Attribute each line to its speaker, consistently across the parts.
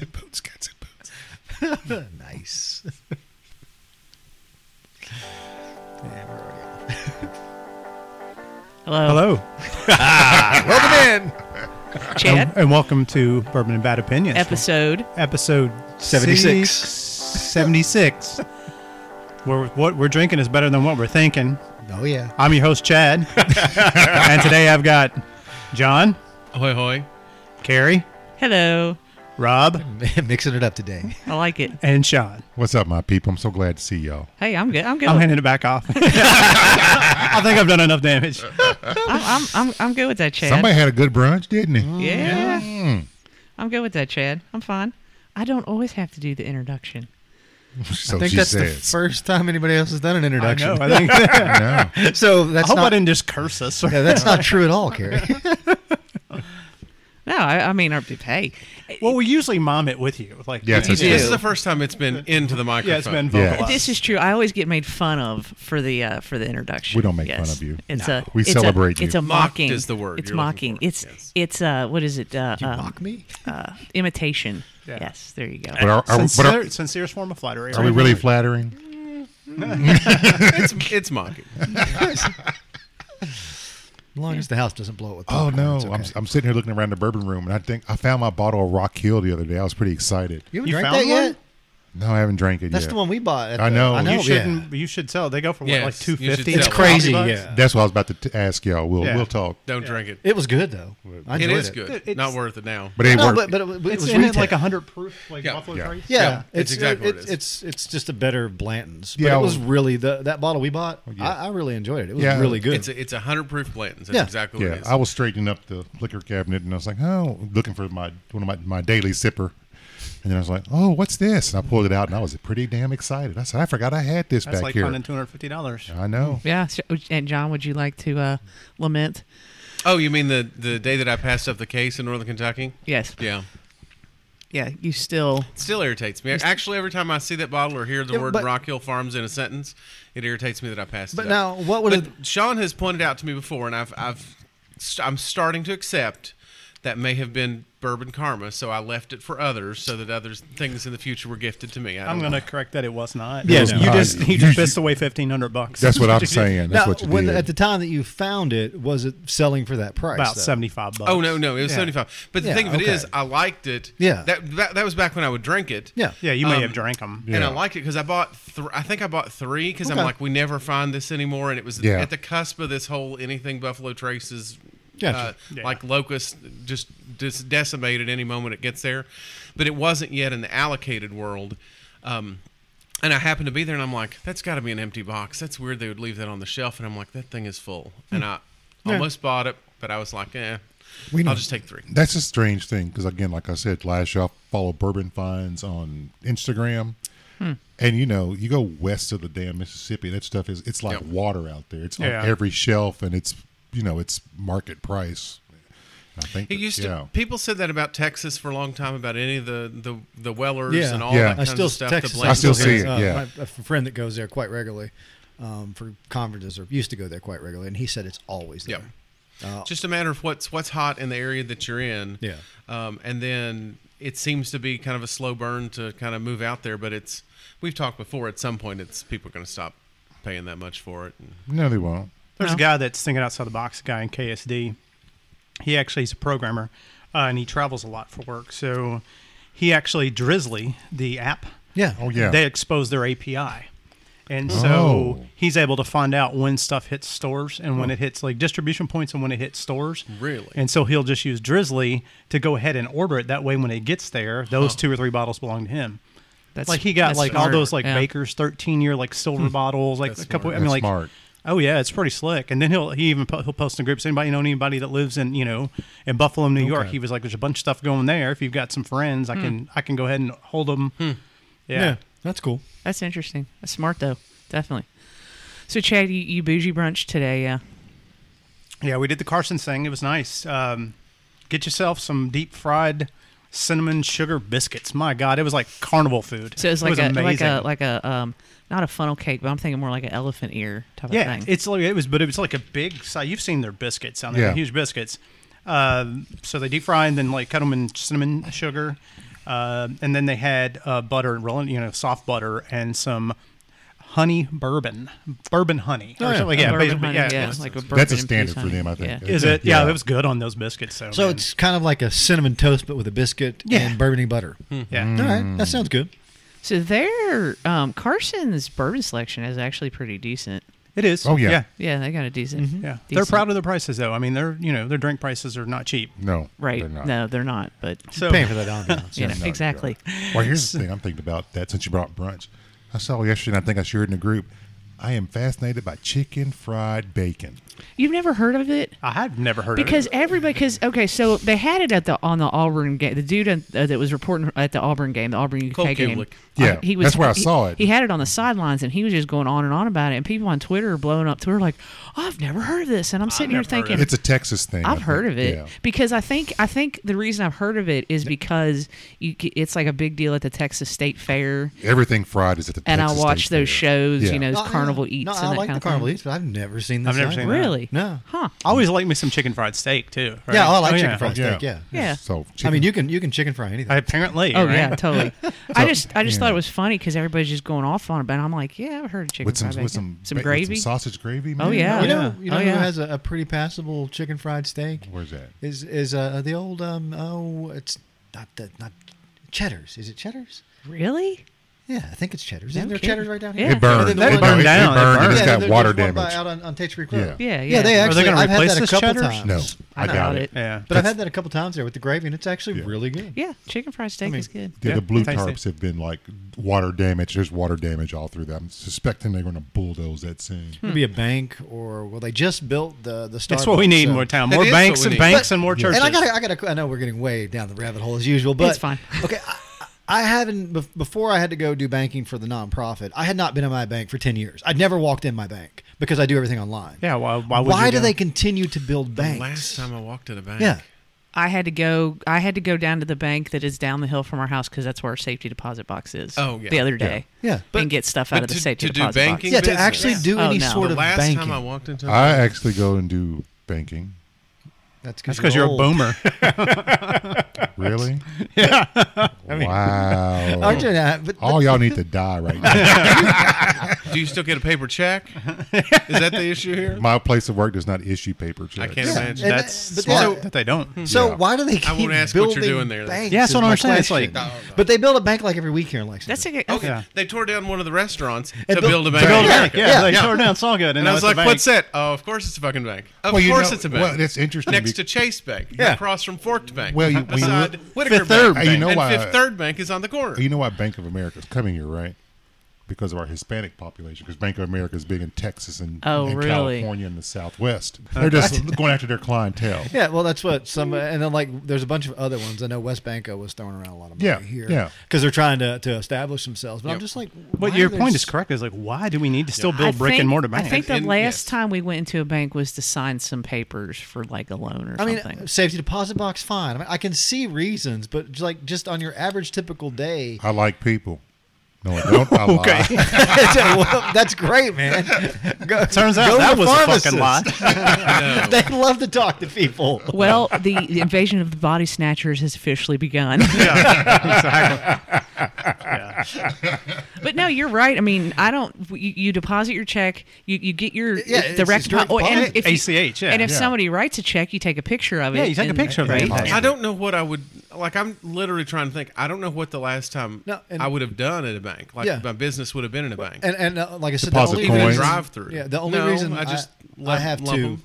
Speaker 1: in boots, cats in boots.
Speaker 2: nice. Yeah, where are we?
Speaker 3: Hello,
Speaker 4: Hello,
Speaker 2: Welcome in.
Speaker 3: Chad.
Speaker 4: and welcome to Bourbon and Bad Opinions,
Speaker 3: Episode.
Speaker 4: episode six-
Speaker 2: 76.
Speaker 4: 76. We're, what we're drinking is better than what we're thinking.
Speaker 2: Oh yeah.
Speaker 4: I'm your host, Chad, and today I've got John,
Speaker 1: Ahoy, hoy.
Speaker 4: Carrie,
Speaker 3: Hello.
Speaker 4: Rob,
Speaker 2: Mixing it up today.
Speaker 3: I like it.
Speaker 4: and Sean.
Speaker 5: What's up, my people? I'm so glad to see y'all.
Speaker 3: Hey, I'm good. I'm good.
Speaker 4: I'm
Speaker 3: I'm,
Speaker 4: handing it back off. I think I've done enough damage.
Speaker 3: I'm, I'm, I'm good with that, Chad.
Speaker 5: Somebody Mm. had a good brunch, didn't
Speaker 2: Mm-hmm.
Speaker 5: he?
Speaker 3: Yeah. I'm good with that, Chad. I'm fine. I don't always have to do the introduction.
Speaker 5: So
Speaker 2: I think
Speaker 5: she
Speaker 2: that's the
Speaker 5: says.
Speaker 2: first time anybody else has done an
Speaker 4: I
Speaker 2: introduction.
Speaker 4: know. I, think, I
Speaker 5: no.
Speaker 2: So that's
Speaker 4: hope I
Speaker 2: not.
Speaker 4: didn't just curse us.
Speaker 2: yeah, that's not true at all, Carrie.
Speaker 3: No, I, I mean, I- hey,
Speaker 4: Well, we usually mom it with you. Like,
Speaker 5: Yes,
Speaker 4: you
Speaker 5: I
Speaker 4: do.
Speaker 1: This
Speaker 3: do.
Speaker 1: is the first time it's been into the microphone.
Speaker 4: yeah, it's been
Speaker 5: Yeah.
Speaker 4: vocalized.
Speaker 3: this is true. I always get made fun of for the uh, for the introduction.
Speaker 5: We don't make
Speaker 3: Yes.
Speaker 5: fun of you.
Speaker 3: It's a
Speaker 5: We
Speaker 3: it's a-
Speaker 5: celebrate you.
Speaker 3: It's a
Speaker 1: Mocked
Speaker 3: mocking
Speaker 1: is the word
Speaker 3: It's
Speaker 1: you're looking
Speaker 3: mocking.
Speaker 1: for.
Speaker 3: It's
Speaker 1: Yes.
Speaker 3: it's uh what is it? Uh,
Speaker 2: You
Speaker 3: um,
Speaker 2: mock me?
Speaker 3: uh, imitation. Yes, there you go.
Speaker 5: But are, are, but
Speaker 4: Sincere,
Speaker 5: are,
Speaker 4: sincerest form of flattery.
Speaker 5: are we really flattering?
Speaker 1: it's, it's mocking.
Speaker 2: As long as the house doesn't blow it with
Speaker 5: Oh
Speaker 2: popcorn,
Speaker 5: no,
Speaker 2: it's okay.
Speaker 5: I'm, I'm sitting here looking around the bourbon room, and I think I found my bottle of Rock Hill the other day. I was pretty excited.
Speaker 2: you haven't
Speaker 4: You
Speaker 2: drank
Speaker 4: found
Speaker 2: that
Speaker 4: one?
Speaker 2: yet?
Speaker 5: No, I haven't drank it
Speaker 2: That's
Speaker 5: yet.
Speaker 2: the one we bought. At
Speaker 5: I
Speaker 2: the-
Speaker 5: know.
Speaker 2: I know.
Speaker 4: You
Speaker 5: Oh,
Speaker 2: yeah.
Speaker 4: shouldn't. You should sell. They go for what,
Speaker 1: Yes,
Speaker 4: like
Speaker 1: you
Speaker 4: two
Speaker 1: should
Speaker 4: fifty.
Speaker 1: sell
Speaker 2: It's
Speaker 1: Yeah,
Speaker 2: crazy.
Speaker 4: bucks?
Speaker 2: Yeah.
Speaker 5: That's what I was about to t- ask y'all. We'll
Speaker 4: Yeah.
Speaker 5: we'll talk.
Speaker 1: Don't drink it.
Speaker 2: It was good though. I
Speaker 1: It
Speaker 2: enjoyed
Speaker 1: is
Speaker 2: it.
Speaker 1: good.
Speaker 4: It- it's-
Speaker 1: Not worth it now.
Speaker 5: But it
Speaker 2: No,
Speaker 5: worked.
Speaker 2: but but it, but it
Speaker 4: It's
Speaker 2: was
Speaker 4: in it
Speaker 2: retail.
Speaker 4: like a hundred proof, like
Speaker 1: Yeah.
Speaker 4: buffalo
Speaker 5: Yeah.
Speaker 4: trace.
Speaker 2: Yeah,
Speaker 1: Yeah, it's exactly what it is.
Speaker 2: It's it's just a better Blanton's. But
Speaker 5: Yeah,
Speaker 2: it was
Speaker 5: well-
Speaker 2: really the that bottle we bought.
Speaker 5: yeah.
Speaker 2: I, I really enjoyed it. It was
Speaker 5: Yeah.
Speaker 2: really good.
Speaker 1: It's a, it's a hundred proof Blanton's. That's
Speaker 2: Yeah.
Speaker 1: exactly what
Speaker 5: yeah,
Speaker 1: it is.
Speaker 5: I was straightening up the liquor cabinet, and I was like, oh, looking for my one of my, my daily sipper. And then I was like, oh, what's this? And I pulled it out, and I was pretty damn excited. I said, I forgot I had this
Speaker 4: That's
Speaker 5: back
Speaker 4: like
Speaker 5: here.
Speaker 4: finding two hundred fifty dollars.
Speaker 5: I know.
Speaker 3: Yeah, so- and John, would you like to uh, lament?
Speaker 1: oh, you mean the, the day that I passed up the case in Northern Kentucky?
Speaker 3: Yes.
Speaker 1: Yeah.
Speaker 3: Yeah, you still.
Speaker 1: It still irritates me. Actually, every time I see that bottle or hear the
Speaker 2: Yeah,
Speaker 1: word
Speaker 2: but-
Speaker 1: Rock Hill Farms in a sentence, it irritates me that I passed
Speaker 2: but
Speaker 1: it
Speaker 2: now
Speaker 1: up.
Speaker 2: what would
Speaker 1: But
Speaker 2: have?
Speaker 1: Sean has pointed out to me before, and I've, I've, st- I'm starting to accept that may have been bourbon karma. So I left it for others, so that others things in the future were gifted to me. I
Speaker 4: I'm
Speaker 1: don't
Speaker 4: gonna correct that. It was not.
Speaker 2: Yeah,
Speaker 4: It was
Speaker 2: no.
Speaker 4: you
Speaker 5: I-
Speaker 4: just you
Speaker 5: you
Speaker 4: just
Speaker 5: should-
Speaker 4: pissed away fifteen hundred bucks.
Speaker 5: That's what I'm saying. That's
Speaker 2: now,
Speaker 5: what you
Speaker 2: when
Speaker 5: did.
Speaker 2: at the time that you found it, was it selling for that price?
Speaker 4: About
Speaker 2: though?
Speaker 4: seventy five bucks.
Speaker 1: Oh no, no, it was seventy five. But the
Speaker 2: Yeah,
Speaker 1: thing of it is,
Speaker 2: okay.
Speaker 1: I liked it.
Speaker 2: Yeah.
Speaker 1: that, that that was back when I would drink it.
Speaker 2: Yeah.
Speaker 4: Yeah, you may
Speaker 1: Um,
Speaker 4: have drank them.
Speaker 1: And
Speaker 5: Yeah.
Speaker 1: I liked it because I bought, thr I think I bought three because
Speaker 2: Okay.
Speaker 1: I'm like, we never find this anymore, and it was
Speaker 5: Yeah.
Speaker 1: at the cusp of this whole anything Buffalo Traces,
Speaker 2: Gotcha.
Speaker 1: uh,
Speaker 4: Yeah.
Speaker 1: like locust, just just decimated any moment it gets there, but it wasn't yet in the allocated world. Um, and I happened to be there, and I'm like, that's got to be an empty box. That's weird. They would leave that on the shelf, and I'm like, that thing is full,
Speaker 2: Hmm.
Speaker 1: and I almost bought it, but I was like, eh,
Speaker 5: We
Speaker 1: I'll
Speaker 5: know.
Speaker 1: just take three.
Speaker 5: That's a strange thing because, again, like I said last year, I follow Bourbon Finds on Instagram.
Speaker 1: Hmm.
Speaker 5: And you know, you go west of the damn Mississippi, that stuff is it's like
Speaker 1: Yep.
Speaker 5: water out there. It's
Speaker 4: Yeah.
Speaker 5: on every shelf, and it's you know it's market price. I think
Speaker 1: It
Speaker 5: that-
Speaker 1: used
Speaker 5: yeah.
Speaker 1: to. People said that about Texas for a long time about any of the the, the Wellers
Speaker 2: Yeah.
Speaker 1: and all
Speaker 5: Yeah.
Speaker 1: that
Speaker 2: I
Speaker 1: kind
Speaker 2: still
Speaker 1: of stuff.
Speaker 2: Texas,
Speaker 1: the
Speaker 5: I still
Speaker 1: Blakes.
Speaker 5: see it,
Speaker 2: Uh,
Speaker 5: yeah.
Speaker 2: my- a friend that goes there quite regularly um, for conferences, or used to go there quite regularly, and he said it's always there.
Speaker 1: Yep. Just a matter of what's what's hot in the area that you're in.
Speaker 2: Uh, Yeah.
Speaker 1: Um, and then it seems to be kind of a slow burn to kind of move out there, but it's we've talked before. At some point, it's people are going to stop paying that much for it. And
Speaker 5: No, they won't.
Speaker 4: There's
Speaker 3: No.
Speaker 4: a guy that's thinking outside the box, a guy in KSD. He actually is a programmer uh, and he travels a lot for work. So he actually, Drizzly, the app,
Speaker 2: Yeah.
Speaker 5: Oh yeah,
Speaker 4: they expose their API. And
Speaker 5: Oh.
Speaker 4: so he's able to find out when stuff hits stores and when it hits like distribution points and when it hits stores.
Speaker 1: Really?
Speaker 4: And so he'll just use Drizzly to go ahead and order it. That way, when it gets there, those two or three bottles belong to him.
Speaker 3: That's
Speaker 4: like he got
Speaker 3: that's
Speaker 4: like all
Speaker 3: smart.
Speaker 4: those like
Speaker 3: Yeah.
Speaker 4: Baker's 13 year like silver bottles, like
Speaker 1: That's
Speaker 4: a couple.
Speaker 1: smart.
Speaker 4: I mean,
Speaker 5: Hmm. That's
Speaker 4: like
Speaker 5: smart.
Speaker 4: Oh yeah, it's pretty slick. And then he'll he even po- he'll post in groups. Anybody know anybody that lives in you know in Buffalo, New York? He was like, "There's a bunch of stuff going there. If you've got some friends,
Speaker 3: Hmm.
Speaker 4: I can I can go ahead and hold them."
Speaker 5: Hmm.
Speaker 4: Yeah.
Speaker 2: that's cool.
Speaker 3: That's interesting. That's smart though. Definitely. So Chad, you, you bougie brunch today? Yeah.
Speaker 4: yeah, we did the Carson thing. It was nice. Um, get yourself some deep fried cinnamon sugar biscuits. My God, it was like carnival food.
Speaker 3: So it's
Speaker 4: it
Speaker 3: like
Speaker 4: was
Speaker 3: a
Speaker 4: amazing.
Speaker 3: like a like a um not a funnel cake, but I'm thinking more like an elephant ear type
Speaker 4: Yeah,
Speaker 3: of thing.
Speaker 4: it's like it was, but it was like a big size. You've seen their biscuits on there,
Speaker 5: Yeah.
Speaker 4: huge biscuits. Um, so they deep fry and then like cut them in cinnamon sugar, Uh, and then they had uh, butter and rolling, you know, soft butter and some honey bourbon, bourbon honey.
Speaker 2: Oh,
Speaker 4: or
Speaker 2: yeah.
Speaker 4: something. yeah,
Speaker 3: Bourbon
Speaker 4: basically,
Speaker 3: honey,
Speaker 4: yeah,
Speaker 3: yeah,
Speaker 4: it's-
Speaker 3: like a
Speaker 5: That's
Speaker 3: bourbon
Speaker 5: a
Speaker 3: and peace
Speaker 5: standard for
Speaker 3: honey.
Speaker 5: them, I think.
Speaker 4: Is it? Yeah,
Speaker 5: Yeah.
Speaker 4: it was good on those biscuits. So,
Speaker 2: So
Speaker 4: Oh, man.
Speaker 2: it's kind of like a cinnamon toast, but with a biscuit
Speaker 4: Yeah.
Speaker 2: and bourbony butter.
Speaker 4: yeah.
Speaker 5: Mm.
Speaker 2: All right,
Speaker 3: Hmm.
Speaker 2: that sounds good.
Speaker 3: So their um, Carson's bourbon selection is actually pretty decent.
Speaker 4: It is.
Speaker 5: Oh, yeah.
Speaker 4: Yeah.
Speaker 3: Yeah, they got a decent.
Speaker 4: Mm-hmm. yeah. They're
Speaker 3: decent-
Speaker 4: proud of their prices though. I mean, they're you know, their drink prices are not cheap.
Speaker 5: No,
Speaker 3: Right?
Speaker 5: they're not.
Speaker 3: No, they're not. But
Speaker 4: So
Speaker 2: Paying for that ambiance.
Speaker 3: you know,
Speaker 5: no, you're
Speaker 3: exactly.
Speaker 5: Well, here's the thing I'm thinking about that since you brought up brunch. I saw yesterday, and I think I shared in a group. I am fascinated by chicken fried bacon.
Speaker 3: You've never heard of it?
Speaker 4: I have never heard
Speaker 3: because
Speaker 4: of it.
Speaker 3: everybody because okay so they had it at the on the auburn game the dude at, uh, that was reporting at the auburn game the auburn uk
Speaker 1: Cole
Speaker 3: game Uh,
Speaker 1: Kubelik.
Speaker 5: Yeah, that's where I
Speaker 3: he-
Speaker 5: saw it.
Speaker 3: he had it on the sidelines and he was just going on and on about it and people on twitter are blowing up twitter like oh, i've never heard of this and i'm sitting here
Speaker 4: never heard of
Speaker 3: thinking
Speaker 5: It's a Texas thing. I
Speaker 3: I've heard
Speaker 5: think.
Speaker 3: of it
Speaker 5: Yeah.
Speaker 3: because I think I think the reason I've heard of it is because you, c- it's like a big deal at the Texas State Fair,
Speaker 5: Everything fried is at the
Speaker 3: and
Speaker 5: Texas
Speaker 3: I watch
Speaker 5: State
Speaker 3: those
Speaker 5: Fair.
Speaker 3: shows,
Speaker 5: Yeah.
Speaker 3: you know,
Speaker 2: No, I-
Speaker 3: Carnival Eats
Speaker 2: No,
Speaker 3: and
Speaker 2: I
Speaker 3: that
Speaker 2: like
Speaker 3: kind
Speaker 2: the
Speaker 3: of
Speaker 2: Carnival
Speaker 3: thing.
Speaker 2: Eats, but I've never seen this.
Speaker 4: I've never
Speaker 2: either.
Speaker 4: seen that.
Speaker 3: Really?
Speaker 2: No.
Speaker 3: Huh?
Speaker 4: I always like me some chicken fried steak too. right?
Speaker 2: Yeah, oh, I like
Speaker 4: Oh,
Speaker 2: chicken
Speaker 4: yeah.
Speaker 2: fried steak. Yeah.
Speaker 3: Yeah.
Speaker 5: So
Speaker 2: I mean, you can you can chicken fry anything.
Speaker 4: Apparently.
Speaker 3: Oh
Speaker 4: right?
Speaker 3: yeah, totally. I just I just
Speaker 5: yeah.
Speaker 3: thought it was funny because everybody's just going off on it, but I'm like, yeah, I've heard of chicken
Speaker 5: with some
Speaker 3: fried
Speaker 5: with
Speaker 3: bacon.
Speaker 5: some, ba- with
Speaker 3: gravy.
Speaker 5: sausage gravy.
Speaker 3: Oh,
Speaker 5: man.
Speaker 3: yeah.
Speaker 2: you know,
Speaker 4: yeah.
Speaker 2: you know
Speaker 3: Oh,
Speaker 2: who
Speaker 3: yeah.
Speaker 2: has a, a pretty passable chicken fried steak?
Speaker 5: Where's that?
Speaker 2: Is is uh, the old um oh it's not the not Cheddar's? Is it Cheddar's?
Speaker 3: really?
Speaker 2: Yeah, I think it's Cheddar's.
Speaker 3: No
Speaker 2: Isn't there
Speaker 3: kidding.
Speaker 2: Cheddar's right down
Speaker 3: Yeah.
Speaker 2: here?
Speaker 3: It
Speaker 5: burned.
Speaker 2: And then the
Speaker 4: They
Speaker 2: one-
Speaker 4: burned
Speaker 5: it-
Speaker 4: down.
Speaker 5: It burned.
Speaker 4: They
Speaker 5: and It's
Speaker 2: yeah,
Speaker 5: got
Speaker 2: there's
Speaker 5: water
Speaker 2: one by-
Speaker 5: damage.
Speaker 2: out on, on Tate Creek Road.
Speaker 5: Yeah.
Speaker 3: Yeah,
Speaker 2: yeah.
Speaker 3: yeah.
Speaker 2: they
Speaker 4: Are they
Speaker 2: actually.
Speaker 4: gonna
Speaker 2: I've had
Speaker 4: replace
Speaker 2: that a
Speaker 4: this
Speaker 2: couple
Speaker 4: Cheddar's?
Speaker 2: times.
Speaker 5: No, I
Speaker 3: doubt
Speaker 5: doubt
Speaker 3: it.
Speaker 5: it.
Speaker 4: Yeah.
Speaker 2: But I've had that a couple times there with the gravy, and it's actually
Speaker 5: Yeah.
Speaker 2: really good.
Speaker 3: Yeah, chicken fried steak
Speaker 2: mean,
Speaker 3: is good.
Speaker 5: Yeah,
Speaker 4: Yeah,
Speaker 5: the blue
Speaker 4: tasty.
Speaker 5: tarps have been like water damage. There's water damage all through that. I'm suspecting they're going to bulldoze that soon.
Speaker 2: It'd be a bank, or well, they just built the the. Starbucks,
Speaker 4: That's what we need in
Speaker 2: so-
Speaker 4: more town.
Speaker 1: That
Speaker 4: More
Speaker 1: is
Speaker 4: banks
Speaker 1: what we
Speaker 4: and
Speaker 1: need.
Speaker 4: banks
Speaker 2: But-
Speaker 4: and more churches.
Speaker 2: And I gotta, I gotta, I know we're getting way down the rabbit hole as usual, but
Speaker 3: It's fine.
Speaker 2: Okay, I, I haven't bef- before. I had to go do banking for the nonprofit. I had not been in my bank for ten years. I'd never walked in my bank because I do everything online.
Speaker 4: yeah, why, why would
Speaker 2: Why
Speaker 4: you
Speaker 2: do
Speaker 4: go-
Speaker 2: they continue to build banks?
Speaker 1: Last time I walked to the bank.
Speaker 2: yeah,
Speaker 3: I had to go. I had to go down to the bank that is down the hill from our house because that's where our safety deposit box is.
Speaker 1: Oh, yeah.
Speaker 3: The other day.
Speaker 2: Yeah.
Speaker 3: and get stuff
Speaker 1: but
Speaker 3: out of the
Speaker 1: to-
Speaker 3: safety
Speaker 1: to do
Speaker 3: deposit
Speaker 1: banking?
Speaker 2: yeah, to
Speaker 1: business.
Speaker 2: actually do
Speaker 3: Oh,
Speaker 2: any
Speaker 3: no.
Speaker 2: sort
Speaker 1: The
Speaker 2: of
Speaker 1: last
Speaker 2: banking.
Speaker 1: time I walked into,
Speaker 5: I actually go and do banking.
Speaker 2: that's
Speaker 4: That's because you're a
Speaker 2: old.
Speaker 4: boomer.
Speaker 5: Really? yeah. Wow.
Speaker 2: Aren't you? Uh, but-
Speaker 5: All
Speaker 1: Oh,
Speaker 5: y'all need to die right now.
Speaker 1: do you still get a paper check? Is that the issue here?
Speaker 5: My place of work does not issue paper checks.
Speaker 1: can't
Speaker 2: Yeah.
Speaker 1: imagine.
Speaker 2: And, uh,
Speaker 4: That's
Speaker 2: but
Speaker 4: smart
Speaker 2: yeah. Hmm.
Speaker 4: that they don't.
Speaker 2: So
Speaker 5: Yeah.
Speaker 2: why do they keep
Speaker 1: I won't ask what
Speaker 2: building
Speaker 1: you're doing there.
Speaker 2: Banks
Speaker 4: Yeah, that's
Speaker 2: is
Speaker 4: what I
Speaker 2: my
Speaker 4: understand. It's
Speaker 2: question.
Speaker 4: like-
Speaker 2: but they build a bank like every week here in Lexington.
Speaker 3: That's a good.
Speaker 1: Okay,
Speaker 4: Yeah.
Speaker 1: they tore down one of the restaurants to
Speaker 2: built-
Speaker 1: build a bank.
Speaker 4: To build a
Speaker 2: Yeah,
Speaker 4: bank. Yeah,
Speaker 2: yeah,
Speaker 4: they
Speaker 1: yeah.
Speaker 4: tore down Sawgood. And,
Speaker 1: And
Speaker 4: now
Speaker 1: I was
Speaker 4: it's a
Speaker 1: like,
Speaker 4: bank.
Speaker 1: "What's that? Oh, of course it's a fucking bank. Of
Speaker 5: Well, you
Speaker 1: course
Speaker 5: know-
Speaker 1: it's a bank.
Speaker 5: well, it's interesting
Speaker 1: Next
Speaker 5: be-
Speaker 1: to Chase Bank,
Speaker 5: Yeah.
Speaker 1: across from Forked Bank.
Speaker 5: Well, you- when you
Speaker 1: beside
Speaker 5: look-
Speaker 1: Whitaker
Speaker 4: Fifth
Speaker 1: Bank.
Speaker 4: Third Bank.
Speaker 5: You know
Speaker 1: and
Speaker 5: why-
Speaker 1: Fifth Third Bank is on the corner.
Speaker 5: You know why Bank of America is coming here, right? Because of our Hispanic population, because Bank of America is big in Texas and,
Speaker 3: Oh,
Speaker 5: and
Speaker 3: really?
Speaker 5: California and the Southwest. They're just going after their clientele.
Speaker 2: Yeah, well, that's what some, and then like there's a bunch of other ones. I know West Banco was throwing around a lot of money
Speaker 5: Yeah,
Speaker 2: here,
Speaker 5: yeah.
Speaker 2: because they're trying to, to establish themselves. But I'm
Speaker 1: Yep.
Speaker 2: just like,
Speaker 4: But
Speaker 2: why
Speaker 4: your
Speaker 2: are there
Speaker 4: point is
Speaker 2: s-
Speaker 4: correct. Is like, why do we need to still
Speaker 3: I
Speaker 4: build brick
Speaker 3: think-
Speaker 4: and mortar banks?
Speaker 3: I think the
Speaker 1: And-
Speaker 3: last
Speaker 1: yes.
Speaker 3: time we went into a bank was to sign some papers for like a loan or
Speaker 2: I mean,
Speaker 3: something.
Speaker 2: safety deposit box, fine. I, mean, I can see reasons, but just like just on your average typical day,
Speaker 5: I like people. No, I don't. I lie.
Speaker 4: okay.
Speaker 2: it's a- well, that's great, man. Go,
Speaker 4: Turns
Speaker 2: go
Speaker 4: out
Speaker 2: to
Speaker 4: that
Speaker 2: the
Speaker 4: was a fucking lie.
Speaker 2: pharmacist. they love to talk to people.
Speaker 3: well, the, the invasion of the body snatchers has officially begun. But no, you're right. I mean, I don't. You, you deposit your check. You, you get your
Speaker 2: Yeah, it's-
Speaker 3: the rec
Speaker 2: it's direct
Speaker 3: oh,
Speaker 2: deposit.
Speaker 3: and if you-
Speaker 4: ACH, yeah,
Speaker 3: and if
Speaker 5: yeah.
Speaker 3: somebody writes a check, you take a picture of it.
Speaker 4: Yeah, you take a
Speaker 3: and-
Speaker 4: picture of that.
Speaker 5: Right.
Speaker 1: I don't know what I would like. I'm literally trying to think. I don't know what the last time
Speaker 2: No, and-
Speaker 1: I would have done at a bank. Like
Speaker 2: Yeah.
Speaker 1: my business would have been in a bank.
Speaker 2: And and uh, like I said,
Speaker 5: Deposit
Speaker 2: the
Speaker 1: even
Speaker 2: only
Speaker 1: a
Speaker 5: coins.
Speaker 2: reason,
Speaker 1: drive through.
Speaker 2: Yeah, the only reason
Speaker 1: I just
Speaker 2: I,
Speaker 1: lump-
Speaker 2: have
Speaker 1: lump
Speaker 2: to
Speaker 1: 'em.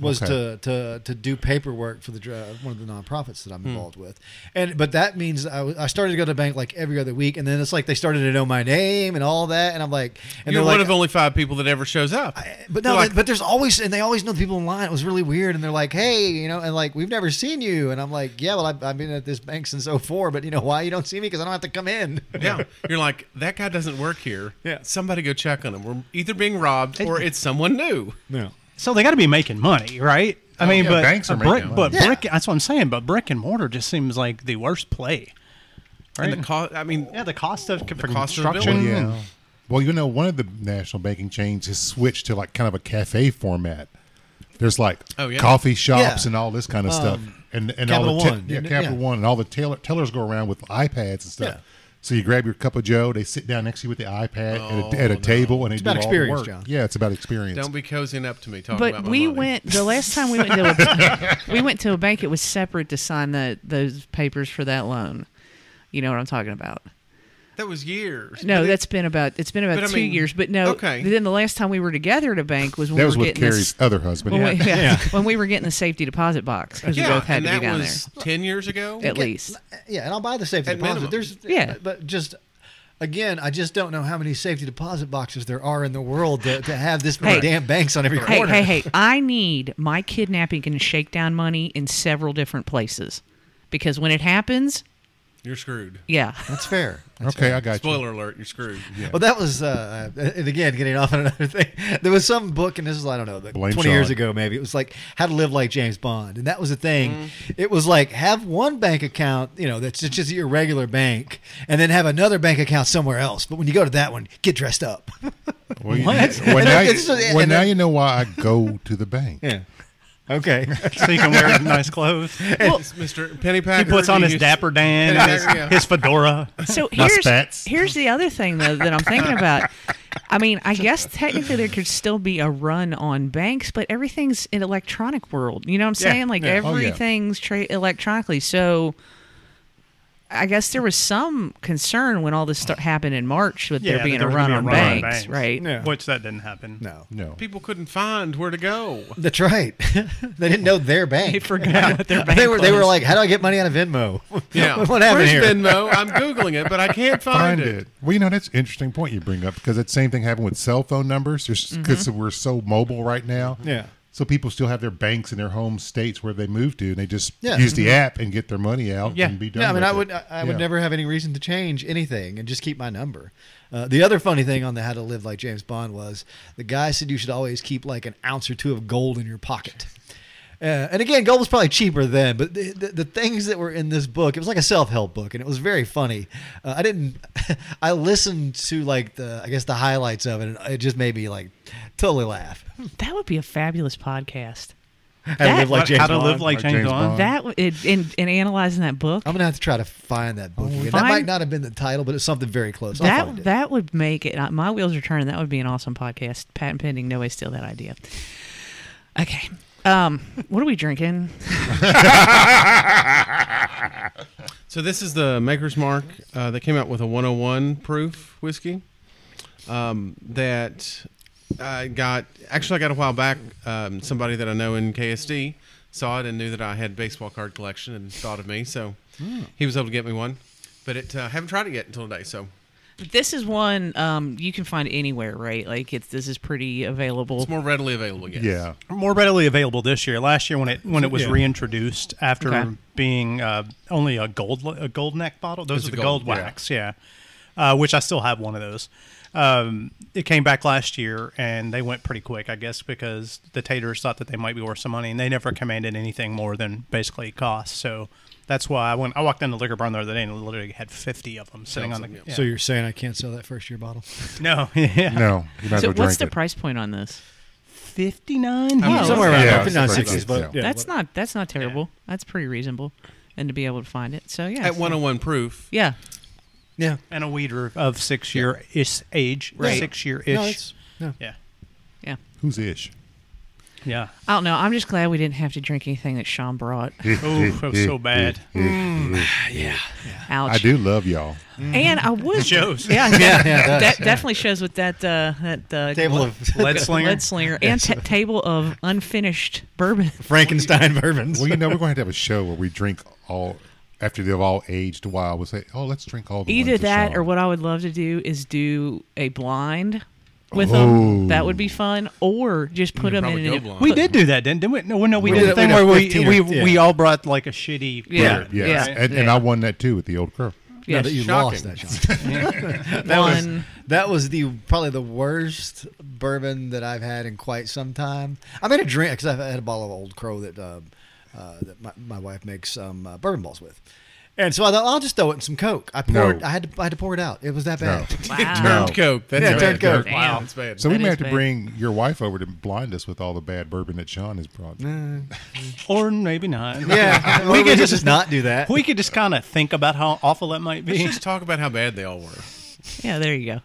Speaker 2: was
Speaker 5: Okay.
Speaker 2: to, to to do paperwork for the dr- one of the nonprofits that
Speaker 1: Hmm.
Speaker 2: I'm involved with, and but that means I, w- I started to go to the bank like every other week, and then it's like they started to know my name and all that, and I'm like, and
Speaker 1: You're
Speaker 2: they're
Speaker 1: one
Speaker 2: like,
Speaker 1: of only five people that ever shows up.
Speaker 2: but no,
Speaker 1: They're like,
Speaker 2: but there's always and they always know the people in line. It was really weird, and they're like, hey, you know, and like we've never seen you, and I'm like, yeah, well, I've, I've been at this bank since 04, but you know why you don't see me because I don't have to come in.
Speaker 1: yeah, you're like that guy doesn't work here.
Speaker 2: Yeah.
Speaker 1: somebody go check on him. We're either being robbed or it's someone new.
Speaker 2: No.
Speaker 4: So they got to be making money, right?
Speaker 1: Oh,
Speaker 4: I mean,
Speaker 5: yeah,
Speaker 4: but
Speaker 5: banks are
Speaker 4: a brick,
Speaker 5: making
Speaker 4: but
Speaker 2: money.
Speaker 4: brick.
Speaker 2: Yeah.
Speaker 4: That's what I'm saying. But brick and mortar just seems like the worst play. Right?
Speaker 1: And the cost. I mean,
Speaker 4: yeah, the cost of for
Speaker 1: cost of the
Speaker 4: construction.
Speaker 5: Well,
Speaker 1: building.
Speaker 5: yeah. Well, you know, one of the national banking chains has switched to like kind of a cafe format. There's like
Speaker 1: Oh, yeah.
Speaker 5: coffee shops
Speaker 2: Yeah. Um,
Speaker 5: and all this kind of stuff, and and
Speaker 2: Capital
Speaker 5: all the
Speaker 2: One,
Speaker 5: yeah,
Speaker 2: isn't it?
Speaker 5: Capital
Speaker 2: Yeah.
Speaker 5: One, and all the tailor, tellers go around with iPads and stuff.
Speaker 2: Yeah.
Speaker 5: So you grab your cup of Joe, they sit down next to you with the iPad at a, at a table, and they do
Speaker 2: Oh, about
Speaker 5: all the
Speaker 2: experience,
Speaker 5: work.
Speaker 2: John.
Speaker 5: Yeah, it's about experience.
Speaker 1: Don't be cozying up to me talking
Speaker 3: But
Speaker 1: about my
Speaker 3: we
Speaker 1: money.
Speaker 3: went the last time we went to a, we went to a bank. It was separate to sign the those papers for that loan. You know what I'm talking about?
Speaker 1: That was years.
Speaker 3: No,
Speaker 1: But it-
Speaker 3: that's been about it's been about
Speaker 1: But I
Speaker 3: two
Speaker 1: mean-
Speaker 3: years. But no,
Speaker 1: okay.
Speaker 3: Then the last time we were together at a bank was when
Speaker 5: that
Speaker 3: we
Speaker 5: was
Speaker 3: were
Speaker 5: with
Speaker 3: getting
Speaker 5: Carrie's
Speaker 3: this,
Speaker 5: other husband.
Speaker 3: when,
Speaker 5: Yeah.
Speaker 3: we, when we were getting the safety deposit box because
Speaker 1: yeah,
Speaker 3: we both had
Speaker 1: and
Speaker 3: to
Speaker 1: that
Speaker 3: be down
Speaker 1: was ten years ago.
Speaker 3: there at least.
Speaker 2: Yeah, and I'll buy the safety
Speaker 1: At
Speaker 2: deposit.
Speaker 1: minimum.
Speaker 2: There's
Speaker 3: Yeah.
Speaker 2: but- but just again, I just don't know how many safety deposit boxes there are in the world to, to have this many
Speaker 3: Hey.
Speaker 2: damn banks on every
Speaker 3: Hey,
Speaker 2: corner.
Speaker 3: hey, hey! I need my kidnapping and shakedown money in several different places because when it happens,
Speaker 1: You're screwed.
Speaker 3: yeah.
Speaker 2: That's fair. That's
Speaker 5: Okay, I got you.
Speaker 1: Spoiler alert, you're screwed. Yeah.
Speaker 2: Well, that was, uh, and again, getting off on another thing. There was some book, and this is I don't know, like
Speaker 5: Blame
Speaker 2: twenty years
Speaker 5: Sean.
Speaker 2: ago maybe. It was like how to live like James Bond, and that was the thing. It was like have one bank account, you know, that's just your regular bank, and then have another bank account somewhere else. But when you go to that one, get dressed up.
Speaker 5: Well, you-
Speaker 4: What?
Speaker 5: well,
Speaker 2: And
Speaker 5: now,
Speaker 2: it-
Speaker 5: you-
Speaker 2: it's just-
Speaker 5: well,
Speaker 2: and
Speaker 5: now
Speaker 2: it-
Speaker 5: you know why I go to the bank.
Speaker 2: Yeah. Okay.
Speaker 4: so he can wear nice clothes. He
Speaker 1: It's Mr. Pennypacker.
Speaker 4: puts on
Speaker 1: you
Speaker 4: his
Speaker 1: used-
Speaker 4: dapper Dan, and his,
Speaker 1: Yeah.
Speaker 4: his fedora.
Speaker 3: So
Speaker 5: My
Speaker 3: here's
Speaker 5: spats.
Speaker 3: here's the other thing though that I'm thinking about. I mean, I guess technically there could still be a run on banks, but everything's an electronic world. You know what I'm
Speaker 4: Yeah,
Speaker 3: saying? Like
Speaker 4: yeah.
Speaker 5: Oh, yeah.
Speaker 3: everything's tra- electronically. So I guess there was some concern when all this stu- happened in March with
Speaker 4: that
Speaker 3: there being
Speaker 4: there
Speaker 3: a
Speaker 4: was
Speaker 3: run
Speaker 4: gonna
Speaker 3: on
Speaker 4: be a run on
Speaker 3: banks,
Speaker 4: banks.
Speaker 3: right?
Speaker 2: Yeah.
Speaker 4: Which that didn't happen.
Speaker 2: No.
Speaker 5: No.
Speaker 1: People couldn't find where to go.
Speaker 2: That's right. they didn't know their bank.
Speaker 3: They forgot what their bank
Speaker 2: They were they were
Speaker 3: was.
Speaker 2: like, how do I get money out of Venmo?
Speaker 1: Yeah.
Speaker 2: what happened
Speaker 1: Where's
Speaker 2: here?
Speaker 1: Venmo? I'm googling it, but I can't
Speaker 5: Find
Speaker 1: find,
Speaker 5: it. Well, you know that's an interesting point you bring up because that same thing happened with cell phone numbers. Just because we're so mobile right now,
Speaker 2: Yeah.
Speaker 5: So people still have their banks in their home states where they moved to, and they just
Speaker 2: Yeah.
Speaker 5: use the app and get their money out
Speaker 4: Yeah.
Speaker 5: and be done.
Speaker 2: Yeah, I mean,
Speaker 5: with
Speaker 2: I
Speaker 5: it.
Speaker 2: would, uh, I, I
Speaker 5: Yeah.
Speaker 2: would never have any reason to change anything and just keep my number. Uh, the other funny thing on the how to live like James Bond was the guy said you should always keep like an ounce or two of gold in your pocket. Uh, and again, gold was probably cheaper then, but the, the, the things that were in this book, it was like a self help book, and it was very funny. Uh, I didn't, I listened to like the, I guess the highlights of it, and it just made me like totally laugh.
Speaker 3: That would be a fabulous podcast.
Speaker 2: How
Speaker 3: That-
Speaker 4: Like how to live like
Speaker 5: like
Speaker 4: James,
Speaker 5: James
Speaker 4: Bond.
Speaker 5: Bond.
Speaker 3: That w- it, in, in analyzing that book,
Speaker 2: I'm gonna have to try to find that
Speaker 4: Oh,
Speaker 2: book. again. That
Speaker 3: find-
Speaker 2: might not have been the title, but it's something very close. I'll find
Speaker 3: that
Speaker 2: it.
Speaker 3: that would make it. uh, My wheels are turning. That would be an awesome podcast. Patent pending. No way, steal that idea. Okay. Um, what are we drinking?
Speaker 1: So this is the Maker's Mark uh, that came out with a 101 proof whiskey um, that I got. Actually, I got a while back. Um, somebody that I know in KSD saw it and knew that I had baseball card collection and thought of me, so he was able to get me one. But it uh, haven't tried it yet until today. So
Speaker 3: This is one um, you can find anywhere, right? Like it's this is pretty available.
Speaker 1: it's more readily available. Yes.
Speaker 5: yeah.
Speaker 4: more readily available this year. Last year, when it when it was
Speaker 2: Yeah.
Speaker 4: reintroduced after
Speaker 3: Okay.
Speaker 4: being uh, only a gold a gold neck bottle, those
Speaker 1: It's
Speaker 4: are
Speaker 1: a
Speaker 4: the
Speaker 1: gold,
Speaker 4: gold,
Speaker 1: yeah.
Speaker 4: wax, yeah. Uh, which I still have one of those. Um, it came back last year, and they went pretty quick, I guess, because the taters thought that they might be worth some money, and they never commanded anything more than basically cost. So that's why I went. I walked into the liquor barn the other day and literally had fifty of them sitting on the.
Speaker 1: Sounds like-
Speaker 4: yeah.
Speaker 2: So you're saying I can't sell that first year bottle?
Speaker 4: no, yeah,
Speaker 5: No. You might as
Speaker 3: So
Speaker 5: well
Speaker 3: what's
Speaker 5: drink
Speaker 3: the
Speaker 5: it.
Speaker 3: price point on this?
Speaker 4: fifty nine.
Speaker 1: I mean,
Speaker 3: Oh,
Speaker 2: Somewhere around
Speaker 5: Yeah,
Speaker 2: there, 59,
Speaker 5: it's about
Speaker 2: 60s,
Speaker 5: that,
Speaker 2: but
Speaker 5: yeah.
Speaker 2: yeah,
Speaker 3: that's
Speaker 2: but-
Speaker 3: not that's not terrible. That's pretty reasonable, and to be able to find it. So yeah,
Speaker 1: At 101 proof,
Speaker 3: yeah.
Speaker 2: yeah.
Speaker 4: and a weeder of six year ish age,
Speaker 3: Right.
Speaker 4: six year
Speaker 2: No,
Speaker 4: ish.
Speaker 2: it's, no.
Speaker 4: yeah,
Speaker 5: Who's ish?
Speaker 4: yeah.
Speaker 3: I don't know. I'm just glad we didn't have to drink anything that Sean brought.
Speaker 4: Oh, that was so bad.
Speaker 3: Ouch.
Speaker 5: I do love y'all.
Speaker 3: And I was
Speaker 4: Shows.
Speaker 3: Yeah,
Speaker 2: yeah, yeah, it
Speaker 3: that
Speaker 2: does.
Speaker 3: definitely shows with that uh, that uh,
Speaker 2: Table of
Speaker 4: Lead slinger.
Speaker 3: Lead Slinger and ta table of unfinished bourbon.
Speaker 2: Frankenstein bourbons.
Speaker 5: Well, you know, we're going to have to have a show where we drink all after they've all aged a while. We'll say, oh, let's drink all the
Speaker 3: Either
Speaker 5: ones
Speaker 3: that,
Speaker 5: Sean.
Speaker 3: or what I would love to do is do a blind with
Speaker 5: Oh.
Speaker 3: them. That would be fun. Or just put them
Speaker 1: probably
Speaker 3: in.
Speaker 1: go
Speaker 3: an-
Speaker 1: blind.
Speaker 4: We did do that, didn't we? No, no, we,
Speaker 5: We
Speaker 4: did
Speaker 5: did
Speaker 4: a
Speaker 5: it
Speaker 4: thing
Speaker 5: with
Speaker 4: where
Speaker 5: a
Speaker 4: we
Speaker 2: 15
Speaker 4: we,
Speaker 2: or-
Speaker 4: we all brought like a shitty.
Speaker 3: Yeah.
Speaker 5: Yes.
Speaker 3: Yeah.
Speaker 5: And, and I won that too with the old crow.
Speaker 2: Now
Speaker 3: Yes.
Speaker 2: that you lost
Speaker 1: shocking.
Speaker 2: that shot. that was
Speaker 3: One.
Speaker 2: that was the probably the worst bourbon that I've had in quite some time. I made a drink because I had a bottle of Old Crow that uh, uh, that my, my wife makes um, uh, bourbon balls with, And so I thought I'll just throw it in some Coke. I
Speaker 5: No.
Speaker 2: poured. I had to. I had to pour it out. It was that
Speaker 5: No.
Speaker 2: bad.
Speaker 3: Wow.
Speaker 5: No.
Speaker 1: Turned Coke. That's
Speaker 2: Yeah,
Speaker 1: bad.
Speaker 2: turned Coke.
Speaker 3: Damn.
Speaker 1: Wow, that's bad.
Speaker 5: So we
Speaker 3: That
Speaker 5: may
Speaker 3: is
Speaker 5: have to
Speaker 3: bad.
Speaker 5: bring your wife over to blind us with all the bad bourbon that Sean has brought.
Speaker 4: or maybe not.
Speaker 2: Yeah, we could just not do that.
Speaker 4: We could just kind of think about how awful that might
Speaker 1: Let's
Speaker 4: be.
Speaker 1: just talk about how bad they all were.
Speaker 3: Yeah, there you go.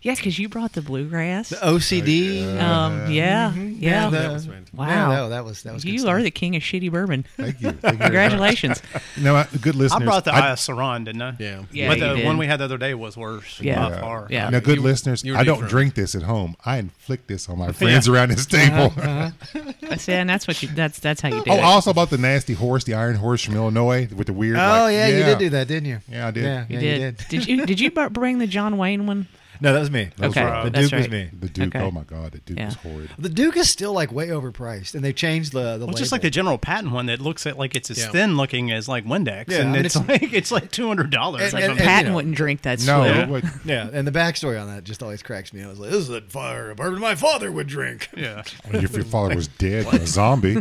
Speaker 3: Yeah, because you brought the bluegrass.
Speaker 2: Uh, OCD.
Speaker 3: um, yeah, yeah.
Speaker 2: the-
Speaker 1: Mm-hmm. That was fantastic.
Speaker 3: wow.
Speaker 2: Yeah, no, that was that was. good
Speaker 3: you
Speaker 2: stuff.
Speaker 3: are the king of shitty bourbon.
Speaker 5: Thank you. Thank you very
Speaker 3: Congratulations.
Speaker 5: much. Now, I- good
Speaker 4: I
Speaker 5: listeners.
Speaker 4: brought the
Speaker 5: I-
Speaker 4: Eye of Saran, didn't I?
Speaker 1: Yeah.
Speaker 3: Yeah,
Speaker 4: But
Speaker 3: you
Speaker 4: the
Speaker 3: did.
Speaker 4: one we had the other day was worse.
Speaker 3: Yeah.
Speaker 4: By far.
Speaker 3: Yeah.
Speaker 5: Now, good
Speaker 1: You-
Speaker 5: listeners,
Speaker 1: you were
Speaker 5: I don't
Speaker 1: different.
Speaker 5: drink this at home. I inflict this on my friends around this table.
Speaker 3: I said, and that's what you. That's that's how you do
Speaker 5: oh, I
Speaker 3: it.
Speaker 5: also bought the nasty horse, the iron horse from Illinois with the weird.
Speaker 2: Oh
Speaker 5: like-
Speaker 2: yeah, you did do that, didn't you?
Speaker 5: Yeah, I did.
Speaker 2: Yeah,
Speaker 3: you
Speaker 2: yeah,
Speaker 3: did.
Speaker 2: you did.
Speaker 3: you did you bu- bring the John Wayne one?
Speaker 2: No, that was me.
Speaker 5: was
Speaker 3: okay,
Speaker 5: right.
Speaker 2: The
Speaker 3: that's
Speaker 2: Duke was
Speaker 3: right.
Speaker 2: me.
Speaker 5: The Duke.
Speaker 3: Okay.
Speaker 5: Oh my God, the Duke
Speaker 3: Yeah.
Speaker 5: is horrid.
Speaker 2: The Duke is still like way overpriced, and they changed the the.
Speaker 4: Well, just like
Speaker 2: label.
Speaker 4: the General Patton one that looks at like it's as
Speaker 1: Yeah.
Speaker 4: thin looking as like Windex,
Speaker 2: Yeah, I
Speaker 4: and
Speaker 2: mean,
Speaker 4: it's,
Speaker 2: it's-
Speaker 4: like it's like two hundred dollars.
Speaker 2: And- and-
Speaker 3: Patton
Speaker 2: you know.
Speaker 3: wouldn't drink that.
Speaker 5: No,
Speaker 3: swill.
Speaker 5: it would-
Speaker 2: yeah, and the backstory on that just always cracks me. I was like, "This is the fire of bourbon my father would drink."
Speaker 4: yeah,
Speaker 5: if your father was dead, a zombie.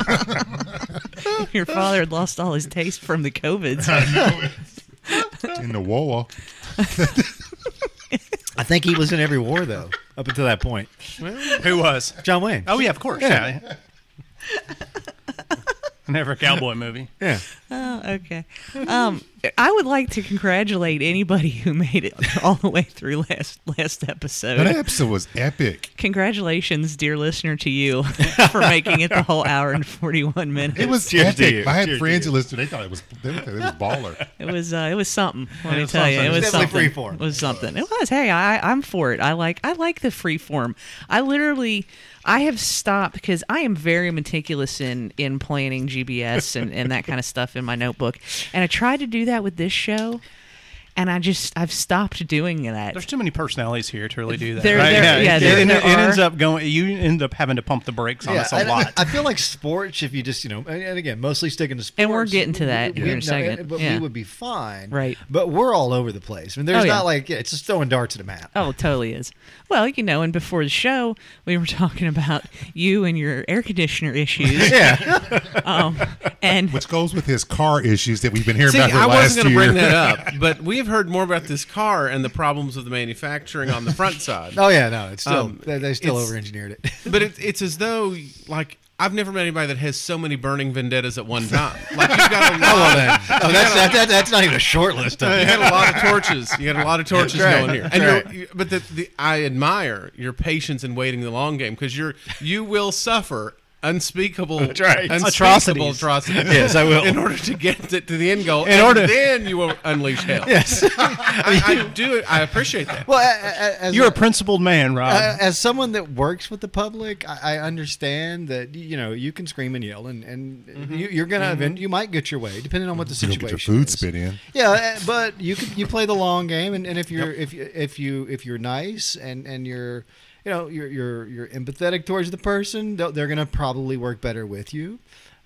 Speaker 3: Your father had lost all his taste from the COVID.
Speaker 5: in the war.
Speaker 2: I think he was in every war though, up until that point.
Speaker 4: who was?
Speaker 2: John Wayne.
Speaker 4: Oh yeah, of course. Yeah. Never a cowboy movie.
Speaker 2: yeah.
Speaker 3: Oh, okay. Um, I would like to congratulate anybody who made it all the way through last last
Speaker 5: That
Speaker 3: episode.
Speaker 5: episode was epic.
Speaker 3: Congratulations, dear listener, to you for making it the whole hour and forty one minutes.
Speaker 5: It was
Speaker 2: Cheers to
Speaker 5: epic.
Speaker 2: you.
Speaker 5: I had
Speaker 2: Cheers to
Speaker 5: friends
Speaker 2: you.
Speaker 5: who listened. They thought it was they thought it was baller.
Speaker 3: It was uh, it was something. Let
Speaker 4: It
Speaker 3: me
Speaker 4: was
Speaker 3: tell you,
Speaker 4: something.
Speaker 3: it was
Speaker 2: Definitely
Speaker 3: something.
Speaker 2: freeform.
Speaker 3: It was something. It was. Hey, I I'm for it. I like I like the free form. I literally I have stopped because I am very meticulous in in planning GBS and and that kind of stuff in my notebook, and I tried to do that with this show, and I just I've stopped doing that.
Speaker 4: There's too many personalities here to really do that.
Speaker 3: There- there- yeah,
Speaker 4: it,
Speaker 3: there-
Speaker 4: it-
Speaker 3: there
Speaker 4: it ends
Speaker 3: are.
Speaker 4: up going. You end up having to pump the brakes on
Speaker 2: Yeah,
Speaker 4: us
Speaker 2: I-
Speaker 4: a lot.
Speaker 2: I, feel like sports. If you just, you know, and, and again, mostly sticking to sports.
Speaker 3: And we're getting to that here in a
Speaker 2: no,
Speaker 3: second.
Speaker 2: and- but
Speaker 3: Yeah.
Speaker 2: we would be fine,
Speaker 3: Right.
Speaker 2: But we're all over the place. I mean, there's
Speaker 3: Oh, yeah.
Speaker 2: not like yeah, it's just throwing darts at a map.
Speaker 3: Oh, it totally is. Well, you know, and before the show, we were talking about you and your air conditioner issues.
Speaker 2: Yeah,
Speaker 3: um, and
Speaker 5: Which goes with his car issues that we've been hearing
Speaker 1: See,
Speaker 5: about for the
Speaker 1: I
Speaker 5: last
Speaker 1: wasn't going to
Speaker 5: year.
Speaker 1: bring that up, but we've heard more about this car and the problems of the manufacturing on the front side.
Speaker 2: oh yeah, no, it's still
Speaker 1: Um,
Speaker 2: they, they still
Speaker 1: it's-
Speaker 2: over engineered it.
Speaker 1: But it, it's as though, like, I've never met anybody that has so many burning vendettas at one time. Like, you've got a
Speaker 2: Oh,
Speaker 1: lot,
Speaker 2: then. Oh, that's, that, that, that's not even a short list of
Speaker 1: you
Speaker 2: it.
Speaker 1: had a lot of torches. You had a lot of torches
Speaker 2: That's right.
Speaker 1: going here. And
Speaker 2: That's
Speaker 1: you're, you- but the, the, I admire your patience in waiting the long game because you're you will suffer unspeakable
Speaker 2: right.
Speaker 1: unspeakable
Speaker 4: Atrocities.
Speaker 1: atrocities.
Speaker 2: Yes, I will.
Speaker 1: In order to get to, to the end goal,
Speaker 2: In
Speaker 1: and
Speaker 2: order-
Speaker 1: then you will unleash hell.
Speaker 2: Yes.
Speaker 1: I, I do. it. I appreciate that.
Speaker 2: Well, a- a- as
Speaker 4: You're a
Speaker 2: a-
Speaker 4: principled man, Rob.
Speaker 2: a- as someone that works with the public, I, I understand that you know you can scream and yell, and, and you, you're gonna event, you might get your way depending on what the
Speaker 5: You don't
Speaker 2: situation.
Speaker 5: get your food
Speaker 2: is.
Speaker 5: spit in.
Speaker 2: Yeah, uh, but you can, you play the long game, and, and if you're if you if you if you're nice and and you're you know you're you're you're empathetic towards the person, they'll- they're gonna probably work better with you,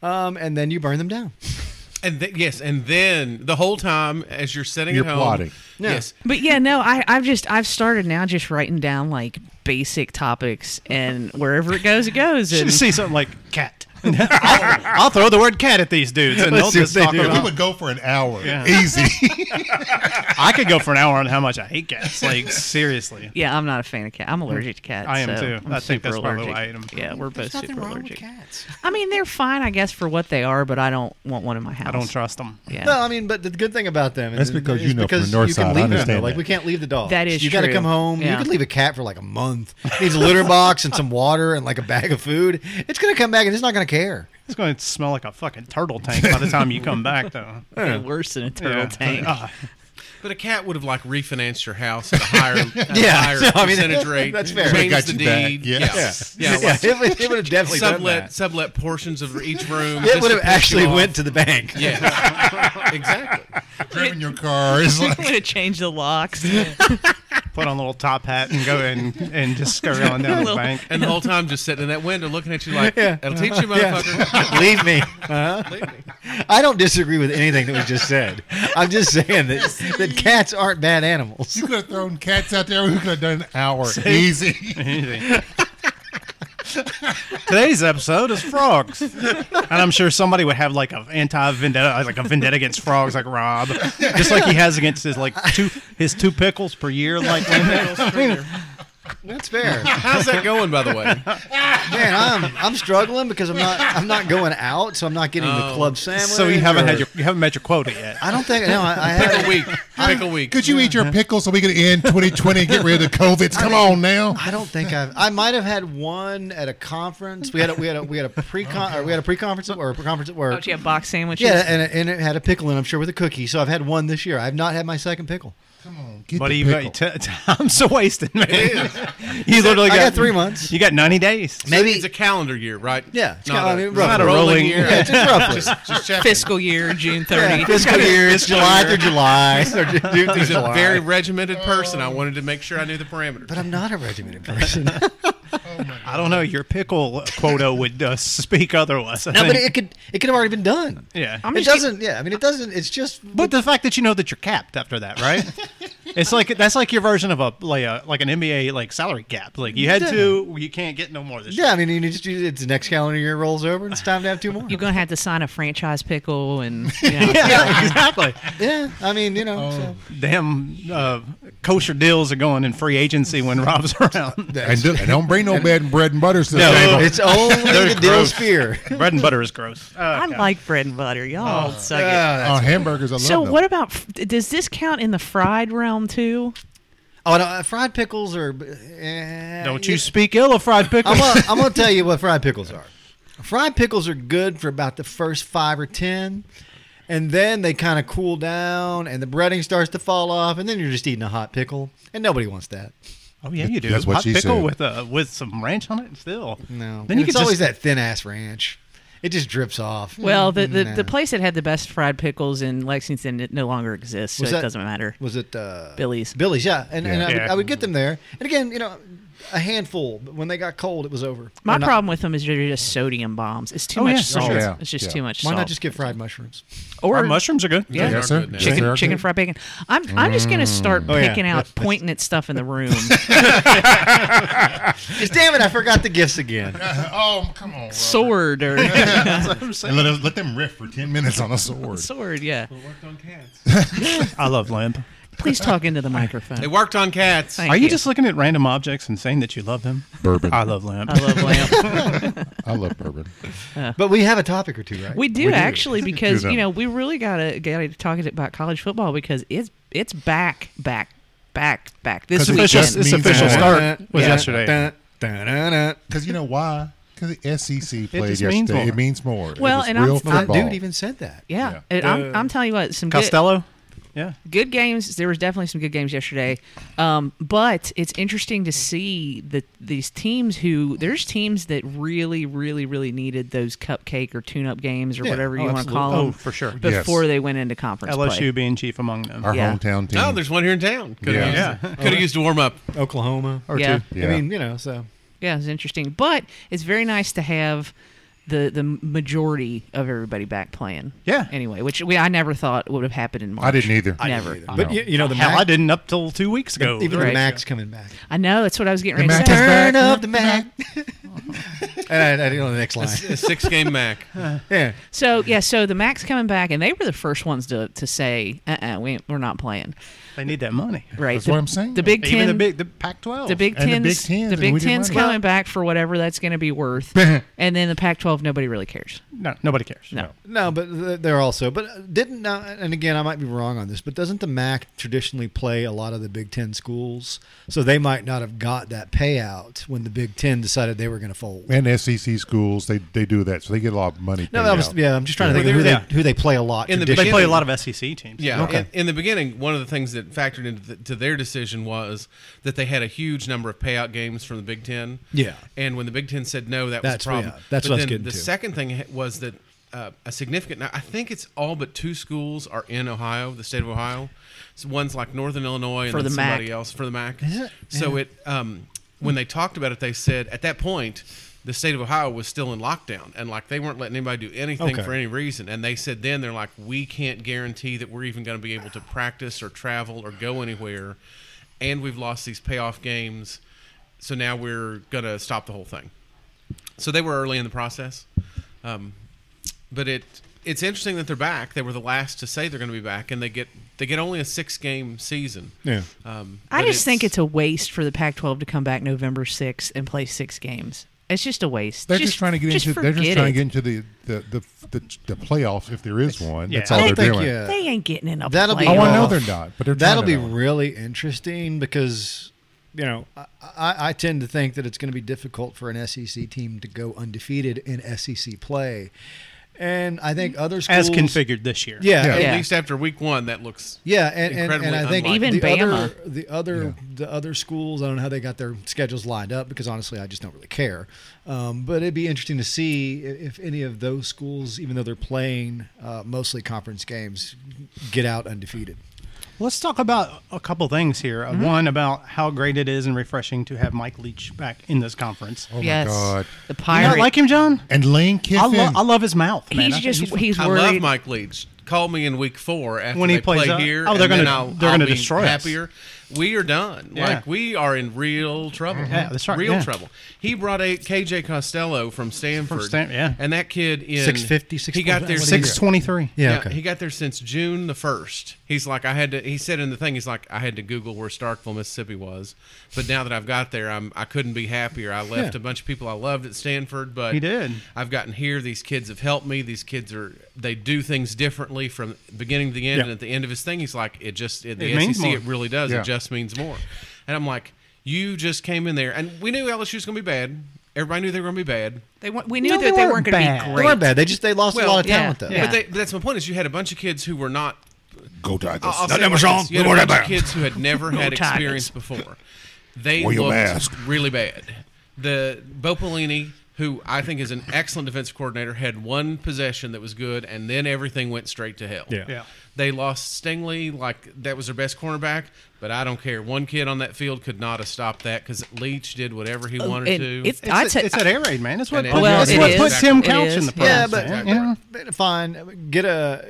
Speaker 2: um, and then you burn them down.
Speaker 1: And th- yes, and then the whole time as you're sitting
Speaker 5: You're
Speaker 1: at home,
Speaker 5: plotting.
Speaker 2: Yeah.
Speaker 1: Yes,
Speaker 3: But yeah, no, I, I've just I've started now just writing down like basic topics, and wherever it goes, it goes.
Speaker 4: Should
Speaker 3: And
Speaker 4: see something like cat. I'll, I'll throw the word cat at these dudes, and
Speaker 2: Let's
Speaker 4: they'll
Speaker 2: see
Speaker 4: just
Speaker 2: what they
Speaker 4: talk
Speaker 2: do.
Speaker 5: We
Speaker 4: about.
Speaker 5: would go for an hour,
Speaker 4: Yeah.
Speaker 5: easy.
Speaker 4: I could go for an hour on how much I hate cats. Like seriously,
Speaker 3: yeah, I'm not a fan of cat. I'm allergic to cats.
Speaker 4: I am
Speaker 3: so
Speaker 4: too.
Speaker 3: I'm
Speaker 4: I
Speaker 3: super
Speaker 4: think that's probably
Speaker 3: allergic.
Speaker 4: why I hate 'em.
Speaker 3: Yeah, we're both super allergic.
Speaker 2: cats.
Speaker 3: I mean, they're fine, I guess, for what they are, but I don't want one in my house.
Speaker 4: I don't trust them.
Speaker 3: Yeah.
Speaker 2: No, I mean, but the good thing about them
Speaker 5: That's
Speaker 2: is
Speaker 5: because
Speaker 2: is
Speaker 5: you know from
Speaker 2: because
Speaker 5: the north
Speaker 2: you can
Speaker 5: side, I
Speaker 2: leave them,
Speaker 5: understand
Speaker 2: though. Like
Speaker 5: that.
Speaker 2: we can't leave the dog.
Speaker 3: That is
Speaker 2: You gotta
Speaker 3: true.
Speaker 2: come home. You
Speaker 3: Yeah.
Speaker 2: could leave a cat for like a month. It needs a litter box and some water and like a bag of food. It's gonna come back and it's not gonna care.
Speaker 4: It's going to smell like a fucking turtle tank by the time you come back, though.
Speaker 3: They're worse than a turtle
Speaker 4: Yeah.
Speaker 3: tank.
Speaker 4: Ah,
Speaker 1: but a cat would have like refinanced your house at a higher, at a
Speaker 2: Yeah,
Speaker 1: higher
Speaker 2: so, I mean,
Speaker 1: percentage rate.
Speaker 2: that's fair.
Speaker 1: Changed
Speaker 5: Got
Speaker 1: the
Speaker 5: you back,
Speaker 1: deed.
Speaker 5: yeah.
Speaker 1: Yeah, yeah, like
Speaker 2: it, would- it would have definitely done
Speaker 1: sublet
Speaker 2: that.
Speaker 1: sublet portions of each room.
Speaker 2: It would have actually went to the bank.
Speaker 1: Yeah, exactly.
Speaker 5: Driving your car is
Speaker 3: Would
Speaker 5: like
Speaker 3: have changed the locks.
Speaker 4: put on a little top hat and go and and just scurry on down the
Speaker 3: Little-
Speaker 4: bank.
Speaker 1: And the whole time just sitting in that window looking at you like,
Speaker 2: Yeah.
Speaker 1: that'll teach you, motherfucker.
Speaker 2: Leave me. Uh-huh. I don't disagree with anything that was just said. I'm just saying that that cats aren't bad animals.
Speaker 5: you could have thrown cats out there. We could have done an hour, easy.
Speaker 4: Anything. Today's episode is frogs, and I'm sure somebody would have like an anti vendetta, like a vendetta against frogs, like Rob, just like he has against his like two his two pickles per year, like
Speaker 2: That's fair.
Speaker 1: How's that going, by the way?
Speaker 2: Man, I'm I'm struggling because I'm not I'm not going out, so I'm not getting the
Speaker 1: Oh.
Speaker 2: club sandwich.
Speaker 4: so you haven't had
Speaker 2: or-
Speaker 4: your you haven't met your quota yet.
Speaker 2: I don't think. No, I, I
Speaker 1: Pick
Speaker 2: haven't.
Speaker 1: a week. Pick a week.
Speaker 5: Could you eat your pickles so we could end 2020 and get rid of the COVID? Come on now.
Speaker 2: I don't think I've. I might have had one at a conference. We had a we had a we had a pre con or we had a pre conference or a conference at
Speaker 3: Oh,
Speaker 2: work.
Speaker 3: do you have box sandwiches?
Speaker 2: Yeah, and it, and it had a pickle in, it, I'm sure, with a cookie. So I've had one this year. I've not had my second pickle.
Speaker 5: Get
Speaker 4: But
Speaker 5: the
Speaker 4: you got,
Speaker 5: pickle.
Speaker 4: t- time's so wasted, man. you literally
Speaker 2: I
Speaker 4: got,
Speaker 2: got three months.
Speaker 4: You got 90 days.
Speaker 2: Maybe
Speaker 1: It's a calendar year, right?
Speaker 2: yeah. It's
Speaker 1: Not
Speaker 2: kind of-
Speaker 1: a-
Speaker 2: I mean,
Speaker 1: not a
Speaker 2: roughly.
Speaker 1: rolling year.
Speaker 2: Yeah, just roughly.
Speaker 1: Just checking.
Speaker 3: Fiscal year, June 30.
Speaker 2: yeah, fiscal year. It's July through July. or June through
Speaker 1: He's a
Speaker 2: July.
Speaker 1: very regimented person. I wanted to make sure I knew the parameters.
Speaker 2: But I'm not a regimented person.
Speaker 4: I don't know. Your pickle quota would uh, speak otherwise. I
Speaker 2: No, but
Speaker 4: think.
Speaker 2: it could it could have already been done.
Speaker 4: yeah.
Speaker 3: I'm
Speaker 2: It
Speaker 3: just-
Speaker 2: doesn't. Yeah, I mean, it doesn't. It's just.
Speaker 4: But the fact that you know that you're capped after that, right? it's like that's like your version of a like a like an NBA like salary cap. Like you had
Speaker 2: Yeah.
Speaker 4: to, you can't get no more this year.
Speaker 2: Yeah, I mean, you just you- it's the next calendar year rolls over, and it's time to have two more.
Speaker 3: You're going to have to sign a franchise pickle and you know,
Speaker 4: Yeah, exactly.
Speaker 2: Yeah, I mean, you know, so.
Speaker 4: Damn, uh, kosher deals are going in free agency when Rob's around.
Speaker 5: And, do, and don't bring no bed and bread and butters to the
Speaker 4: No.
Speaker 5: table.
Speaker 2: it's only the dill spear.
Speaker 4: Bread and butter is gross. Uh,
Speaker 3: I like bread and butter. Y'all suck it.
Speaker 2: Uh,
Speaker 5: Oh, hamburgers, I love
Speaker 3: So
Speaker 5: those.
Speaker 3: what about f- does this count in the fried realm too?
Speaker 2: Oh, no, fried pickles are. eh,
Speaker 4: don't you speak ill of fried pickles.
Speaker 2: I'm gonna, I'm gonna tell you what fried pickles are. Fried pickles are good for about the first five or ten, and then they kind of cool down, and the breading starts to fall off, and then you're just eating a hot pickle, and nobody wants that.
Speaker 4: Oh yeah, you do.
Speaker 5: That's what
Speaker 4: Hot
Speaker 5: she
Speaker 4: pickle
Speaker 5: said.
Speaker 4: with uh, with some ranch on it still.
Speaker 2: No,
Speaker 4: Then you
Speaker 2: And it's
Speaker 4: can
Speaker 2: always
Speaker 4: just
Speaker 2: that thin ass ranch. It just drips off. Mm,
Speaker 3: Well, the the,
Speaker 2: Nah.
Speaker 3: the place that had the best fried pickles in Lexington it no longer exists, so
Speaker 2: Was
Speaker 3: it
Speaker 2: that-
Speaker 3: doesn't matter.
Speaker 2: was it uh,
Speaker 3: Billy's.
Speaker 2: Billy's, yeah, and, and I,
Speaker 4: Yeah.
Speaker 2: Would, I would get them there, and again, you know, a handful. But when they got cold, it was over.
Speaker 3: My
Speaker 2: Or not-
Speaker 3: problem with them is they're just sodium bombs. It's too
Speaker 4: Oh,
Speaker 3: much
Speaker 4: yeah.
Speaker 3: salt.
Speaker 5: Oh, yeah.
Speaker 3: It's just
Speaker 5: Yeah.
Speaker 3: too much
Speaker 2: Why
Speaker 3: salt.
Speaker 2: not just get fried mushrooms?
Speaker 4: or
Speaker 3: or
Speaker 4: mushrooms are good.
Speaker 1: Yeah.
Speaker 5: Yes, sir.
Speaker 1: Chicken-
Speaker 5: Yes, sir.
Speaker 3: chicken, chicken fried bacon? I'm I'm just gonna start
Speaker 4: yeah.
Speaker 3: picking out, pointing at stuff in the room.
Speaker 2: Just damn it, I forgot the gifts again.
Speaker 5: Oh, come on. Robert.
Speaker 3: sword or
Speaker 5: And let, us- let them riff for 10 minutes on a sword.
Speaker 3: sword, yeah.
Speaker 1: worked on cats.
Speaker 4: I love lamb.
Speaker 3: Please talk into the microphone.
Speaker 1: They worked on cats.
Speaker 3: Thank
Speaker 4: Are you, just looking at random objects and saying that you love them?
Speaker 5: Bourbon.
Speaker 4: I love lamb.
Speaker 3: I love lamb.
Speaker 5: I love bourbon.
Speaker 2: But we have a topic or two, right?
Speaker 3: We do
Speaker 5: We do.
Speaker 3: actually
Speaker 5: We do
Speaker 3: because
Speaker 5: that.
Speaker 3: you know we really gotta gotta talk about college football because it's it's back back back back this
Speaker 5: 'Cause it's
Speaker 3: weekend.
Speaker 5: just-
Speaker 4: It's
Speaker 5: Means
Speaker 4: official
Speaker 5: that.
Speaker 4: start was
Speaker 3: Yeah.
Speaker 4: yesterday.
Speaker 5: Because you know why? Because the SEC played
Speaker 4: just
Speaker 5: yesterday.
Speaker 4: means more.
Speaker 5: It means more. It
Speaker 3: Well,
Speaker 5: was
Speaker 3: and I'm-
Speaker 5: real
Speaker 2: Well, that
Speaker 5: football.
Speaker 2: dude even said that.
Speaker 3: yeah,
Speaker 5: Yeah.
Speaker 3: And I'm, I'm telling you what, some good,
Speaker 4: Costello. Yeah.
Speaker 3: good games. There was definitely some good games yesterday, um, but it's interesting to see that these teams who there's teams that really, really, really needed those cupcake or tune-up games or
Speaker 2: Yeah.
Speaker 3: whatever you
Speaker 2: Oh,
Speaker 3: want to
Speaker 2: absolutely.
Speaker 3: call them
Speaker 4: for sure.
Speaker 5: Yes.
Speaker 3: before they went into conference
Speaker 4: LSU
Speaker 3: play.
Speaker 4: being chief among them.
Speaker 5: Our
Speaker 3: Yeah.
Speaker 5: hometown team.
Speaker 1: Oh, there's one here in town. Could
Speaker 5: Yeah.
Speaker 1: have
Speaker 4: Yeah.
Speaker 1: used, could have used a warm up.
Speaker 2: Oklahoma. Or
Speaker 3: Yeah.
Speaker 4: two.
Speaker 5: Yeah.
Speaker 2: I mean, you know, so
Speaker 3: Yeah, it's interesting, but it's very nice to have the the majority of everybody back playing.
Speaker 4: Yeah.
Speaker 3: Anyway, which we I never thought would have happened in March.
Speaker 5: I didn't either.
Speaker 3: Never.
Speaker 5: I
Speaker 2: but
Speaker 5: know.
Speaker 2: you, you know the
Speaker 4: Hell,
Speaker 2: Mac,
Speaker 4: I didn't up till two weeks ago.
Speaker 2: even the
Speaker 3: Right.
Speaker 2: Mac's coming back.
Speaker 3: I know that's what I was getting
Speaker 5: The
Speaker 3: ready
Speaker 5: Mac
Speaker 3: to
Speaker 5: is
Speaker 3: say.
Speaker 5: back.
Speaker 2: Turn up the Mac. and I, I didn't know the next line.
Speaker 1: A six game Mac.
Speaker 2: Yeah.
Speaker 3: So yeah, so the Mac's coming back, and they were the first ones to to say, "Uh, uh we ain't- we're not playing."
Speaker 4: They need that money.
Speaker 3: Right.
Speaker 5: That's
Speaker 3: the,
Speaker 5: what I'm saying.
Speaker 3: The Big Ten.
Speaker 4: Even the big, the Pac-12.
Speaker 3: the Big
Speaker 5: And the Big
Speaker 3: Ten's,
Speaker 5: Ten,
Speaker 3: the
Speaker 5: and
Speaker 3: Big
Speaker 5: we didn't
Speaker 3: Ten's
Speaker 5: win it.
Speaker 3: coming back for whatever that's going to be worth, and then the Pac-12, nobody really cares.
Speaker 4: No, nobody cares.
Speaker 3: No.
Speaker 2: No, but th- they're also. But didn't uh, and again, I might be wrong on this, but doesn't the MAC traditionally play a lot of the Big Ten schools? So they might not have got that payout when the Big Ten decided they were going to fold.
Speaker 5: and SEC schools, they, they do that. So they get a lot of money.
Speaker 2: No,
Speaker 5: paid
Speaker 2: I was,
Speaker 5: out.
Speaker 2: yeah, I'm just trying to
Speaker 4: Yeah.
Speaker 2: think of who
Speaker 4: Yeah.
Speaker 2: they who they play a lot.
Speaker 1: In the
Speaker 4: They
Speaker 2: traditionally.
Speaker 4: play a lot of SEC teams.
Speaker 1: Yeah. In, in the beginning, one of the things that factored into th to their decision was that they had a huge number of payout games from the Big Ten.
Speaker 2: Yeah.
Speaker 1: And when the Big Ten said no, that
Speaker 2: That's-
Speaker 1: was a problem.
Speaker 2: yeah, that's what
Speaker 1: but
Speaker 2: I was
Speaker 1: then
Speaker 2: getting
Speaker 1: The
Speaker 2: to.
Speaker 1: second thing ha- was that uh, a significant, now, I think it's all but two schools are in Ohio, the state of Ohio. So one's like Northern Illinois and
Speaker 3: For
Speaker 1: then
Speaker 3: the
Speaker 1: somebody
Speaker 3: MAC.
Speaker 1: else for the MAC.
Speaker 2: it?
Speaker 1: So it, um, when they talked about it, they said at that point. The state of Ohio was still in lockdown, and like they weren't letting anybody do anything
Speaker 2: Okay.
Speaker 1: for any reason. And they said then they're like, we can't guarantee that we're even going to be able to practice or travel or go anywhere, and we've lost these payoff games, so now we're going to stop the whole thing. So they were early in the process, um, but it it's interesting that they're back. They were the last to say they're going to be back, and they get they get only a six game season.
Speaker 5: Yeah.
Speaker 1: Um,
Speaker 3: I
Speaker 1: but
Speaker 3: just think it's a waste for the Pac-12 to come back November 6th and play six games. It's just a waste.
Speaker 5: They're just, trying to get
Speaker 3: just
Speaker 5: into. They're just
Speaker 3: forget
Speaker 5: trying to
Speaker 3: it.
Speaker 5: get into the the the, the, the playoffs if there is one. That's
Speaker 4: yeah.
Speaker 5: all
Speaker 2: I
Speaker 5: they're
Speaker 2: don't think
Speaker 5: doing.
Speaker 2: you-
Speaker 3: They ain't getting in a
Speaker 2: That'll be
Speaker 5: Oh, I know
Speaker 2: off.
Speaker 5: they're not, but they're
Speaker 2: That'll be
Speaker 5: trying to-
Speaker 2: really interesting because you know I, I, I tend to think that it's going to be difficult for an SEC team to go undefeated in SEC play, and I think other
Speaker 4: as
Speaker 2: schools
Speaker 4: configured this year.
Speaker 2: Yeah,
Speaker 5: Yeah.
Speaker 2: and-
Speaker 1: at
Speaker 3: Yeah.
Speaker 1: least after week one that looks
Speaker 2: Yeah, and, and, and
Speaker 1: Incredibly
Speaker 2: I think
Speaker 1: unlikely.
Speaker 2: the
Speaker 3: Even
Speaker 2: other
Speaker 3: Bama.
Speaker 2: the other the other schools. I don't know how they got their schedules lined up because honestly, I just don't really care. Um, but it'd be interesting to see i- if any of those schools, even though they're playing uh, mostly conference games, get out undefeated.
Speaker 4: Let's talk about a couple things here. Uh,
Speaker 3: Mm-hmm.
Speaker 4: One about how great it is and refreshing to have Mike Leach back in this conference.
Speaker 5: Oh
Speaker 3: yes.
Speaker 5: my god!
Speaker 3: The
Speaker 4: You
Speaker 3: pirate.
Speaker 4: not like him, John?
Speaker 5: And Lane
Speaker 4: I,
Speaker 5: Kiffin.
Speaker 4: lo- I love his mouth. man. I
Speaker 3: he's
Speaker 4: think
Speaker 3: just he's
Speaker 1: I
Speaker 3: worried.
Speaker 1: love Mike Leach. Call me in week four after
Speaker 4: When he
Speaker 1: they play
Speaker 4: plays up.
Speaker 1: here.
Speaker 4: Oh, they're
Speaker 1: and
Speaker 4: gonna-
Speaker 1: then I'll,
Speaker 4: they're
Speaker 1: I'll
Speaker 4: gonna
Speaker 1: be
Speaker 4: destroy us.
Speaker 1: happier. We are done.
Speaker 4: Yeah. Mm-hmm.
Speaker 1: Like we are in real trouble.
Speaker 4: Yeah, that's right,
Speaker 1: Real
Speaker 4: yeah.
Speaker 1: trouble. He brought a KJ Costello from Stanford.
Speaker 4: Stan- yeah.
Speaker 1: And that kid in
Speaker 2: 650,
Speaker 1: He got there
Speaker 2: 640.
Speaker 4: six twenty three.
Speaker 2: Yeah,
Speaker 1: yeah,
Speaker 2: okay.
Speaker 1: he got there since June the first. He's like, I had to. He said in the thing, he's like, I had to Google where Starkville, Mississippi was, but now that I've got there, I'm I couldn't be happier. I left
Speaker 2: Yeah.
Speaker 1: a bunch of people I loved at Stanford, but
Speaker 4: He did.
Speaker 1: I've gotten here. These kids have helped me. These kids are they do things differently from beginning to the end.
Speaker 4: Yeah.
Speaker 1: And at the end of his thing, he's like, it just in the
Speaker 4: It means
Speaker 1: SEC,
Speaker 4: more.
Speaker 1: it really does.
Speaker 5: Yeah.
Speaker 1: It just means more. And I'm like, you just came in there, and we knew LSU was going to be bad. Everybody knew they were going to be bad.
Speaker 3: they, wa- we knew
Speaker 4: No,
Speaker 3: that
Speaker 4: they
Speaker 3: they
Speaker 4: weren't
Speaker 3: weren't going to
Speaker 4: bad.
Speaker 3: be
Speaker 4: They
Speaker 2: They
Speaker 3: great.
Speaker 2: weren't bad. They just they lost a
Speaker 1: Well,
Speaker 2: lot of
Speaker 3: yeah,
Speaker 2: talent though.
Speaker 3: yeah.
Speaker 1: But, they, but that's my point is you had a bunch of kids who were not
Speaker 5: Go Tigers.
Speaker 1: I'll
Speaker 5: No,
Speaker 1: say
Speaker 5: that was
Speaker 1: like
Speaker 5: wrong.
Speaker 1: this. You had
Speaker 5: We were
Speaker 1: a bunch
Speaker 5: that
Speaker 1: of kids who had never had
Speaker 3: Tigers.
Speaker 1: experience before. They
Speaker 5: Wear your
Speaker 1: looked
Speaker 5: mask.
Speaker 1: really bad. The Bo Pelini, who I think is an excellent defensive coordinator, had one possession that was good, and then everything went straight to hell.
Speaker 2: Yeah.
Speaker 4: Yeah.
Speaker 1: They lost Stingley, like that was their best cornerback, but I don't care. One kid on that field could not have stopped that because Leach did whatever he wanted
Speaker 3: Oh, and
Speaker 1: to.
Speaker 3: it's-
Speaker 4: It's,
Speaker 3: I
Speaker 4: a-
Speaker 3: ta-
Speaker 4: it's an air raid, man. That's what,
Speaker 1: And it
Speaker 4: puts-
Speaker 1: Well,
Speaker 4: that's
Speaker 1: it
Speaker 4: what
Speaker 1: is.
Speaker 4: puts Tim
Speaker 1: It
Speaker 4: Couch
Speaker 3: is.
Speaker 4: in the
Speaker 3: Yeah,
Speaker 4: pros,
Speaker 2: Yeah, but
Speaker 4: man.
Speaker 1: exactly
Speaker 4: You know?
Speaker 1: right.
Speaker 2: but fine. Get a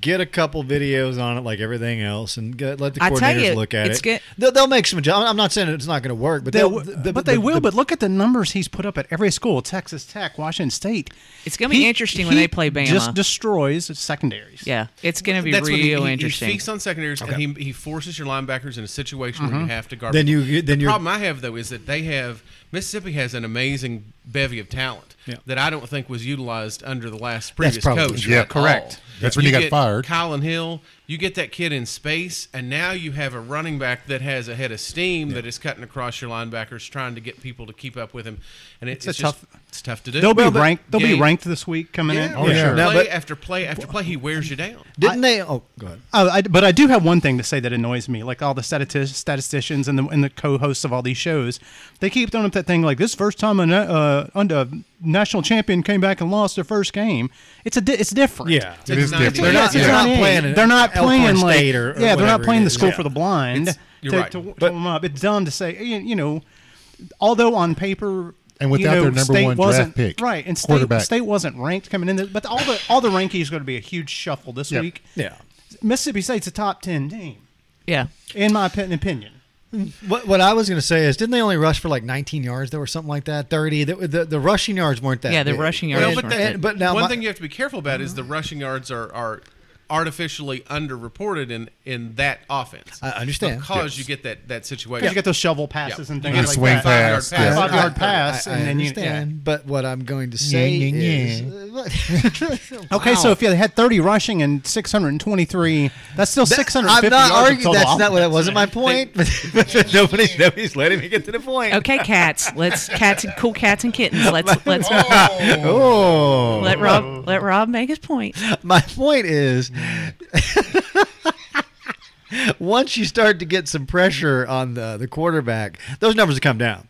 Speaker 2: get a couple videos on it, like everything else, and get, let the
Speaker 3: I tell
Speaker 2: coordinators
Speaker 3: you,
Speaker 2: look at
Speaker 3: it's
Speaker 2: it.
Speaker 3: good-
Speaker 2: They'll, they'll make some adjustments. I'm not saying it's not going to work, but
Speaker 4: They
Speaker 2: they'll,
Speaker 4: w-
Speaker 2: the-
Speaker 4: but
Speaker 2: the-
Speaker 4: they will.
Speaker 2: the-
Speaker 4: but look at the numbers he's put up at every school: Texas Tech, Washington State.
Speaker 3: It's gonna be interesting when
Speaker 4: he
Speaker 3: they play Bama.
Speaker 4: Just destroys secondaries.
Speaker 3: yeah, it's going to be
Speaker 1: That's what he-
Speaker 3: real
Speaker 1: he, he,
Speaker 3: interesting.
Speaker 1: speaks on secondaries, and he, he forces your linebackers in a situation where you
Speaker 4: Uh-huh.
Speaker 1: have to guard.
Speaker 2: Then you- then
Speaker 1: the
Speaker 2: you're-
Speaker 1: problem I have though is that they have Mississippi has an amazing bevy of talent
Speaker 2: Yeah.
Speaker 1: that I don't think was utilized under the last previous
Speaker 2: probably
Speaker 1: coach.
Speaker 5: true. Yeah,
Speaker 1: at
Speaker 4: correct.
Speaker 1: all.
Speaker 5: That's when he got
Speaker 1: get
Speaker 5: fired.
Speaker 1: Colin Hill, you get that kid in space, and now you have a running back that has a head of steam that is cutting across your linebackers, trying to get people to keep up with him, and it's,
Speaker 4: a
Speaker 1: it's just,
Speaker 4: tough-
Speaker 1: It's tough to do.
Speaker 4: They'll be
Speaker 1: Well, but
Speaker 4: ranked. They'll be
Speaker 1: game-
Speaker 4: ranked this week coming
Speaker 1: Yeah,
Speaker 4: in.
Speaker 5: Oh, yeah.
Speaker 1: Play
Speaker 2: Now, but-
Speaker 1: after play after play, he wears you down.
Speaker 2: didn't they? Oh, go ahead.
Speaker 4: Oh, I, but I do have one thing to say that annoys me. Like all the statis- statisticians and the, and the co-hosts of all these shows, they keep throwing up that thing like this first time a na- uh, under national champion came back and lost their first game. It's a di- it's different.
Speaker 2: Yeah.
Speaker 5: It is different.
Speaker 1: It's not-
Speaker 2: They're not-
Speaker 4: It's
Speaker 2: they're not
Speaker 4: it.
Speaker 2: playing in
Speaker 4: They're not
Speaker 2: Elkhorn
Speaker 4: playing like
Speaker 2: State or- or
Speaker 4: yeah. They're
Speaker 2: whatever
Speaker 4: not
Speaker 2: it
Speaker 4: playing the
Speaker 2: is.
Speaker 4: school
Speaker 2: Yeah.
Speaker 4: for the blind.
Speaker 1: It's- you're
Speaker 4: to,
Speaker 1: right.
Speaker 4: to warm
Speaker 1: But-
Speaker 4: them up. It's dumb to say you you know, although on paper.
Speaker 5: And
Speaker 4: you
Speaker 5: without
Speaker 4: know,
Speaker 5: their number
Speaker 4: State
Speaker 5: one draft
Speaker 4: wasn't-
Speaker 5: pick,
Speaker 4: right? And state,
Speaker 5: quarterback.
Speaker 4: state wasn't ranked coming in, this, but all the all the rankings are going to be a huge shuffle this
Speaker 5: Yeah.
Speaker 4: week.
Speaker 2: Yeah.
Speaker 4: Mississippi State's a top ten team,
Speaker 3: yeah,
Speaker 4: in my opin- opinion.
Speaker 2: What, what I was going to say is, didn't they only rush for like 19 yards? There were something like that, 30. The, the, the rushing yards weren't that.
Speaker 3: Yeah, the
Speaker 2: big.
Speaker 3: rushing
Speaker 1: Well,
Speaker 3: yards
Speaker 1: but,
Speaker 3: weren't
Speaker 1: that-
Speaker 2: and- but now
Speaker 1: one
Speaker 2: my-
Speaker 1: thing you have to be careful about is the rushing yards are, are artificially underreported in, in that offense.
Speaker 2: I understand.
Speaker 1: because you get that that situation.
Speaker 4: You get those shovel passes
Speaker 1: Yeah.
Speaker 4: and
Speaker 5: You
Speaker 4: things
Speaker 5: get a
Speaker 4: like
Speaker 5: swing
Speaker 4: that.
Speaker 5: pass.
Speaker 1: Five-yard
Speaker 5: yeah.
Speaker 1: pass.
Speaker 4: Five yard
Speaker 1: I-
Speaker 4: pass,
Speaker 2: I, I
Speaker 4: and then you.
Speaker 2: understand,
Speaker 4: yeah.
Speaker 2: but what I'm going to say uh,
Speaker 5: yeah,
Speaker 2: is,
Speaker 4: Okay, so if you had 30 rushing and 623, that's still
Speaker 2: That-
Speaker 4: 650
Speaker 2: I'm not
Speaker 4: yards of
Speaker 2: arguing.
Speaker 4: total
Speaker 2: That's not
Speaker 4: offense.
Speaker 2: what. That wasn't my point. But, but nobody, nobody's letting me get to the point.
Speaker 3: okay, cats. Let's cats and cool cats and kittens. Let's let's
Speaker 2: Oh,
Speaker 3: let Rob let Rob make his point.
Speaker 2: my point is once you start to get some pressure on the, the quarterback those numbers will come down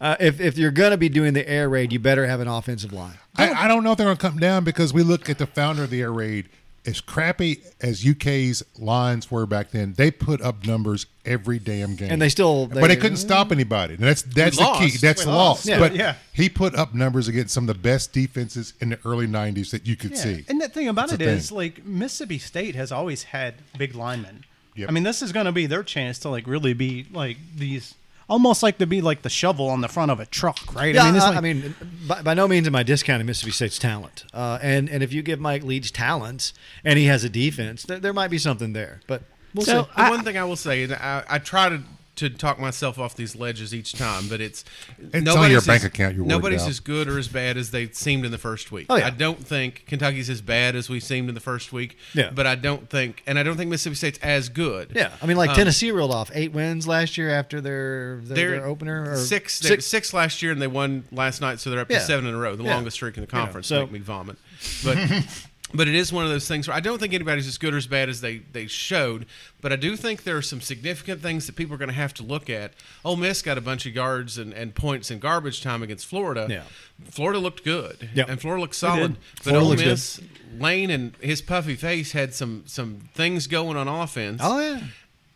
Speaker 2: uh, if, if you're going to be doing the air raid you better have an offensive line
Speaker 5: I, I don't know if they're going to come down because we look at the founder of the air raid. As crappy as UK's lines were back then, they put up numbers every damn game,
Speaker 2: And they still-
Speaker 5: but they
Speaker 2: they-
Speaker 5: couldn't stop anybody. And that's that's the key.
Speaker 1: lost.
Speaker 5: That's
Speaker 1: We
Speaker 5: the loss.
Speaker 1: lost.
Speaker 2: Yeah.
Speaker 5: But
Speaker 4: Yeah.
Speaker 5: he put up numbers against some of the best defenses in the early '90s that you could
Speaker 4: Yeah.
Speaker 5: see.
Speaker 4: And the thing about
Speaker 5: That's
Speaker 4: it
Speaker 5: the
Speaker 4: is,
Speaker 5: thing.
Speaker 4: like Mississippi State has always had big linemen.
Speaker 5: Yep.
Speaker 4: I mean, this is going to be their chance to like really be like these. almost like to be like the shovel on the front of a truck, right?
Speaker 2: Yeah,
Speaker 4: I mean, it's
Speaker 2: I,
Speaker 4: like,
Speaker 2: I mean, by, by no means am I discounting Mississippi State's talent. Uh, and and if you give Mike Leach talents and he has a defense, th- there might be something there. But we'll
Speaker 3: So-
Speaker 2: see.
Speaker 1: The
Speaker 3: I-
Speaker 1: one thing I will say, and I, I try to to talk myself off these ledges each time, but it's
Speaker 5: on
Speaker 1: nobody's
Speaker 5: your
Speaker 1: as-
Speaker 5: bank account you're worried
Speaker 1: nobody's
Speaker 5: about.
Speaker 1: as good or as bad as they seemed in the first week.
Speaker 2: Oh, yeah.
Speaker 1: I don't think Kentucky's as bad as we seemed in the first week.
Speaker 2: Yeah.
Speaker 1: But I don't think, and I don't think Mississippi State's as good.
Speaker 2: Yeah, I mean, like Tennessee rolled off eight wins last year after their their,
Speaker 1: They're
Speaker 2: their opener or
Speaker 1: six, they-
Speaker 2: six-
Speaker 1: six last year, and they won last night, so they're up
Speaker 2: Yeah.
Speaker 1: to seven in a row, the
Speaker 2: Yeah.
Speaker 1: longest streak in the conference.
Speaker 2: so-
Speaker 1: Make me vomit, but but it is one of those things where I don't think anybody's as good or as bad as they they showed, but I do think there are some significant things that people are going to have to look at. Ole Miss got a bunch of yards and, and points in garbage time against Florida.
Speaker 2: Yeah.
Speaker 1: Florida looked good,
Speaker 2: Yep.
Speaker 1: and Florida looked solid, but
Speaker 2: Florida
Speaker 1: Ole
Speaker 2: looks good.
Speaker 1: Miss Lane and his puffy face had some some things going on offense
Speaker 2: Oh yeah,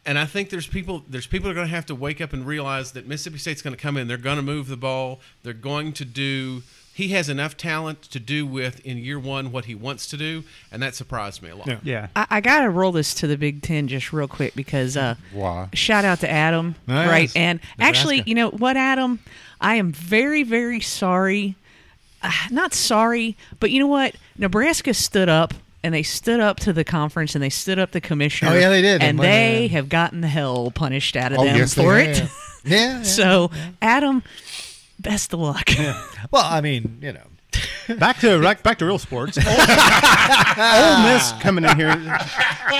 Speaker 1: and I think there's people there's people that are going to have to wake up and realize that Mississippi State's going to come in. They're going to move the ball. They're going to do. He has enough talent to do with in year one what he wants to do, and that surprised me a lot.
Speaker 2: Yeah.
Speaker 4: yeah.
Speaker 3: I, I gotta roll this to the Big Ten just real quick because uh,
Speaker 5: Why?
Speaker 3: shout out to Adam,
Speaker 2: Nice.
Speaker 3: right? And actually,
Speaker 2: Nebraska.
Speaker 3: you know what, Adam, I am very, very sorry. Uh, not sorry, but you know what? Nebraska stood up and they stood up to the conference and they stood up the commissioner.
Speaker 2: Oh, yeah, they did.
Speaker 3: And
Speaker 2: When,
Speaker 3: they
Speaker 2: uh,
Speaker 3: have gotten the hell punished out of
Speaker 5: Oh,
Speaker 3: them
Speaker 5: yes, they
Speaker 3: for it.
Speaker 5: have.
Speaker 2: yeah. yeah.
Speaker 3: so, Adam, best of luck.
Speaker 2: well, I mean, you know,
Speaker 4: Back to back, back to real sports. Ole Ole Miss coming in here.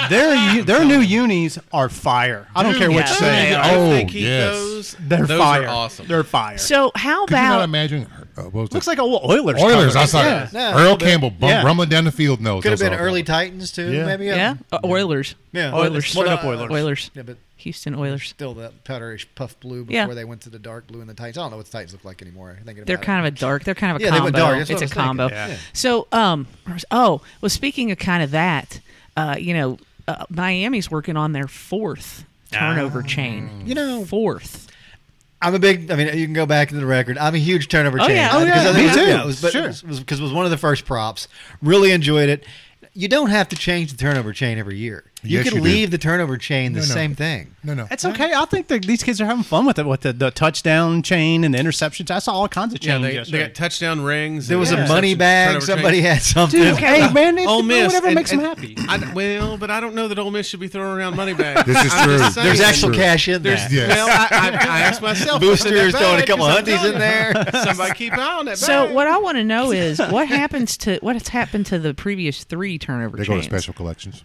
Speaker 4: Their u- their new unis are fire. I don't care what you
Speaker 3: Yeah,
Speaker 4: say.
Speaker 3: they
Speaker 1: I
Speaker 5: Oh,
Speaker 1: think he
Speaker 5: yes.
Speaker 1: goes.
Speaker 4: They're
Speaker 1: those
Speaker 4: fire.
Speaker 1: Are awesome.
Speaker 4: They're fire.
Speaker 3: So, how
Speaker 5: Could you not
Speaker 3: about
Speaker 5: imagine? Uh, what was
Speaker 4: looks
Speaker 5: that?
Speaker 4: like a Oilers.
Speaker 5: Oilers.
Speaker 4: cover.
Speaker 5: I saw
Speaker 4: Yeah.
Speaker 2: Yeah, a
Speaker 5: Earl
Speaker 2: little bit.
Speaker 5: Campbell bum,
Speaker 4: Yeah.
Speaker 5: rumbling down the field. No,
Speaker 2: could have
Speaker 5: that was
Speaker 2: been
Speaker 5: all-
Speaker 2: early Titans too.
Speaker 5: Yeah.
Speaker 2: Maybe
Speaker 3: yeah, Uh, Oilers,
Speaker 2: Yeah.
Speaker 3: Oilers,
Speaker 4: Straight up Oilers.
Speaker 3: Oilers,
Speaker 2: Yeah, but
Speaker 3: Houston Oilers.
Speaker 2: still that powderish puff blue before
Speaker 3: Yeah.
Speaker 2: they went to the dark blue and the Titans. I don't know what the Titans look like anymore. Thinking
Speaker 3: They're
Speaker 2: about it.
Speaker 3: kind of a dark. They're kind of a
Speaker 2: Yeah, they
Speaker 3: combo.
Speaker 2: went dark. That's
Speaker 3: It's
Speaker 2: what I
Speaker 3: a
Speaker 2: was thinking.
Speaker 3: combo.
Speaker 4: Yeah. Yeah.
Speaker 3: So, um, oh, well, speaking of kind of that, uh, you know, uh, Miami's working on their fourth turnover chain.
Speaker 2: You know-
Speaker 3: fourth.
Speaker 2: I'm a big. I mean, you can go back into the record. I'm a huge turnover
Speaker 3: Oh,
Speaker 2: chain.
Speaker 3: yeah.
Speaker 2: guy,
Speaker 3: Oh,
Speaker 2: because
Speaker 4: yeah,
Speaker 2: I
Speaker 4: me
Speaker 2: think-
Speaker 4: too.
Speaker 2: yeah, it was, but
Speaker 4: Sure.
Speaker 2: because it, was, 'cause it was one of the first props. Really enjoyed it. You don't have to change the turnover chain every year. You
Speaker 5: Yes,
Speaker 2: can
Speaker 5: you do.
Speaker 2: leave the turnover chain the
Speaker 5: No, no.
Speaker 2: same thing.
Speaker 5: No, no.
Speaker 4: It's okay. I think that these kids are having fun with it with the, the touchdown chain and the interceptions. I saw all kinds of
Speaker 1: yeah,
Speaker 4: chains.
Speaker 1: they, they
Speaker 4: yesterday.
Speaker 1: got touchdown rings.
Speaker 2: There was
Speaker 1: and
Speaker 2: a money
Speaker 1: interception-
Speaker 2: bag.
Speaker 1: turnover
Speaker 2: Somebody
Speaker 1: chain.
Speaker 2: had something.
Speaker 4: Dude, hey man, it's
Speaker 1: Ole Miss.
Speaker 4: whatever
Speaker 1: and-
Speaker 4: makes
Speaker 1: and-
Speaker 4: them happy.
Speaker 1: I, well, but I don't know that Ole Miss should be throwing around money bags.
Speaker 5: This is
Speaker 1: I'm just
Speaker 5: true.
Speaker 1: saying.
Speaker 2: There's actual
Speaker 5: True.
Speaker 2: cash in there.
Speaker 1: There's-
Speaker 5: Yes.
Speaker 1: Well, I, I, I asked myself. I said,
Speaker 2: Boosters
Speaker 1: "That
Speaker 2: throwing a
Speaker 1: bag,
Speaker 2: couple
Speaker 1: 'cause I'm
Speaker 2: hundies
Speaker 1: telling
Speaker 2: in there."
Speaker 1: you, Somebody keep an eye on that.
Speaker 3: So
Speaker 1: bag.
Speaker 3: what I want to know is what happens to what has happened to the previous three turnover
Speaker 5: They go to
Speaker 3: chains.
Speaker 5: special collections.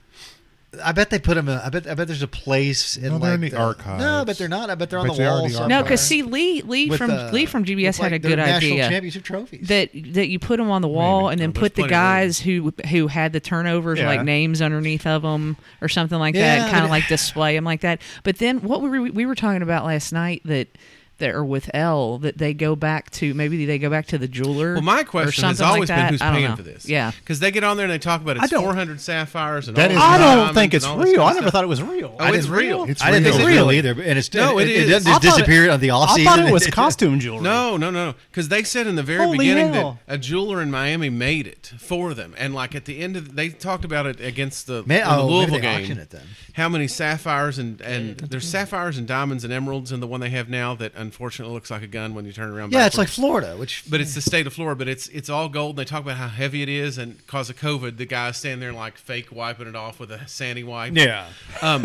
Speaker 2: I bet they put them. In, I bet. I bet there's a place in
Speaker 5: No,
Speaker 2: like
Speaker 5: they're in the archives.
Speaker 2: No, but they're not. I bet they're on
Speaker 5: Bet
Speaker 2: the
Speaker 5: they are in
Speaker 2: wall.
Speaker 5: the archives.
Speaker 3: No,
Speaker 2: somewhere.
Speaker 3: because see, Lee Lee
Speaker 2: With,
Speaker 3: from
Speaker 2: uh,
Speaker 3: Lee from GBS
Speaker 2: with,
Speaker 3: had a
Speaker 2: like,
Speaker 3: good
Speaker 2: their
Speaker 3: idea.
Speaker 2: National championship trophies.
Speaker 3: that that you put them on the wall
Speaker 1: Maybe.
Speaker 3: and then
Speaker 1: Oh, there's
Speaker 3: put the
Speaker 1: plenty of room.
Speaker 3: guys who who had the turnovers
Speaker 4: Yeah.
Speaker 3: like names underneath of them or something like
Speaker 2: Yeah,
Speaker 3: that kind
Speaker 2: but-
Speaker 3: of like display them like that but then what we were, we were talking about last night that that or with L that they go back to maybe they go back to the jeweler
Speaker 1: Well, my
Speaker 3: or
Speaker 1: question
Speaker 3: something
Speaker 1: has always
Speaker 3: like that.
Speaker 1: been who's
Speaker 3: I don't
Speaker 1: paying
Speaker 3: know.
Speaker 1: for this?
Speaker 3: Yeah
Speaker 1: because they get on there and they talk about
Speaker 4: I
Speaker 1: it's
Speaker 4: don't-
Speaker 1: 400 sapphires and
Speaker 5: That is
Speaker 1: all this
Speaker 4: I
Speaker 1: diamond
Speaker 4: don't think
Speaker 1: and
Speaker 4: it's
Speaker 1: all this
Speaker 4: real. I
Speaker 1: kind of
Speaker 4: never
Speaker 1: stuff.
Speaker 4: thought it was real.
Speaker 1: Oh,
Speaker 4: I
Speaker 1: it's
Speaker 4: didn't-
Speaker 1: real.
Speaker 5: It's
Speaker 2: I didn't think
Speaker 5: real.
Speaker 2: it's real
Speaker 4: Really?
Speaker 2: either. And it's
Speaker 1: No,
Speaker 2: it,
Speaker 1: it
Speaker 2: it
Speaker 1: is.
Speaker 4: I
Speaker 2: doesn't just
Speaker 4: thought it-
Speaker 2: disappear on the off
Speaker 4: I
Speaker 2: season.
Speaker 4: thought it was costume jewelry.
Speaker 1: No, no, no, no. Because they said in the very
Speaker 4: Holy
Speaker 1: beginning
Speaker 4: hell.
Speaker 1: that a jeweler in Miami made it for them, and like at the end of they talked about it against the,
Speaker 2: Man,
Speaker 1: in the
Speaker 2: oh, maybe
Speaker 1: Louisville
Speaker 2: they
Speaker 1: game.
Speaker 2: auctioned it then.
Speaker 1: How many sapphires and and there's sapphires and diamonds and emeralds and the one they have now that unfortunately looks like a gun when you turn around.
Speaker 2: Yeah, it's
Speaker 1: backwards.
Speaker 2: like Florida, which
Speaker 1: But it's the state of Florida, but it's it's all gold. And they talk about how heavy it is, and because of COVID, the guys stand there and like fake wiping it off with a sandy wipe.
Speaker 2: yeah.
Speaker 1: Um,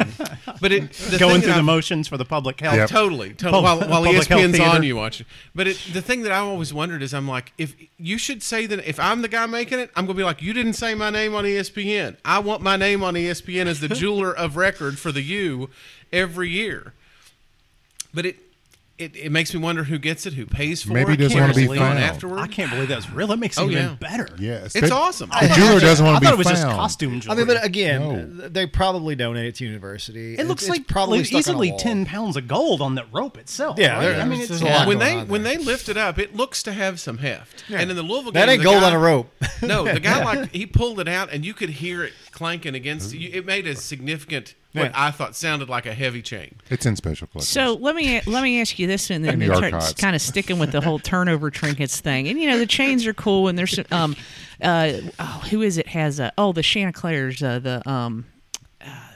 Speaker 1: but it the
Speaker 4: Going through
Speaker 1: thing that
Speaker 4: the
Speaker 1: I've-
Speaker 4: motions for the public health.
Speaker 5: Yep.
Speaker 1: Totally, totally.
Speaker 4: Public-
Speaker 1: while E while
Speaker 4: public health
Speaker 1: ESPN's on,
Speaker 4: theater.
Speaker 1: you watch it. But it, the thing that I've always wondered is, I'm like, if you should say that if I'm the guy making it, I'm gonna be like, you didn't say my name on E ESPN. I want my name on E ESPN as the jeweler of record for the U every year. But it. It, it makes me wonder who gets it, who pays for
Speaker 5: Maybe
Speaker 1: it.
Speaker 5: he doesn't wanna
Speaker 1: can't
Speaker 5: be
Speaker 1: it's gone
Speaker 5: found.
Speaker 1: afterward.
Speaker 4: I can't believe that's real. That makes it
Speaker 1: Oh,
Speaker 4: even
Speaker 1: yeah.
Speaker 4: better.
Speaker 5: Yes,
Speaker 1: It's
Speaker 5: They-
Speaker 1: awesome.
Speaker 5: The jeweler doesn't
Speaker 4: I
Speaker 5: want
Speaker 4: thought
Speaker 5: to be
Speaker 4: it was
Speaker 5: found.
Speaker 4: just costume
Speaker 2: I
Speaker 4: jewelry.
Speaker 2: mean, but again,
Speaker 5: No.
Speaker 2: they probably donate it to university.
Speaker 4: it looks
Speaker 2: It's-
Speaker 4: like
Speaker 2: it's probably
Speaker 4: like
Speaker 2: stuck on a
Speaker 4: easily
Speaker 2: wall.
Speaker 4: ten pounds of gold on that rope itself.
Speaker 2: Yeah,
Speaker 4: right?
Speaker 2: there-
Speaker 4: I mean,
Speaker 2: there's
Speaker 4: it's,
Speaker 2: a lot
Speaker 1: when
Speaker 2: going
Speaker 1: they
Speaker 2: on
Speaker 1: when
Speaker 2: there.
Speaker 1: they lift it up, it looks to have some heft. And in the Louisville game,
Speaker 2: That ain't
Speaker 1: the
Speaker 2: gold
Speaker 1: guy-
Speaker 2: on a rope.
Speaker 1: No, the guy like he pulled it out, and you could hear it clanking against. You. It made a significant
Speaker 2: Yeah.
Speaker 1: what I thought sounded like a heavy chain.
Speaker 5: It's in special collections.
Speaker 3: So let me let me ask you this, and then
Speaker 5: In the archives.
Speaker 3: kind of sticking with the whole turnover trinkets thing. And you know the chains are cool, and there's some, um, uh, oh, who is it has a oh the Chanticleers uh, the um,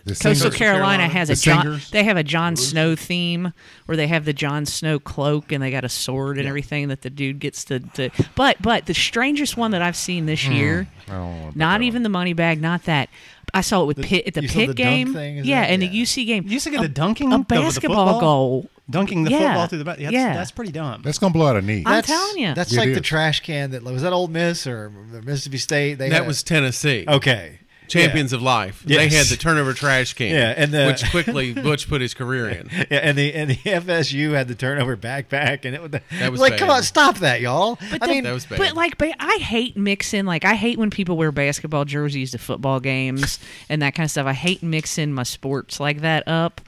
Speaker 5: The
Speaker 3: Coastal
Speaker 5: singers-
Speaker 3: Carolina has a
Speaker 5: The
Speaker 3: John,
Speaker 5: singers?
Speaker 3: they have a John Snow theme where they have the John Snow cloak and they got a sword and everything that the dude gets to, to but but the strangest one that I've seen this year
Speaker 5: I don't know about
Speaker 3: not
Speaker 5: that
Speaker 3: even the money bag not that I saw it with Pitt at the
Speaker 2: you saw
Speaker 3: Pitt
Speaker 2: the dunk
Speaker 3: game
Speaker 2: thing, is
Speaker 3: yeah
Speaker 2: that-
Speaker 3: and
Speaker 2: yeah.
Speaker 3: the UC game
Speaker 4: You used to get
Speaker 3: a,
Speaker 4: the dunking,
Speaker 3: a
Speaker 4: the- the
Speaker 3: basketball
Speaker 4: football?
Speaker 3: goal
Speaker 4: Dunking the
Speaker 3: Yeah.
Speaker 4: football through the back. That's,
Speaker 3: Yeah.
Speaker 4: that's pretty dumb.
Speaker 5: That's gonna blow out a knee.
Speaker 3: I'm
Speaker 2: That's-
Speaker 3: telling you.
Speaker 2: that's
Speaker 5: It
Speaker 2: like the
Speaker 5: is.
Speaker 2: trash can that was that Old Miss or Mississippi State. They had
Speaker 1: That
Speaker 2: a-
Speaker 1: was Tennessee.
Speaker 2: okay.
Speaker 1: Champions of Life.
Speaker 2: Oh, Yes.
Speaker 1: They had the turnover trash can.
Speaker 2: Yeah, and the-
Speaker 1: which quickly Butch put his career in.
Speaker 2: Yeah, and the and the FSU had the turnover backpack, and it was,
Speaker 1: That was
Speaker 2: like, come
Speaker 1: bad.
Speaker 2: on, stop that, y'all.
Speaker 3: But
Speaker 2: I
Speaker 3: the-
Speaker 2: mean,
Speaker 1: That was bad.
Speaker 3: But like, ba- I hate mixing. Like, I hate when people wear basketball jerseys to football games and that kind of stuff. I hate mixing my sports like that up.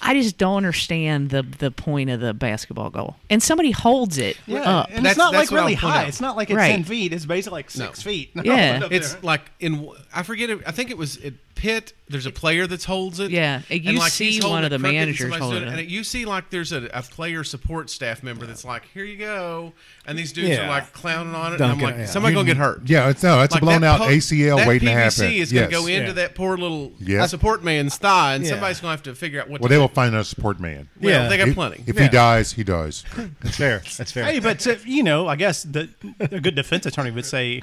Speaker 3: I just don't understand the the point of the basketball goal. And somebody holds it up.
Speaker 4: and
Speaker 1: That's-
Speaker 4: it's not like
Speaker 1: that's what I
Speaker 4: really
Speaker 1: would point
Speaker 4: high.
Speaker 1: out.
Speaker 4: It's not like it's
Speaker 3: Uh, Right.
Speaker 4: ten feet. It's basically like six feet.
Speaker 3: Yeah.
Speaker 4: Up
Speaker 1: It's
Speaker 4: there.
Speaker 1: like in I forget. It, I think it was at Pitt. The's a player that's holds it.
Speaker 3: Yeah, at
Speaker 1: and, like,
Speaker 3: UC,
Speaker 1: he's holding
Speaker 3: one of
Speaker 1: it
Speaker 3: the
Speaker 1: crooked, and
Speaker 3: managers
Speaker 1: somebody's
Speaker 3: holding
Speaker 1: doing
Speaker 3: it.
Speaker 1: And at UC, like there's a, a player support staff member that's like, "Here you go," and these dudes
Speaker 2: Yeah.
Speaker 1: are like clowning on it.
Speaker 2: Dunking
Speaker 1: and I'm
Speaker 2: it, yeah.
Speaker 1: like, "Somebody gonna get hurt."
Speaker 5: Yeah, it's no, it's
Speaker 1: Like,
Speaker 5: a blown out
Speaker 1: that po-
Speaker 5: ACL
Speaker 1: that
Speaker 5: waiting to happen.
Speaker 1: PVC is
Speaker 5: yes.
Speaker 1: gonna go into
Speaker 4: Yeah.
Speaker 1: that poor little
Speaker 5: Yeah.
Speaker 1: support man's thigh, and
Speaker 2: Yeah.
Speaker 1: somebody's gonna have to figure out what.
Speaker 5: Well,
Speaker 1: to
Speaker 5: they
Speaker 1: do.
Speaker 5: will find another support man.
Speaker 1: Well,
Speaker 2: Yeah.
Speaker 1: they got
Speaker 5: If-
Speaker 1: plenty.
Speaker 5: If
Speaker 2: Yeah.
Speaker 5: he dies, he dies.
Speaker 2: that's fair. That's fair.
Speaker 4: hey, but to, you know, I guess the, a good defense attorney would say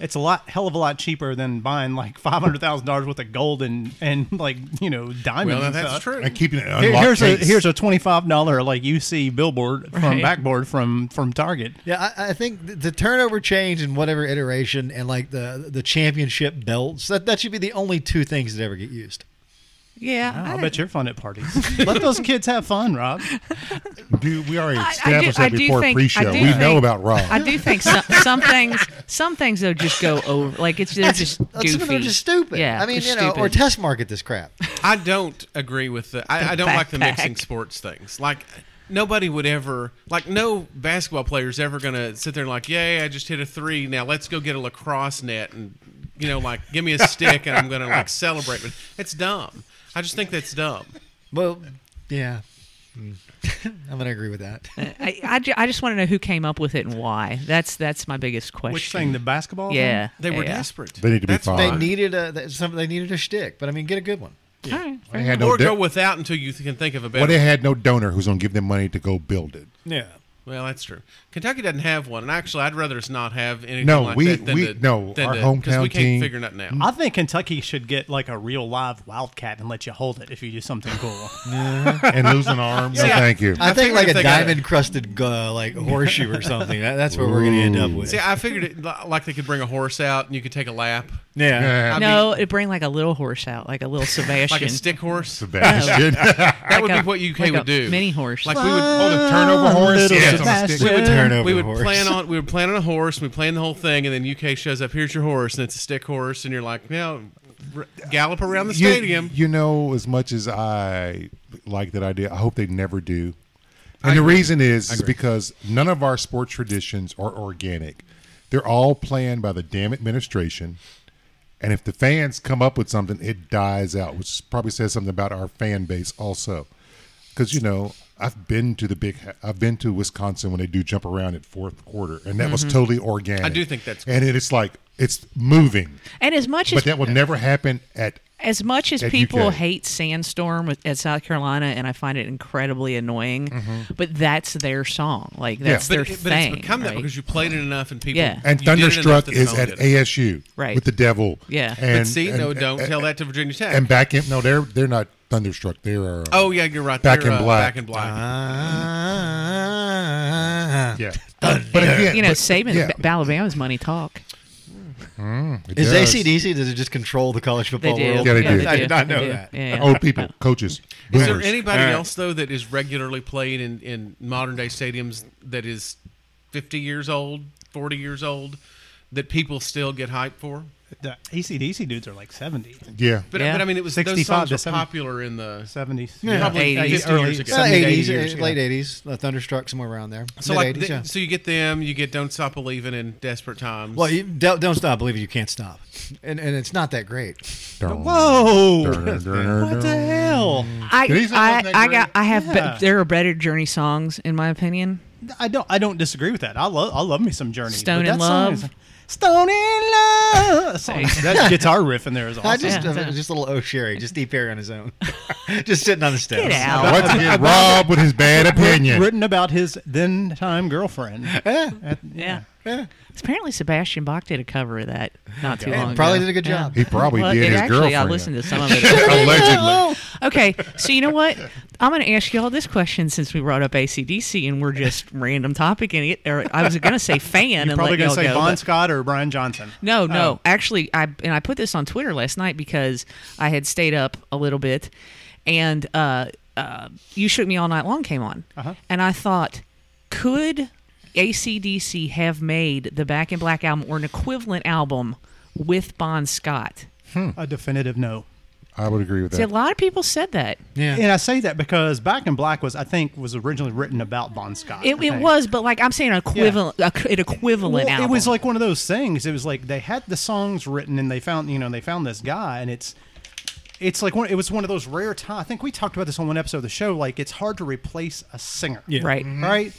Speaker 4: it's a lot, hell of a lot cheaper than buying like five hundred thousand dollars worth of gold and and like you know diamonds.
Speaker 1: well, now
Speaker 4: and
Speaker 1: that's
Speaker 4: stuff.
Speaker 1: true.
Speaker 5: And keeping it unlocked
Speaker 4: Here- here's a
Speaker 5: case.
Speaker 4: here's a twenty five dollar like UC billboard from
Speaker 3: Right.
Speaker 4: backboard from from Target.
Speaker 2: Yeah, I, I think th- the turnover change in whatever iteration and like the the championship belts that that should be the only two things that ever get used.
Speaker 3: Yeah,
Speaker 4: I
Speaker 3: I-
Speaker 4: bet you're fun at parties. Let those kids have fun, Rob.
Speaker 5: Do- we already
Speaker 3: I- I
Speaker 5: established
Speaker 3: do- I
Speaker 5: that
Speaker 3: do
Speaker 5: before
Speaker 3: think- I
Speaker 5: pre-show.
Speaker 3: do
Speaker 5: We know
Speaker 3: think-
Speaker 5: about Rob.
Speaker 3: I do think some, some things, some things though just go over. Like it's they're just
Speaker 2: That's-
Speaker 3: goofy.
Speaker 2: They're just stupid.
Speaker 3: Yeah,
Speaker 2: I mean,
Speaker 3: they're
Speaker 2: you know, or
Speaker 3: stupid.
Speaker 2: test market this crap.
Speaker 1: I don't agree with the. I, I don't like the
Speaker 3: backpack.
Speaker 1: mixing sports things. Like nobody would ever like no basketball player's ever gonna sit there and like, yay, I just hit a three. Now let's go get a lacrosse net and you know like give me a stick and I'm gonna like celebrate. But it's dumb. I just think that's dumb.
Speaker 2: well, yeah, Mm. I'm gonna agree with that.
Speaker 3: I, I, ju- I just want to know who came up with it and why. That's that's my biggest question.
Speaker 4: Which thing, the basketball? thing?
Speaker 3: Yeah,
Speaker 1: They were
Speaker 3: yeah.
Speaker 1: desperate.
Speaker 5: They need to be
Speaker 1: That's
Speaker 5: fined.
Speaker 2: They
Speaker 1: fine.
Speaker 2: needed a they- some. They needed a shtick, but I mean, get a good one.
Speaker 3: All right, fair
Speaker 5: They had no
Speaker 1: or
Speaker 5: do-
Speaker 1: go without until you can think of a better.
Speaker 5: well, they had no donor who's going to give them money to go build it.
Speaker 2: Yeah.
Speaker 1: Well, that's true. Kentucky doesn't have one, and actually, I'd rather us not have anything
Speaker 5: No,
Speaker 1: like
Speaker 5: we-
Speaker 1: that than
Speaker 5: we-
Speaker 1: to,
Speaker 5: no,
Speaker 1: than
Speaker 5: our
Speaker 1: to- 'cause we
Speaker 5: hometown
Speaker 1: can't
Speaker 5: team-
Speaker 1: figure nothing out.
Speaker 4: I think Kentucky should get like a real live wildcat and let you hold it if you do something cool.
Speaker 5: And lose an arm? No,
Speaker 1: Yeah.
Speaker 5: thank you.
Speaker 2: I,
Speaker 1: I
Speaker 2: think
Speaker 1: figured
Speaker 2: like
Speaker 1: if
Speaker 2: a
Speaker 1: they got it-
Speaker 2: diamond crusted uh, like horseshoe or something. That, that's what we're gonna end up with.
Speaker 1: See, I figured it li- like they could bring a horse out and you could take a lap.
Speaker 2: yeah.
Speaker 1: I
Speaker 3: no, it'd bring like a little horse out, like a little Sebastian.
Speaker 1: like a stick horse.
Speaker 5: Sebastian.
Speaker 1: That would
Speaker 3: Like a-
Speaker 1: be what UK
Speaker 3: like a
Speaker 1: would do.
Speaker 3: mini horse.
Speaker 1: Like we would,
Speaker 5: oh, the turnover horse?
Speaker 4: Little
Speaker 5: Yes, on a stick.
Speaker 4: Sebastian.
Speaker 2: Turnover
Speaker 1: we would
Speaker 2: horse.
Speaker 1: plan on we would plan on a horse. and We plan the whole thing, and then UK shows up. Here's your horse, and it's a stick horse, and you're like, now r- gallop around the
Speaker 5: You-
Speaker 1: stadium.
Speaker 5: You, know, as much as I like that idea, I hope they never do. And
Speaker 1: I
Speaker 5: the
Speaker 1: agree.
Speaker 5: reason is, is
Speaker 1: agree.
Speaker 5: because none of our sports traditions are organic. They're all planned by the damn administration. And if the fans come up with something, it dies out, which probably says something about our fan base also. Because you know, I've been to the big, I've been to Wisconsin when they do jump around at fourth quarter, and that was totally organic.
Speaker 1: Mm-hmm. I do think that's
Speaker 5: and it is like it's moving,
Speaker 3: and as much
Speaker 5: but
Speaker 3: as
Speaker 5: that will never happen at
Speaker 3: as much as
Speaker 5: at
Speaker 3: people
Speaker 5: UK.
Speaker 3: hate Sandstorm with- at South Carolina, and I find it incredibly annoying,
Speaker 5: Mm-hmm.
Speaker 3: but that's their song. Like that's
Speaker 1: But,
Speaker 3: their
Speaker 1: it- but
Speaker 3: thing.
Speaker 1: it's become that
Speaker 3: right?
Speaker 1: because you played it enough, and people
Speaker 3: Yeah.
Speaker 5: And
Speaker 1: you did it enough
Speaker 5: Thunderstruck
Speaker 1: that
Speaker 5: is
Speaker 1: they
Speaker 5: at
Speaker 1: owned it.
Speaker 5: ASU
Speaker 3: Right.
Speaker 5: with the devil.
Speaker 3: Yeah. But
Speaker 5: And,
Speaker 1: But see,
Speaker 5: and,
Speaker 1: no, don't tell that to Virginia Tech.
Speaker 5: And back in no, they're they're not Thunderstruck. They're uh,
Speaker 1: oh yeah, you're right.
Speaker 5: Back
Speaker 1: They're,
Speaker 5: in
Speaker 1: uh,
Speaker 5: Black. Ah.
Speaker 1: Back in black.
Speaker 5: yeah. But again,
Speaker 3: you know,
Speaker 5: but-
Speaker 3: Saban,
Speaker 5: yeah,
Speaker 3: B- Alabama's money talk.
Speaker 5: it
Speaker 2: Is
Speaker 5: does.
Speaker 2: ACDC does it just control the college
Speaker 3: They
Speaker 2: football
Speaker 3: do.
Speaker 2: world?
Speaker 5: Yeah, they do.
Speaker 2: I
Speaker 5: They
Speaker 2: did not know
Speaker 3: do.
Speaker 2: that.
Speaker 3: Yeah, yeah.
Speaker 5: old people, coaches?
Speaker 1: Is there
Speaker 5: boomers.
Speaker 1: anybody
Speaker 2: All right.
Speaker 1: else though that is regularly played in, in modern day stadiums that is fifty years old, forty years old, that people still get hyped for?
Speaker 4: The E ACDC dudes are like 70.
Speaker 5: Yeah.
Speaker 1: But,
Speaker 3: Yeah.
Speaker 1: but I mean, it was those
Speaker 4: 65
Speaker 1: songs
Speaker 4: to
Speaker 1: were
Speaker 4: 70.
Speaker 1: popular in the
Speaker 4: 70s.
Speaker 3: 80s.
Speaker 1: Probably 50 years ago.
Speaker 2: Well,
Speaker 4: 70,
Speaker 2: 80s,
Speaker 4: 80 years,
Speaker 2: uh,
Speaker 4: yeah.
Speaker 2: late 80s, uh, Thunderstruck, somewhere around there.
Speaker 1: so
Speaker 2: Mid
Speaker 1: like
Speaker 2: 80s,
Speaker 1: th-
Speaker 2: yeah.
Speaker 1: so you get them, you get Don't Stop Believing and Desperate Times.
Speaker 2: Well, you don't, don't stop. Believe it, you can't stop, and and it's not that great.
Speaker 4: Whoa!
Speaker 5: What
Speaker 4: What the hell?
Speaker 3: I
Speaker 5: These songs
Speaker 3: I,
Speaker 5: aren't
Speaker 3: I
Speaker 5: great.
Speaker 3: got I have
Speaker 4: Yeah.
Speaker 3: be- there are better Journey songs in my opinion.
Speaker 4: I don't. I don't disagree with that. I love. I love me some Journey.
Speaker 3: Stone
Speaker 4: but
Speaker 3: in
Speaker 4: that song
Speaker 3: Love.
Speaker 4: is- Stone in love. That song- That guitar riff in there is
Speaker 2: I
Speaker 4: awesome.
Speaker 2: just
Speaker 3: Yeah.
Speaker 2: uh, just little O'Sherry, just deep air on his own, just sitting on the steps.
Speaker 3: Get out.
Speaker 5: Once again, Rob with his bad opinion.
Speaker 4: Written about his then time girlfriend. At-
Speaker 3: Yeah. Apparently, Sebastian Bach did a cover of that not too
Speaker 2: And
Speaker 3: long
Speaker 2: probably
Speaker 3: ago.
Speaker 2: did a good
Speaker 3: Yeah.
Speaker 2: job.
Speaker 5: He probably
Speaker 3: Well,
Speaker 5: did
Speaker 3: it
Speaker 5: his
Speaker 3: actually,
Speaker 5: girlfriend.
Speaker 3: I listened to some of it.
Speaker 5: Allegedly.
Speaker 3: okay, so you know what? I'm going to ask y'all this question since we brought up ACDC and we're just random topic in it. Or I was going to say fan and
Speaker 4: Probably
Speaker 3: going
Speaker 4: gonna
Speaker 3: to
Speaker 4: say
Speaker 3: go,
Speaker 4: Bon
Speaker 3: but-
Speaker 4: Scott or Brian Johnson.
Speaker 3: No, no.
Speaker 5: Oh.
Speaker 3: Actually, I and I put this on Twitter last night because I had stayed up a little bit, and uh, uh, you shook me all night long came on,
Speaker 5: Uh-huh.
Speaker 3: and I thought, could ACDC have made the Back in Black album or an equivalent album with Bon Scott?
Speaker 4: A definitive no.
Speaker 5: I would agree with
Speaker 3: See, a
Speaker 5: that.
Speaker 3: lot of people said that.
Speaker 2: Yeah.
Speaker 4: And I say that because Back in Black was, I think, was originally written about Bon Scott.
Speaker 3: It,
Speaker 4: I
Speaker 3: it
Speaker 4: think.
Speaker 3: was, but like I'm saying, an equivalent, a- an equivalent
Speaker 4: Well,
Speaker 3: album.
Speaker 4: It was like one of those things. It was like they had the songs written and they found you know they found this guy and it's it's like one, it was one of those rare times. I think we talked about this on one episode of the show. Like it's hard to replace a singer, Mm-hmm.
Speaker 2: Yeah.
Speaker 3: Right.
Speaker 4: Right.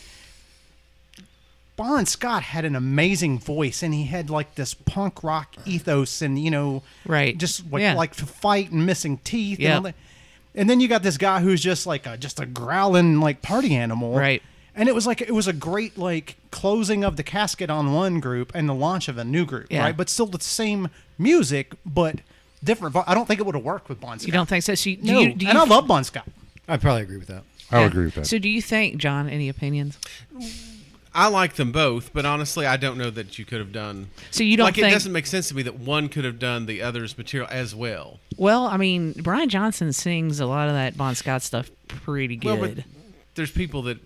Speaker 4: Bon Scott had an amazing voice, and he had like this punk rock ethos, and you know,
Speaker 3: Right.
Speaker 4: just like
Speaker 3: Yeah.
Speaker 4: like to fight and missing teeth, and
Speaker 3: Yep.
Speaker 4: all that. And then you got this guy who's just like a, just a growling like party animal,
Speaker 3: Right.
Speaker 4: And it was like it was a great like closing of the casket on one group and the launch of a new group,
Speaker 3: Yeah.
Speaker 4: right? But still the same music, but different. vo- I don't think it would have worked with Bon Scott.
Speaker 3: you don't think so? so you, do
Speaker 4: No.
Speaker 3: you, do you,
Speaker 4: and I love Bon Scott.
Speaker 2: I probably agree with that.
Speaker 5: I would agree with that.
Speaker 3: So, do you think, John? Any opinions?
Speaker 1: I like them both, but honestly, I don't know that you could have done.
Speaker 3: So you don't
Speaker 1: like
Speaker 3: think-
Speaker 1: it doesn't make sense to me that one could have done the other's material as well.
Speaker 3: Well, I mean, Brian Johnson sings a lot of that Bon Scott stuff pretty good.
Speaker 1: Well, but there's people that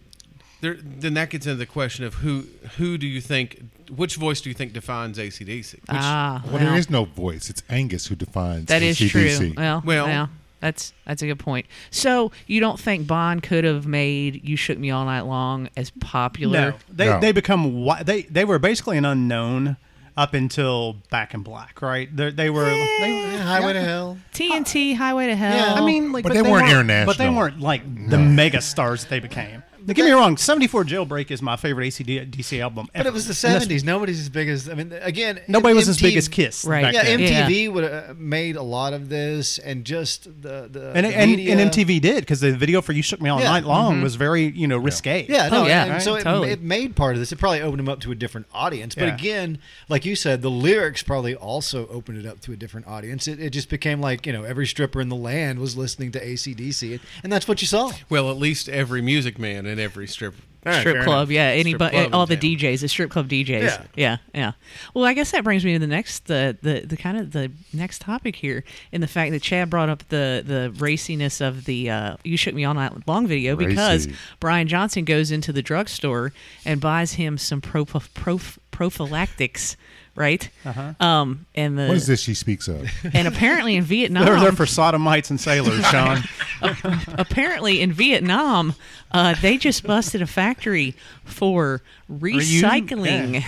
Speaker 1: there. Then that gets into the question of who who do you think which voice do you think defines ACDC?
Speaker 3: ah,
Speaker 5: well,
Speaker 3: well,
Speaker 5: there is no voice. It's Angus who defines
Speaker 3: that is true.
Speaker 5: CDC.
Speaker 3: Well,
Speaker 1: Well-
Speaker 3: yeah, that's that's a good point. So you don't think Bon could have made "You Shook Me All Night Long" as popular?
Speaker 4: No, they
Speaker 5: No.
Speaker 4: they become wi- they they were basically an unknown up until Back in Black, right? They they were. eh, They,
Speaker 2: Highway to Hell.
Speaker 3: TNT, Highway to Hell.
Speaker 4: I mean, like,
Speaker 5: But they weren't international.
Speaker 4: But they weren't like the mega stars that they became. Don't get me wrong. '74 Jailbreak is my favorite ACDC album.
Speaker 2: But it was the seventies. Nobody's as big as I mean. Again,
Speaker 4: Nobody was as big
Speaker 2: MTV
Speaker 4: as Kiss,
Speaker 3: Right.
Speaker 4: Back
Speaker 2: Yeah,
Speaker 4: then.
Speaker 3: M-
Speaker 2: MTV would have uh, made a lot of this, and just the the
Speaker 4: and, and,
Speaker 2: media.
Speaker 4: and MTV did because the video for "You Shook Me All
Speaker 2: Yeah.
Speaker 4: Night Long"
Speaker 1: Mm-hmm.
Speaker 4: was very you know risque.
Speaker 2: Yeah, no,
Speaker 3: Oh, yeah,
Speaker 2: and so
Speaker 3: right,
Speaker 2: it,
Speaker 3: totally.
Speaker 2: it made part of this. It probably opened him up to a different audience. But
Speaker 4: Yeah.
Speaker 2: again, like you said, the lyrics probably also opened it up to a different audience. It, it just became like you know every stripper in the land was listening to ACDC, and that's what you saw.
Speaker 1: well, at least every music man and every strip
Speaker 3: Ah, strip club, yeah. Anybody,
Speaker 1: club in
Speaker 3: all the
Speaker 1: town.
Speaker 3: DJs, the strip club DJs,
Speaker 2: Yeah.
Speaker 3: yeah. yeah, Well, I guess that brings me to the next, the the, the kind of the next topic here, in the fact that Chad brought up the the raciness of the uh, "You Shook Me All Night Long" video because
Speaker 5: Racy.
Speaker 3: Brian Johnson goes into the drugstore and buys him some pro, prof prophylactics, right? Uh-huh. Um, and the
Speaker 5: What is this she speaks of?
Speaker 3: and apparently in Vietnam,
Speaker 4: They were there for sodomites and sailors, Sean.
Speaker 3: apparently in Vietnam, uh, they just busted a factory for recycling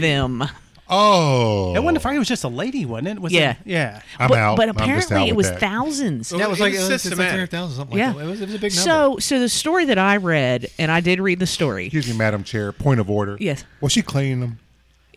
Speaker 3: them.
Speaker 5: Oh.
Speaker 4: It wasn't a fire; it was just a lady, wasn't it? Was it-
Speaker 3: Yeah.
Speaker 4: yeah.
Speaker 5: I'm
Speaker 3: but,
Speaker 5: out.
Speaker 3: but
Speaker 5: I'm just
Speaker 3: apparently
Speaker 5: out with
Speaker 3: it was
Speaker 5: that. Oh,
Speaker 3: thousands.
Speaker 1: Well,
Speaker 2: That was
Speaker 1: It
Speaker 2: like uh,
Speaker 1: was
Speaker 2: it was,
Speaker 1: systematic.
Speaker 2: three hundred thousand something.
Speaker 3: yeah,
Speaker 2: like that. it was it was a big number.
Speaker 3: So, so the story that I read, and I did read the story.
Speaker 5: Excuse me, Madam Chair. Point of order.
Speaker 3: Yes.
Speaker 5: Was she cleaning them?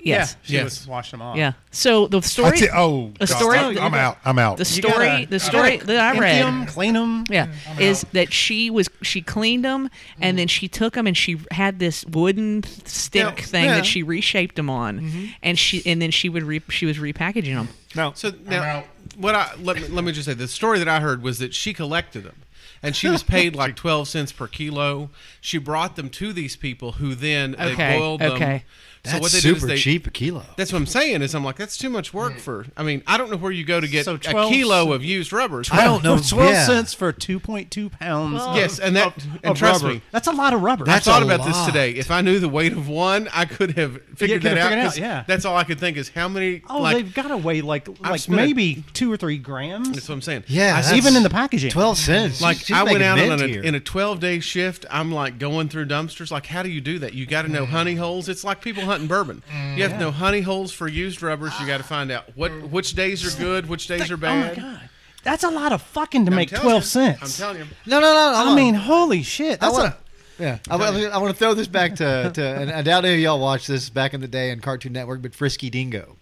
Speaker 3: Yes,
Speaker 4: Yeah, she
Speaker 1: Yes.
Speaker 4: was washing them off.
Speaker 3: yeah. So the
Speaker 5: I
Speaker 3: story,
Speaker 5: t- oh, God,
Speaker 3: A story-
Speaker 5: I'm, I'm out. I'm out.
Speaker 3: the story,
Speaker 4: gotta-
Speaker 3: the story that I read.
Speaker 4: them, clean them.
Speaker 3: Yeah, is that she was she cleaned them and then she took them and she had this wooden stick
Speaker 1: Yeah,
Speaker 3: thing
Speaker 2: yeah.
Speaker 3: that she reshaped them on, and she and then she would re, she was repackaging them.
Speaker 2: no,
Speaker 1: So now,
Speaker 5: out.
Speaker 1: what I let me, let me just say the story that I heard was that she collected them, and she was paid like twelve cents per kilo. She brought them to these people, who then
Speaker 3: Okay,
Speaker 1: they boiled them.
Speaker 3: okay.
Speaker 1: So
Speaker 2: that's
Speaker 1: what they did
Speaker 2: super
Speaker 1: is they,
Speaker 2: cheap a kilo.
Speaker 1: That's what I'm saying. Is I'm like that's too much
Speaker 2: Mm.
Speaker 1: work for. I mean, I don't know where you go to get
Speaker 4: So
Speaker 1: a
Speaker 4: 12
Speaker 1: kilo of used rubbers.
Speaker 2: I don't know.
Speaker 4: Twelve
Speaker 2: Yeah.
Speaker 4: cents for two point two pounds.
Speaker 1: Yes, and that and trust me,
Speaker 4: that's a lot of rubber.
Speaker 1: I
Speaker 2: That's
Speaker 1: thought
Speaker 2: a
Speaker 1: about this
Speaker 2: lot.
Speaker 1: today. If I knew the weight of one, I could have figured
Speaker 4: could have figured
Speaker 1: that out.
Speaker 4: it out,
Speaker 1: 'cause
Speaker 4: yeah.
Speaker 1: that's all I could think is how many.
Speaker 4: oh,
Speaker 1: like,
Speaker 4: they've got to weigh like like
Speaker 1: spent a-
Speaker 4: maybe two or three grams.
Speaker 1: that's what I'm saying.
Speaker 2: Yeah,
Speaker 1: I
Speaker 2: that's-
Speaker 4: even in the packaging.
Speaker 2: Twelve cents.
Speaker 1: Like
Speaker 2: She's
Speaker 1: I went
Speaker 2: making
Speaker 1: out on
Speaker 2: mint
Speaker 1: a,
Speaker 2: here.
Speaker 1: in a 12 day shift. I'm like going through dumpsters. Like, how do you do that? You got to know
Speaker 4: Mm.
Speaker 1: honey holes. It's like people hunting bourbon.
Speaker 2: Mm.
Speaker 1: You have to know honey holes for used rubbers. You got to find out what which days are good, which days are
Speaker 4: Oh
Speaker 1: bad.
Speaker 4: my god, that's a lot of fucking to
Speaker 1: I'm
Speaker 4: make
Speaker 1: telling
Speaker 4: twelve
Speaker 1: you.
Speaker 4: cents.
Speaker 1: I'm telling you.
Speaker 2: no, no, no.
Speaker 4: I mean, holy shit, that's
Speaker 2: wanna-
Speaker 4: a
Speaker 2: Yeah, I, wa- I want to throw this back to, to and I doubt any of y'all watched this back in the day on Cartoon Network, but Frisky Dingo.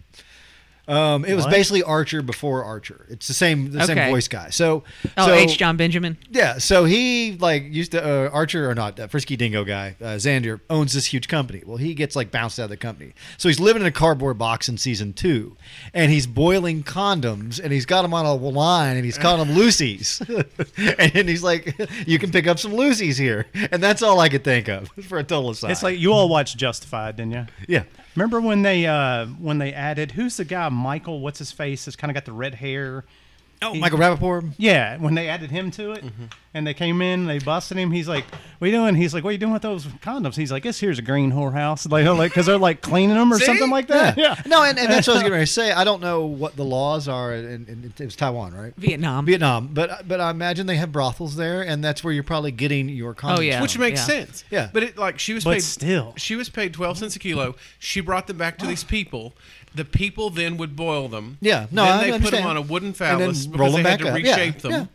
Speaker 2: Um, it was
Speaker 4: What?
Speaker 2: basically Archer before Archer. It's the same the
Speaker 3: Okay.
Speaker 2: same voice guy. So
Speaker 3: Oh,
Speaker 2: so,
Speaker 3: H. John Benjamin.
Speaker 2: Yeah, so he like used to uh, Archer or not uh, Frisky Dingo guy uh, Xander owns this huge company. Well, he gets like bounced out of the company, so he's living in a cardboard box in season two, and he's boiling condoms, and he's got them on a line, and he's calling them Lucy's, and he's like, "You can pick up some Lucy's here," and that's all I could think of for a total aside.
Speaker 4: It's like you all watched Justified, didn't you?
Speaker 2: yeah,
Speaker 4: Remember when they uh, when they added who's the guy Michael? What's his face? That's kind of got the red hair.
Speaker 2: oh Michael Rappaport.
Speaker 4: Yeah, when they added him to it,
Speaker 1: Mm-hmm.
Speaker 4: and they came in, and they busted him. He's like, "What you doing?" He's like, "What you doing with those condoms?" He's like, "This here's a green whorehouse." Like, they're like, because they're like cleaning them or something like that. Yeah.
Speaker 2: No, and, and that's what I was going to say. I don't know what the laws are, and, and it was Taiwan, right?
Speaker 3: Vietnam.
Speaker 2: Vietnam, but but I imagine they have brothels there, and that's where you're probably getting your condoms.
Speaker 3: Oh, yeah.
Speaker 2: from.
Speaker 1: which makes
Speaker 3: yeah.
Speaker 1: sense.
Speaker 2: Yeah.
Speaker 1: but it like she was
Speaker 4: But
Speaker 1: paid
Speaker 4: still.
Speaker 1: she was paid twelve cents a kilo. She brought them back to these people. The people then would boil them.
Speaker 2: Yeah, no,
Speaker 1: then
Speaker 2: I
Speaker 1: they put
Speaker 2: understand.
Speaker 1: them on a wooden
Speaker 2: And then
Speaker 1: phallus
Speaker 2: roll
Speaker 1: because
Speaker 2: them
Speaker 1: they had
Speaker 2: back
Speaker 1: to
Speaker 2: up. Yeah,
Speaker 1: reshape them.
Speaker 2: yeah.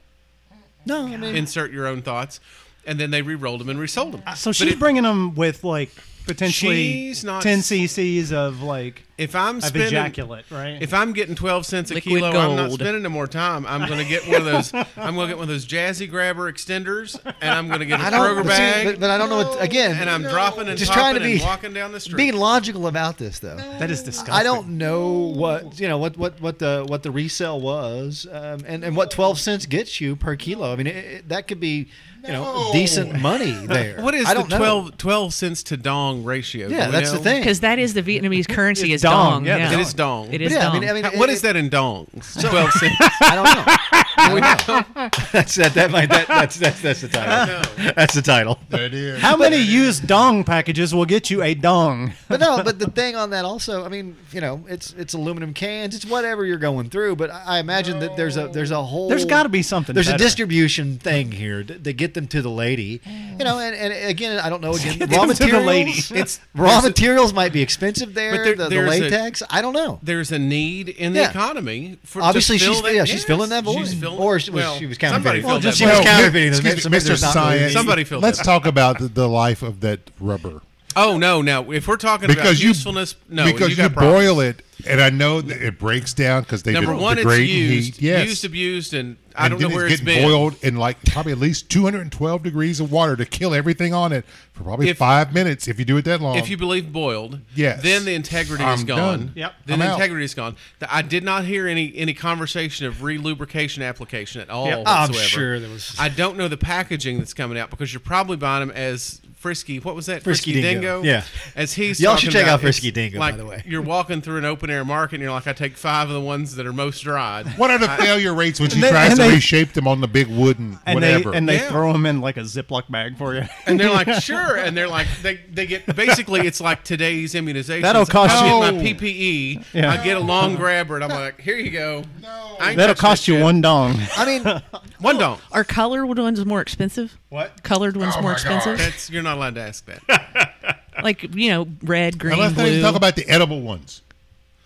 Speaker 2: No, I mean,
Speaker 1: Insert your own thoughts, and then they re-rolled them and resold them.
Speaker 4: So
Speaker 1: But
Speaker 4: she's
Speaker 1: it-
Speaker 4: bringing them with like potentially
Speaker 1: She's not-
Speaker 4: ten cc's of like
Speaker 1: if I'm
Speaker 4: of
Speaker 1: spending
Speaker 4: ejaculate, right?
Speaker 1: If I'm getting twelve cents a
Speaker 3: Liquid
Speaker 1: kilo, I'm not
Speaker 3: gold.
Speaker 1: spending no more time. I'm going to get one of those. I'm going to get one of those jazzy grabber extenders, and I'm going to get a
Speaker 2: I don't.
Speaker 1: Kroger
Speaker 2: but see,
Speaker 1: bag.
Speaker 2: but, but I don't know what. Again,
Speaker 1: and I'm dropping and
Speaker 2: just
Speaker 1: popping
Speaker 2: trying to be
Speaker 1: and walking down the street.
Speaker 2: being logical about this though.
Speaker 4: that is disgusting.
Speaker 2: I don't know what you know what what what the what the resale was, um, and and what twelve cents gets you per kilo. I mean, it, it, that could be you know
Speaker 5: No.
Speaker 2: decent money there.
Speaker 1: What is
Speaker 2: I
Speaker 1: the
Speaker 2: don't know.
Speaker 1: 12, 12 cents to dong ratio? Do
Speaker 2: Yeah,
Speaker 1: we
Speaker 2: that's the
Speaker 1: know?
Speaker 2: thing.
Speaker 3: Because that is the Vietnamese currency
Speaker 4: It's
Speaker 3: is dong.
Speaker 4: dong, yeah,
Speaker 1: It is dong.
Speaker 3: It is
Speaker 2: Yeah, I
Speaker 3: dong.
Speaker 2: mean- I mean-
Speaker 1: How- what
Speaker 2: it-
Speaker 1: is that in dongs? Twelve cents.
Speaker 2: I don't know. I don't know. that's that. That might. That, that's that's that's the title. That's the title.
Speaker 5: That is.
Speaker 4: How many used dong packages will get you a dong?
Speaker 2: but no, but the thing on that also, I mean, you know, it's it's aluminum cans, it's whatever you're going through. But I I imagine that there's a there's a whole
Speaker 4: There's got to be something.
Speaker 2: there's a
Speaker 4: better.
Speaker 2: distribution thing here to, to get them to the lady, you know. And, and again, I don't know. Again,
Speaker 4: Get
Speaker 2: raw
Speaker 4: them to the
Speaker 2: materials,
Speaker 4: lady.
Speaker 2: it's raw
Speaker 1: there's a-
Speaker 2: materials might be expensive there.
Speaker 1: But there-
Speaker 2: the, the
Speaker 1: there's a-
Speaker 2: latex, I don't know.
Speaker 1: There's a need in the
Speaker 2: Yeah.
Speaker 1: economy for to
Speaker 2: Obviously,
Speaker 1: fill
Speaker 2: she's
Speaker 1: that-
Speaker 2: yeah, she's
Speaker 1: yes,
Speaker 2: filling that void,
Speaker 1: she's filling-
Speaker 2: or she was,
Speaker 1: well,
Speaker 2: she was
Speaker 1: Somebody
Speaker 2: counterfeiting.
Speaker 1: filled
Speaker 4: just-
Speaker 1: that
Speaker 2: she
Speaker 1: void.
Speaker 2: was
Speaker 5: No,
Speaker 2: counterfeiting.
Speaker 5: excuse
Speaker 2: Maybe
Speaker 5: me,
Speaker 2: somebody-
Speaker 5: Mr.
Speaker 2: there's not really-
Speaker 5: Science.
Speaker 1: Somebody filled
Speaker 5: Let's
Speaker 1: that.
Speaker 5: talk about the, the life of that rubber
Speaker 1: Oh no, no. If we're talking about
Speaker 5: because you
Speaker 1: usefulness, no,
Speaker 5: because you,
Speaker 1: got problems.
Speaker 5: boil it, and I know that it breaks down because they
Speaker 1: Number
Speaker 5: de-
Speaker 1: one, it's
Speaker 5: degrade in
Speaker 1: used,
Speaker 5: heat. Yes.
Speaker 1: used, abused, and I
Speaker 5: And
Speaker 1: don't
Speaker 5: then
Speaker 1: know where
Speaker 5: it's
Speaker 1: it's
Speaker 5: getting
Speaker 1: been.
Speaker 5: boiled in like probably at least 212 degrees of water to kill everything on it for probably
Speaker 1: If-
Speaker 5: five minutes if you do it that long.
Speaker 1: If you believe boiled,
Speaker 5: Yes.
Speaker 1: then the integrity is
Speaker 5: I'm
Speaker 1: gone.
Speaker 5: done.
Speaker 4: Yep.
Speaker 1: Then
Speaker 5: I'm
Speaker 1: the
Speaker 5: out.
Speaker 1: integrity is gone. Th- I did not hear any any conversation of relubrication application at all
Speaker 4: Yep.
Speaker 2: I'm
Speaker 1: whatsoever.
Speaker 2: sure there was-
Speaker 1: I don't know the packaging that's coming out because you're probably buying them as Frisky. What was that?
Speaker 2: Frisky Dingo. Yeah.
Speaker 1: As he's
Speaker 2: Y'all should
Speaker 1: talking
Speaker 2: check
Speaker 1: about,
Speaker 2: out Frisky
Speaker 1: it's
Speaker 2: Dingo, by
Speaker 1: Like
Speaker 2: the way.
Speaker 1: you're walking through an open air market and you're like, I take five of the ones that are most dried.
Speaker 5: what are the failure rates when she
Speaker 4: they-
Speaker 5: tries
Speaker 4: and
Speaker 5: to
Speaker 4: they-
Speaker 5: reshape them on the big wooden
Speaker 4: and
Speaker 5: whatever?
Speaker 4: they and they
Speaker 1: Yeah.
Speaker 4: throw them in like a Ziploc bag for you.
Speaker 1: And they're like, sure. And they're like, they, they get basically it's like today's immunization.
Speaker 4: That'll cost
Speaker 1: I
Speaker 4: you-
Speaker 1: get my PPE.
Speaker 4: Yeah.
Speaker 1: I get a long grabber, and I'm like, here you go.
Speaker 5: No.
Speaker 1: I ain't
Speaker 4: That'll
Speaker 1: touching
Speaker 4: cost
Speaker 1: that
Speaker 4: you
Speaker 1: shit.
Speaker 4: one dong.
Speaker 2: I mean,
Speaker 1: One dong.
Speaker 3: Are colored ones more expensive?
Speaker 4: What?
Speaker 3: Colored ones
Speaker 5: Oh
Speaker 3: more
Speaker 5: my God.
Speaker 3: expensive?
Speaker 1: That's you're not allowed to ask that.
Speaker 3: like you know, red, green,
Speaker 5: Now let's not
Speaker 3: blue.
Speaker 5: even talk about the edible ones.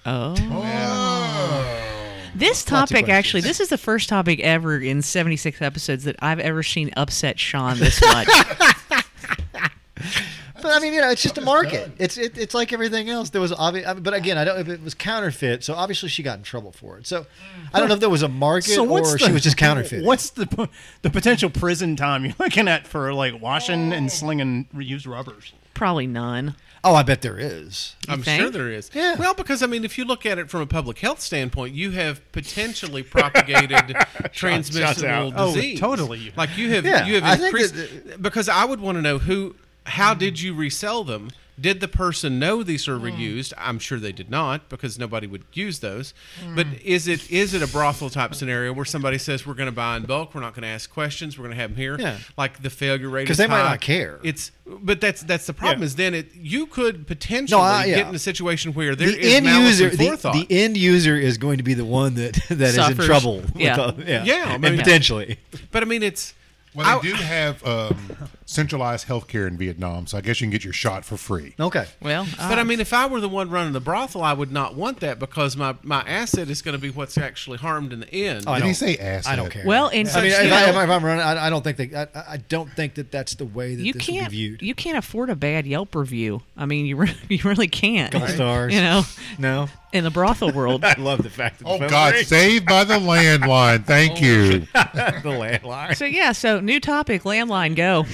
Speaker 3: oh.
Speaker 5: Oh.
Speaker 3: This
Speaker 2: Lots of
Speaker 3: topic
Speaker 2: questions.
Speaker 3: actually, this is the first topic ever in 76 episodes that I've ever seen upset Sean this much.
Speaker 2: But I mean, you know, it's just a market. It's it, it's like everything else. There was obvious, I mean, but again, I don't. If it was counterfeit, so obviously she got in trouble for it. So I don't know if there was a market or she was just counterfeit.
Speaker 4: What's the po- the potential prison time you're looking at for like washing and slinging reused rubbers?
Speaker 3: Probably none.
Speaker 2: Oh, I bet there is.
Speaker 1: I'm
Speaker 3: think?
Speaker 1: sure there is.
Speaker 2: Yeah.
Speaker 1: Well, because I mean, if you look at it from a public health standpoint, you have potentially propagated transmissible
Speaker 4: out. Oh,
Speaker 1: disease.
Speaker 4: totally, you-
Speaker 1: Like you have,
Speaker 2: Yeah,
Speaker 1: you
Speaker 2: I
Speaker 1: have
Speaker 2: think
Speaker 1: increased.
Speaker 2: that-
Speaker 1: because I would want to know who, how did you resell them? Did the person know these
Speaker 2: Hmm.
Speaker 1: are reused? I'm sure they did not, because nobody would use those.
Speaker 2: Hmm.
Speaker 1: But is it is it a brothel type scenario where somebody says we're going to buy in bulk, we're not going to ask questions, we're going to have them here?
Speaker 2: Yeah.
Speaker 1: Like the failure rate
Speaker 2: 'Cause
Speaker 1: is
Speaker 2: they might
Speaker 1: high.
Speaker 2: not care.
Speaker 1: It's but that's that's the problem
Speaker 4: Yeah.
Speaker 1: is then it you could potentially
Speaker 2: No, I- yeah.
Speaker 1: get in a situation where there is
Speaker 2: The end
Speaker 1: malice
Speaker 2: user,
Speaker 1: and
Speaker 2: the,
Speaker 1: forethought.
Speaker 2: the end user is going to be the one that that is in
Speaker 3: Suffers.
Speaker 2: trouble.
Speaker 3: Yeah.
Speaker 2: with all- yeah,
Speaker 1: Yeah, I
Speaker 2: and
Speaker 1: mean-
Speaker 2: potentially.
Speaker 1: but I mean, it's
Speaker 5: Well, they do have um, centralized healthcare in Vietnam, so I guess you can get your shot for free.
Speaker 2: Okay.
Speaker 3: Well,
Speaker 2: uh,
Speaker 1: But I mean, if I were the one running the brothel, I would not want that because my, my asset is going to be what's actually harmed in the end.
Speaker 2: Oh, I
Speaker 5: Did he
Speaker 2: don't-
Speaker 5: say ass?
Speaker 2: I don't care.
Speaker 3: well, and
Speaker 2: I mean,
Speaker 3: you
Speaker 2: if, I,
Speaker 3: know,
Speaker 2: if I- if I'm running, I, I don't think that I, I don't think that that's the way that
Speaker 3: you
Speaker 2: this
Speaker 3: can't
Speaker 2: would be viewed.
Speaker 3: you can't afford a bad Yelp review. I mean, you re- you really can't.
Speaker 2: Gold stars.
Speaker 3: You know,
Speaker 2: no,
Speaker 3: in the brothel world.
Speaker 2: I love the fact that
Speaker 5: Oh
Speaker 2: the phone
Speaker 5: God,
Speaker 2: rings.
Speaker 5: saved by the landline.
Speaker 3: Oh,
Speaker 5: Thank you.
Speaker 2: the landline.
Speaker 3: So yeah, so new topic, landline, go.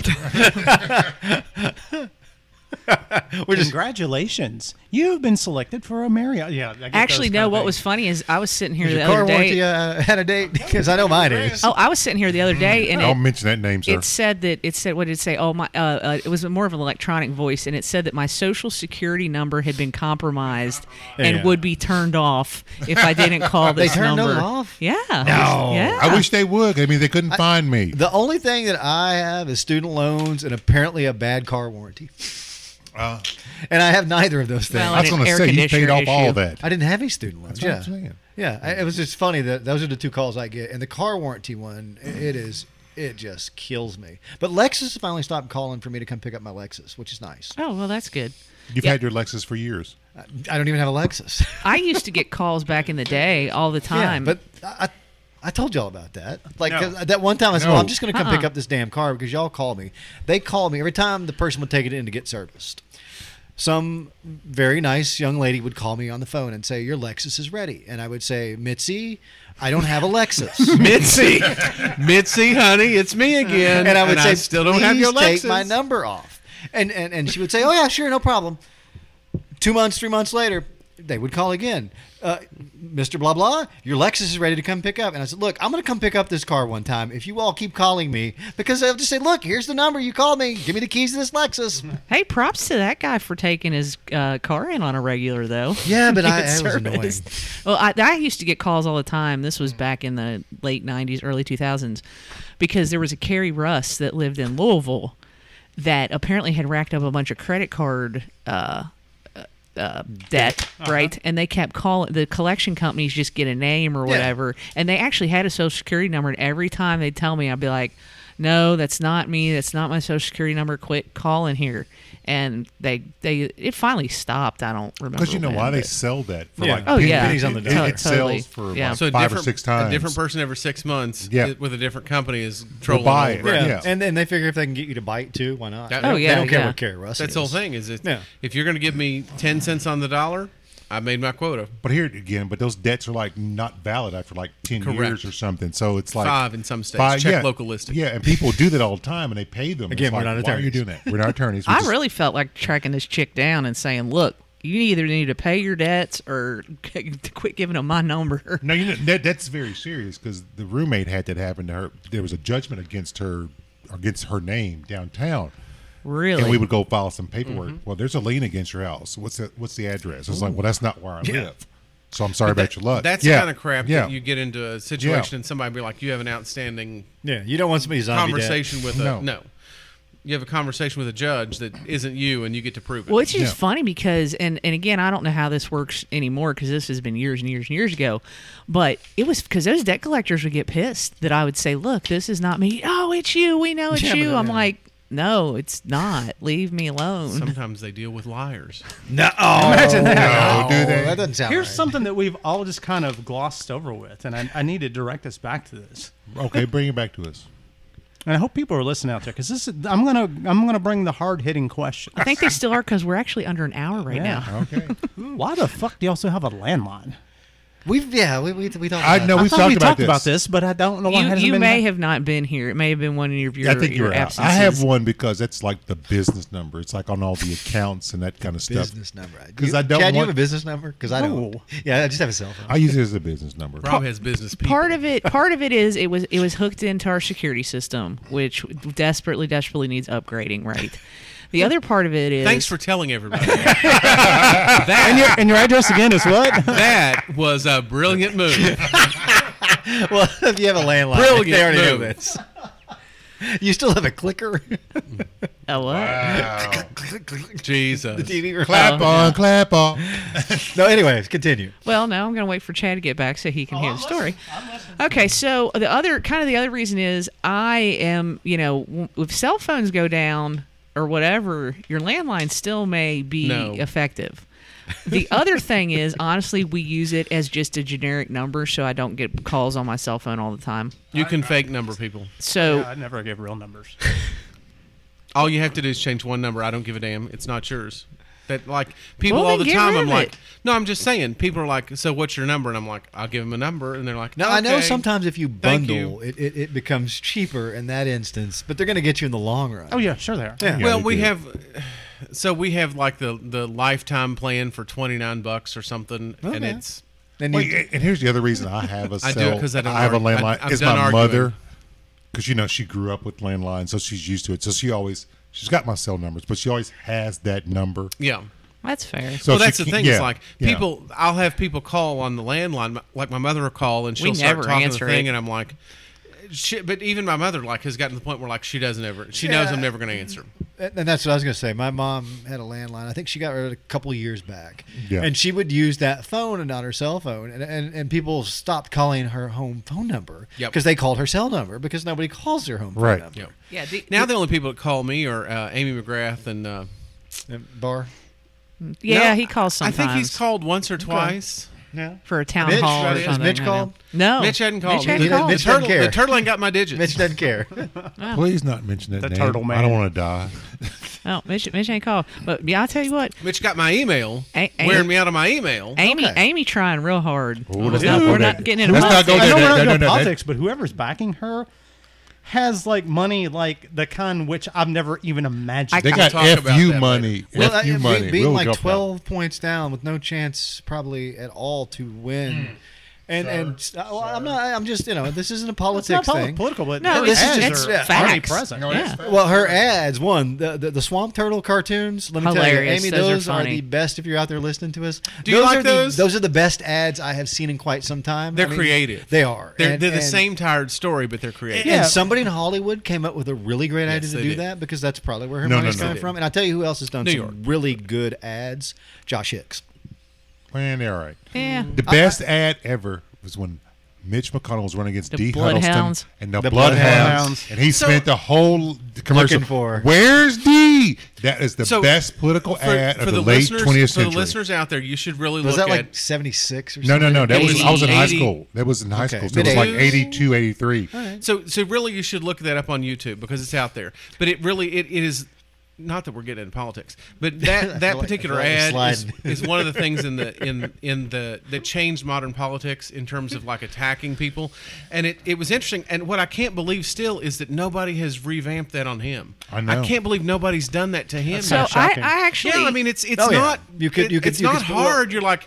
Speaker 2: We're just
Speaker 4: Congratulations, you've been selected for a Marriott. Yeah, I get those
Speaker 3: Actually,
Speaker 4: kind
Speaker 3: no.
Speaker 4: of
Speaker 3: What
Speaker 4: things.
Speaker 3: was funny is I was sitting here
Speaker 2: Is
Speaker 3: the
Speaker 2: your car
Speaker 3: other
Speaker 2: warranty
Speaker 3: day.
Speaker 2: uh, had a date? Because I know mine is.
Speaker 3: Oh, I was sitting here the other
Speaker 2: Mm.
Speaker 3: day,
Speaker 2: Oh,
Speaker 3: and
Speaker 5: Don't
Speaker 3: it,
Speaker 5: mention that name, sir.
Speaker 3: it said that it said what did it say? Oh my! Uh, uh, it was more of an electronic voice, and it said that my social security number had been compromised and
Speaker 2: Yeah.
Speaker 3: would be turned off if I didn't call
Speaker 2: They
Speaker 3: this
Speaker 2: turned them
Speaker 3: number.
Speaker 2: off?
Speaker 3: Yeah. Yeah.
Speaker 5: I wish they would. I mean, they couldn't find me.
Speaker 2: The only thing that I have is student loans and apparently a bad car warranty.
Speaker 5: Ah.
Speaker 2: and I have neither of those things.
Speaker 3: Well,
Speaker 5: I was
Speaker 3: an
Speaker 5: going to
Speaker 3: air
Speaker 5: say you paid
Speaker 3: conditioner
Speaker 5: off all
Speaker 3: issue.
Speaker 5: that.
Speaker 2: I didn't have any student loans.
Speaker 5: That's what I'm
Speaker 2: yeah,
Speaker 5: saying.
Speaker 2: yeah. I, it was just funny that those are the two calls I get, and the car warranty one. i- It is. It just kills me. But Lexus finally stopped calling for me to come pick up my Lexus, which is nice.
Speaker 3: Oh well, that's good.
Speaker 5: You've
Speaker 3: Yeah.
Speaker 5: had your Lexus for years.
Speaker 2: I, I don't even have a Lexus.
Speaker 3: I used to get calls back in the day all the
Speaker 2: yeah,
Speaker 3: time.
Speaker 2: but I, I I told y'all about that. Like
Speaker 4: No.
Speaker 2: 'cause that one time, I said, "Well,
Speaker 5: No.
Speaker 2: I'm just going to come pick up this damn car because y'all called me." They called me every time the person would take it in to get serviced. Some very nice young lady would call me on the phone and say, "Your Lexus is ready," and I would say, "Mitzi, I don't have a Lexus."
Speaker 1: Mitzi, Mitzi, honey, it's me again.
Speaker 2: and I would say,
Speaker 1: still don't have
Speaker 2: "Please
Speaker 1: your Lexus.
Speaker 2: take my number off. And, and and she would say, oh yeah, sure, no problem. Two months, three months later, they would call again. Uh, Mr. Blah blah, your Lexus is ready to come pick up. And I said, look, I'm going to come pick up this car one time if you all keep calling me because I'll just say, look, here's the number you called me. Give me the keys to this Lexus.
Speaker 3: hey, props to that guy for taking his uh, car in on a regular though.
Speaker 2: Yeah, but I,
Speaker 3: Good
Speaker 2: I was
Speaker 3: service.
Speaker 2: annoying.
Speaker 3: Well, I, I used to get calls all the time. This was back in the late '90s, early 2000s, because there was a Carrie Russ that lived in Louisville that apparently had racked up a bunch of credit card uh, uh, debt,
Speaker 5: Uh-huh.
Speaker 3: right? And they kept calling the collection companies just get a name or whatever, and they actually had a social security number. And every time they'd tell me, I'd be like, "No, that's not me. That's not my social security number. Quit calling here." And they they it finally stopped. I don't remember
Speaker 5: Because you know
Speaker 3: when,
Speaker 5: why they
Speaker 3: but-
Speaker 5: sell that for
Speaker 2: Yeah.
Speaker 5: like
Speaker 3: Oh,
Speaker 5: pennies.
Speaker 3: yeah.
Speaker 5: It-
Speaker 2: Pennies on the
Speaker 5: it-
Speaker 2: dollar.
Speaker 5: It,
Speaker 3: Totally.
Speaker 5: sells for
Speaker 3: Yeah.
Speaker 5: like
Speaker 1: So a
Speaker 5: five or
Speaker 1: different-
Speaker 5: six times.
Speaker 1: A different person every six months
Speaker 5: Yeah.
Speaker 1: with a different company is trolling.
Speaker 5: buy
Speaker 1: all
Speaker 5: it.
Speaker 1: over.
Speaker 5: Yeah.
Speaker 2: And then they figure if they can get you to bite too, why not?
Speaker 1: That-
Speaker 3: Oh,
Speaker 2: they
Speaker 3: yeah,
Speaker 2: don't care
Speaker 3: yeah.
Speaker 2: what Carrie Russ
Speaker 1: That's
Speaker 2: is.
Speaker 1: the whole thing is if,
Speaker 2: Yeah.
Speaker 1: if you're going to give me 10 cents on the dollar, I made my quota.
Speaker 5: But here again, but those debts are like not valid after like ten
Speaker 1: Correct.
Speaker 5: years or something. So it's like
Speaker 1: Five in some states. Check local listing.
Speaker 5: Yeah, and people do that all the time, and they pay them.
Speaker 2: Again,
Speaker 5: It's
Speaker 2: we're
Speaker 5: like,
Speaker 2: not
Speaker 5: Why are you
Speaker 2: attorneys.
Speaker 5: doing that? We're not attorneys. We
Speaker 3: I
Speaker 5: just-
Speaker 3: really felt like tracking this chick down and saying, "Look, you either need to pay your debts or quit giving them my number."
Speaker 5: No, you know that, that's very serious because the roommate had that happen to her. There was a judgment against her, against her name downtown.
Speaker 3: Really?
Speaker 5: And we would go file some paperwork. Well, there's a lien against your house. What's the what's the address? It's like, well, that's not where I live. So I'm sorry about your luck.
Speaker 1: That's
Speaker 5: Yeah.
Speaker 1: the kind of crap
Speaker 5: Yeah.
Speaker 1: that you get into a situation and somebody be like, you have an outstanding
Speaker 2: Yeah, you don't want somebody zombie dead.
Speaker 1: conversation with a.
Speaker 5: No.
Speaker 1: No. You have a conversation with a judge that isn't you and you get to prove it.
Speaker 3: Well, it's just
Speaker 5: Yeah.
Speaker 3: funny because, and, and again, I don't know how this works anymore because this has been years and years and years ago. But it was because those debt collectors would get pissed that I would say, look, this is not me. Oh, it's you. We know it's
Speaker 2: Yeah, but
Speaker 3: you.
Speaker 2: then-
Speaker 3: I'm like, no, it's not. Leave me alone.
Speaker 1: Sometimes they deal with liars.
Speaker 2: No, imagine
Speaker 5: that. No, do they?
Speaker 2: Oh, That doesn't sound
Speaker 4: Here's
Speaker 2: right.
Speaker 4: something that we've all just kind of glossed over with, and I, I need to direct us back to this.
Speaker 5: okay, bring it back to us.
Speaker 4: And I hope people are listening out there because this is, I'm gonna I'm gonna bring the hard hitting question.
Speaker 3: I think they still are because we're actually under an hour right
Speaker 4: Yeah.
Speaker 3: now.
Speaker 5: Okay.
Speaker 4: Why the fuck do you also have a landline?
Speaker 2: We've yeah, we we, we talked.
Speaker 5: I
Speaker 2: about
Speaker 5: know
Speaker 2: that.
Speaker 5: We've
Speaker 4: I thought
Speaker 5: talked
Speaker 4: we
Speaker 5: about
Speaker 4: talked
Speaker 5: this.
Speaker 4: about this, but I don't know why it
Speaker 3: You,
Speaker 4: hasn't
Speaker 3: you
Speaker 4: been.
Speaker 3: may have not been here. It may have been one of your, your
Speaker 5: Yeah, I think
Speaker 3: your
Speaker 5: you're out. I
Speaker 3: absences.
Speaker 5: have one because that's like the business number. It's like on all the accounts and that kind of stuff.
Speaker 2: business number. Do
Speaker 5: 'Cause
Speaker 2: you-
Speaker 5: I don't
Speaker 2: Chad, do you
Speaker 5: want-
Speaker 2: have a business number? Because I don't.
Speaker 4: No.
Speaker 2: Yeah, I just have a cell phone.
Speaker 5: I use it as a business number.
Speaker 1: Rob has business people.
Speaker 3: part of it part of it is it was it was hooked into our security system which desperately desperately needs upgrading right the other part of it is
Speaker 1: Thanks for telling everybody.
Speaker 4: and, your, and your address again is what?
Speaker 1: that was a brilliant move.
Speaker 2: well, if you have a landline,
Speaker 1: Brilliant
Speaker 2: they already know
Speaker 1: move.
Speaker 2: this. You still have a clicker?
Speaker 3: oh, what?
Speaker 1: Jesus.
Speaker 2: the TV remote.
Speaker 5: Clap on, clap on.
Speaker 2: No, anyways, continue.
Speaker 3: well no i'm gonna wait for chad to get back so he can hear the story Okay, so the other kind of the other reason is I am, you know, w- if cell phones go down or whatever, your landline still may be
Speaker 1: No.
Speaker 3: effective. The other thing is, honestly, we use it as just a generic number, so I don't get calls on my cell phone all the time.
Speaker 1: You can fake number people.
Speaker 3: So
Speaker 4: Yeah, I never give real numbers.
Speaker 1: All you have to do is change one number. I don't give a damn. It's not yours. That like people
Speaker 3: Well,
Speaker 1: all the
Speaker 3: then get
Speaker 1: time.
Speaker 3: rid
Speaker 1: I'm
Speaker 3: of
Speaker 1: like,
Speaker 3: it.
Speaker 1: no, I'm just saying. People are like, so what's your number? And I'm like, I'll give them a number, and they're like,
Speaker 2: Now I know
Speaker 1: okay.
Speaker 2: sometimes if you
Speaker 1: Thank you.
Speaker 2: bundle, it, it, it becomes cheaper in that instance, but they're going to get you in the long run.
Speaker 4: oh yeah, sure they are.
Speaker 2: Yeah.
Speaker 1: Well,
Speaker 5: they
Speaker 1: we
Speaker 5: do.
Speaker 1: have, so we have like the the lifetime plan for twenty nine bucks or something, and
Speaker 2: Okay.
Speaker 1: it's
Speaker 2: Then you-
Speaker 5: Wait, and- and here's the other reason I have a
Speaker 1: I do
Speaker 5: cell-
Speaker 1: it 'cause I don't
Speaker 5: have a
Speaker 1: argue.
Speaker 5: landline.
Speaker 1: I- I'm
Speaker 5: is
Speaker 1: done
Speaker 5: my
Speaker 1: arguing.
Speaker 5: mother because you know she grew up with landlines, so she's used to it. So she always she's got my cell numbers, but she always has that number.
Speaker 1: yeah.
Speaker 3: that's fair.
Speaker 5: So
Speaker 1: well,
Speaker 5: she
Speaker 1: that's the
Speaker 5: can't-
Speaker 1: thing.
Speaker 5: yeah,
Speaker 1: It's like
Speaker 5: yeah.
Speaker 1: people. I'll have people call on the landline. Like my mother will call, and she'll
Speaker 3: We
Speaker 1: start
Speaker 3: never
Speaker 1: talking the
Speaker 3: answer
Speaker 1: thing,
Speaker 3: it.
Speaker 1: and I'm like, she, but even my mother like has gotten to the point where like she doesn't ever. She knows I'm never going to answer.
Speaker 2: And and that's what I was going to say. My mom had a landline. I think she got rid of it a couple years back.
Speaker 5: Yeah.
Speaker 2: And she would use that phone and not her cell phone. And, and, and people stopped calling her home phone number
Speaker 1: Yep.
Speaker 2: because they called her cell number because nobody calls their home phone
Speaker 5: Right.
Speaker 2: number.
Speaker 1: Yeah.
Speaker 3: Yeah, the,
Speaker 1: Now the only people that call me are uh, Amy McGrath and uh,
Speaker 2: And Bar.
Speaker 3: yeah,
Speaker 1: no,
Speaker 3: he calls sometimes.
Speaker 1: I think he's called once or twice.
Speaker 4: Yeah.
Speaker 3: for a town
Speaker 2: Mitch,
Speaker 3: hall or
Speaker 1: right? Is
Speaker 3: something.
Speaker 2: Mitch
Speaker 3: I know.
Speaker 2: called?
Speaker 3: No,
Speaker 1: Mitch hadn't
Speaker 3: Oh.
Speaker 1: called.
Speaker 3: Mitch hadn't
Speaker 1: me.
Speaker 2: Neither-
Speaker 3: called.
Speaker 1: The
Speaker 2: Mitch didn't
Speaker 1: turtle, the
Speaker 2: care.
Speaker 1: turtle ain't got my digits.
Speaker 2: Mitch doesn't care.
Speaker 5: Please not mention that
Speaker 4: The
Speaker 5: name.
Speaker 4: turtle
Speaker 5: I
Speaker 4: man.
Speaker 5: don't want to die.
Speaker 3: Oh, Mitch, Mitch ain't called. But yeah, I'll tell you what,
Speaker 1: Mitch got my email,
Speaker 3: A- A-
Speaker 1: wearing me out of my email.
Speaker 3: Amy,
Speaker 2: Okay.
Speaker 3: Amy trying real hard.
Speaker 5: Oh, let's
Speaker 3: Let's not-
Speaker 5: not go
Speaker 3: we're
Speaker 5: there.
Speaker 3: not getting into
Speaker 5: Let's not
Speaker 3: politics.
Speaker 5: go
Speaker 4: I
Speaker 5: there.
Speaker 4: know
Speaker 5: No,
Speaker 4: we're not
Speaker 5: no,
Speaker 4: doing
Speaker 5: no, that-
Speaker 4: politics, but whoever's backing her has like money like the kind which I've never even imagined.
Speaker 5: They
Speaker 1: We'll
Speaker 5: got
Speaker 1: talk about that
Speaker 5: fu
Speaker 1: later.
Speaker 5: money.
Speaker 2: I-
Speaker 5: fu
Speaker 2: be-
Speaker 5: money.
Speaker 2: being
Speaker 5: We'll go
Speaker 2: like
Speaker 5: for it.
Speaker 2: 12 points down with no chance probably at all to win. And and uh, well, I'm not. I'm just you know this isn't a
Speaker 4: it's not
Speaker 2: politics
Speaker 4: poli-
Speaker 2: thing.
Speaker 4: political, but
Speaker 3: No,
Speaker 4: her
Speaker 3: this
Speaker 2: is
Speaker 4: ads
Speaker 2: just-
Speaker 4: are
Speaker 2: it's
Speaker 4: already
Speaker 3: facts.
Speaker 4: present.
Speaker 3: No, it's
Speaker 2: Well, her ads, one the, the the Swamp Turtle cartoons. Let me
Speaker 3: Hilarious.
Speaker 2: tell you, Amy,
Speaker 3: Those are
Speaker 2: those, are,
Speaker 3: funny.
Speaker 2: the best. If you're out there listening to us,
Speaker 1: Do you like
Speaker 2: are
Speaker 1: those?
Speaker 2: The, those are the best ads I have seen in quite some time.
Speaker 1: They're
Speaker 2: I mean,
Speaker 1: creative.
Speaker 2: They are.
Speaker 1: They're,
Speaker 2: And-
Speaker 1: they're the
Speaker 2: and-
Speaker 1: same tired story, but they're creative.
Speaker 4: Yeah.
Speaker 2: And somebody in Hollywood came up with a really great
Speaker 1: Yes,
Speaker 2: idea to
Speaker 1: they
Speaker 2: do
Speaker 1: did.
Speaker 2: that because that's probably where her
Speaker 5: No, no,
Speaker 2: money's
Speaker 5: no.
Speaker 2: coming
Speaker 5: They
Speaker 2: from. And I tell you who else has done
Speaker 1: New
Speaker 2: some
Speaker 1: York.
Speaker 2: really good ads? Josh Hicks.
Speaker 5: Man, they're all right.
Speaker 3: Yeah.
Speaker 5: The best ad ever was when Mitch McConnell was running against
Speaker 3: The
Speaker 5: D.
Speaker 3: Bloodhounds.
Speaker 5: Huddleston and the,
Speaker 2: The
Speaker 5: Bloodhounds,
Speaker 4: Bloodhounds.
Speaker 5: and he spent the whole commercial
Speaker 2: Looking for-
Speaker 5: "Where's D?" That is the
Speaker 1: So,
Speaker 5: best political
Speaker 1: For,
Speaker 5: ad
Speaker 1: for
Speaker 5: of
Speaker 1: the,
Speaker 5: the, late
Speaker 1: listeners,
Speaker 5: twentieth
Speaker 1: for the
Speaker 5: century.
Speaker 1: listeners out there, you should really
Speaker 2: Was
Speaker 1: look
Speaker 2: that like
Speaker 1: at.
Speaker 2: 76 or
Speaker 5: no, no,
Speaker 2: something?
Speaker 5: no. That was I was in high
Speaker 1: 80.
Speaker 5: school. That was in high
Speaker 2: Okay,
Speaker 5: school. So it was like
Speaker 1: mid-eighties.
Speaker 5: 82, 83.
Speaker 1: So, so really, you should look that up on YouTube because it's out there. But it really, it, it is not that we're getting into politics, but that that
Speaker 2: like-
Speaker 1: particular
Speaker 2: I feel like
Speaker 1: ad
Speaker 2: we're
Speaker 1: is,
Speaker 2: sliding.
Speaker 1: is one of the things in the in in the that changed modern politics in terms of like attacking people, and it it was interesting. And what I can't believe still is that nobody has revamped that on him.
Speaker 5: I know.
Speaker 1: I can't believe nobody's done that to him.
Speaker 3: So I,
Speaker 4: shocking.
Speaker 3: I actually,
Speaker 1: Yeah, I mean it's it's
Speaker 2: Oh, yeah.
Speaker 1: not
Speaker 2: You could-
Speaker 1: it-
Speaker 2: you could-
Speaker 1: it's
Speaker 2: you could
Speaker 1: not
Speaker 2: split it up.
Speaker 1: hard. You're like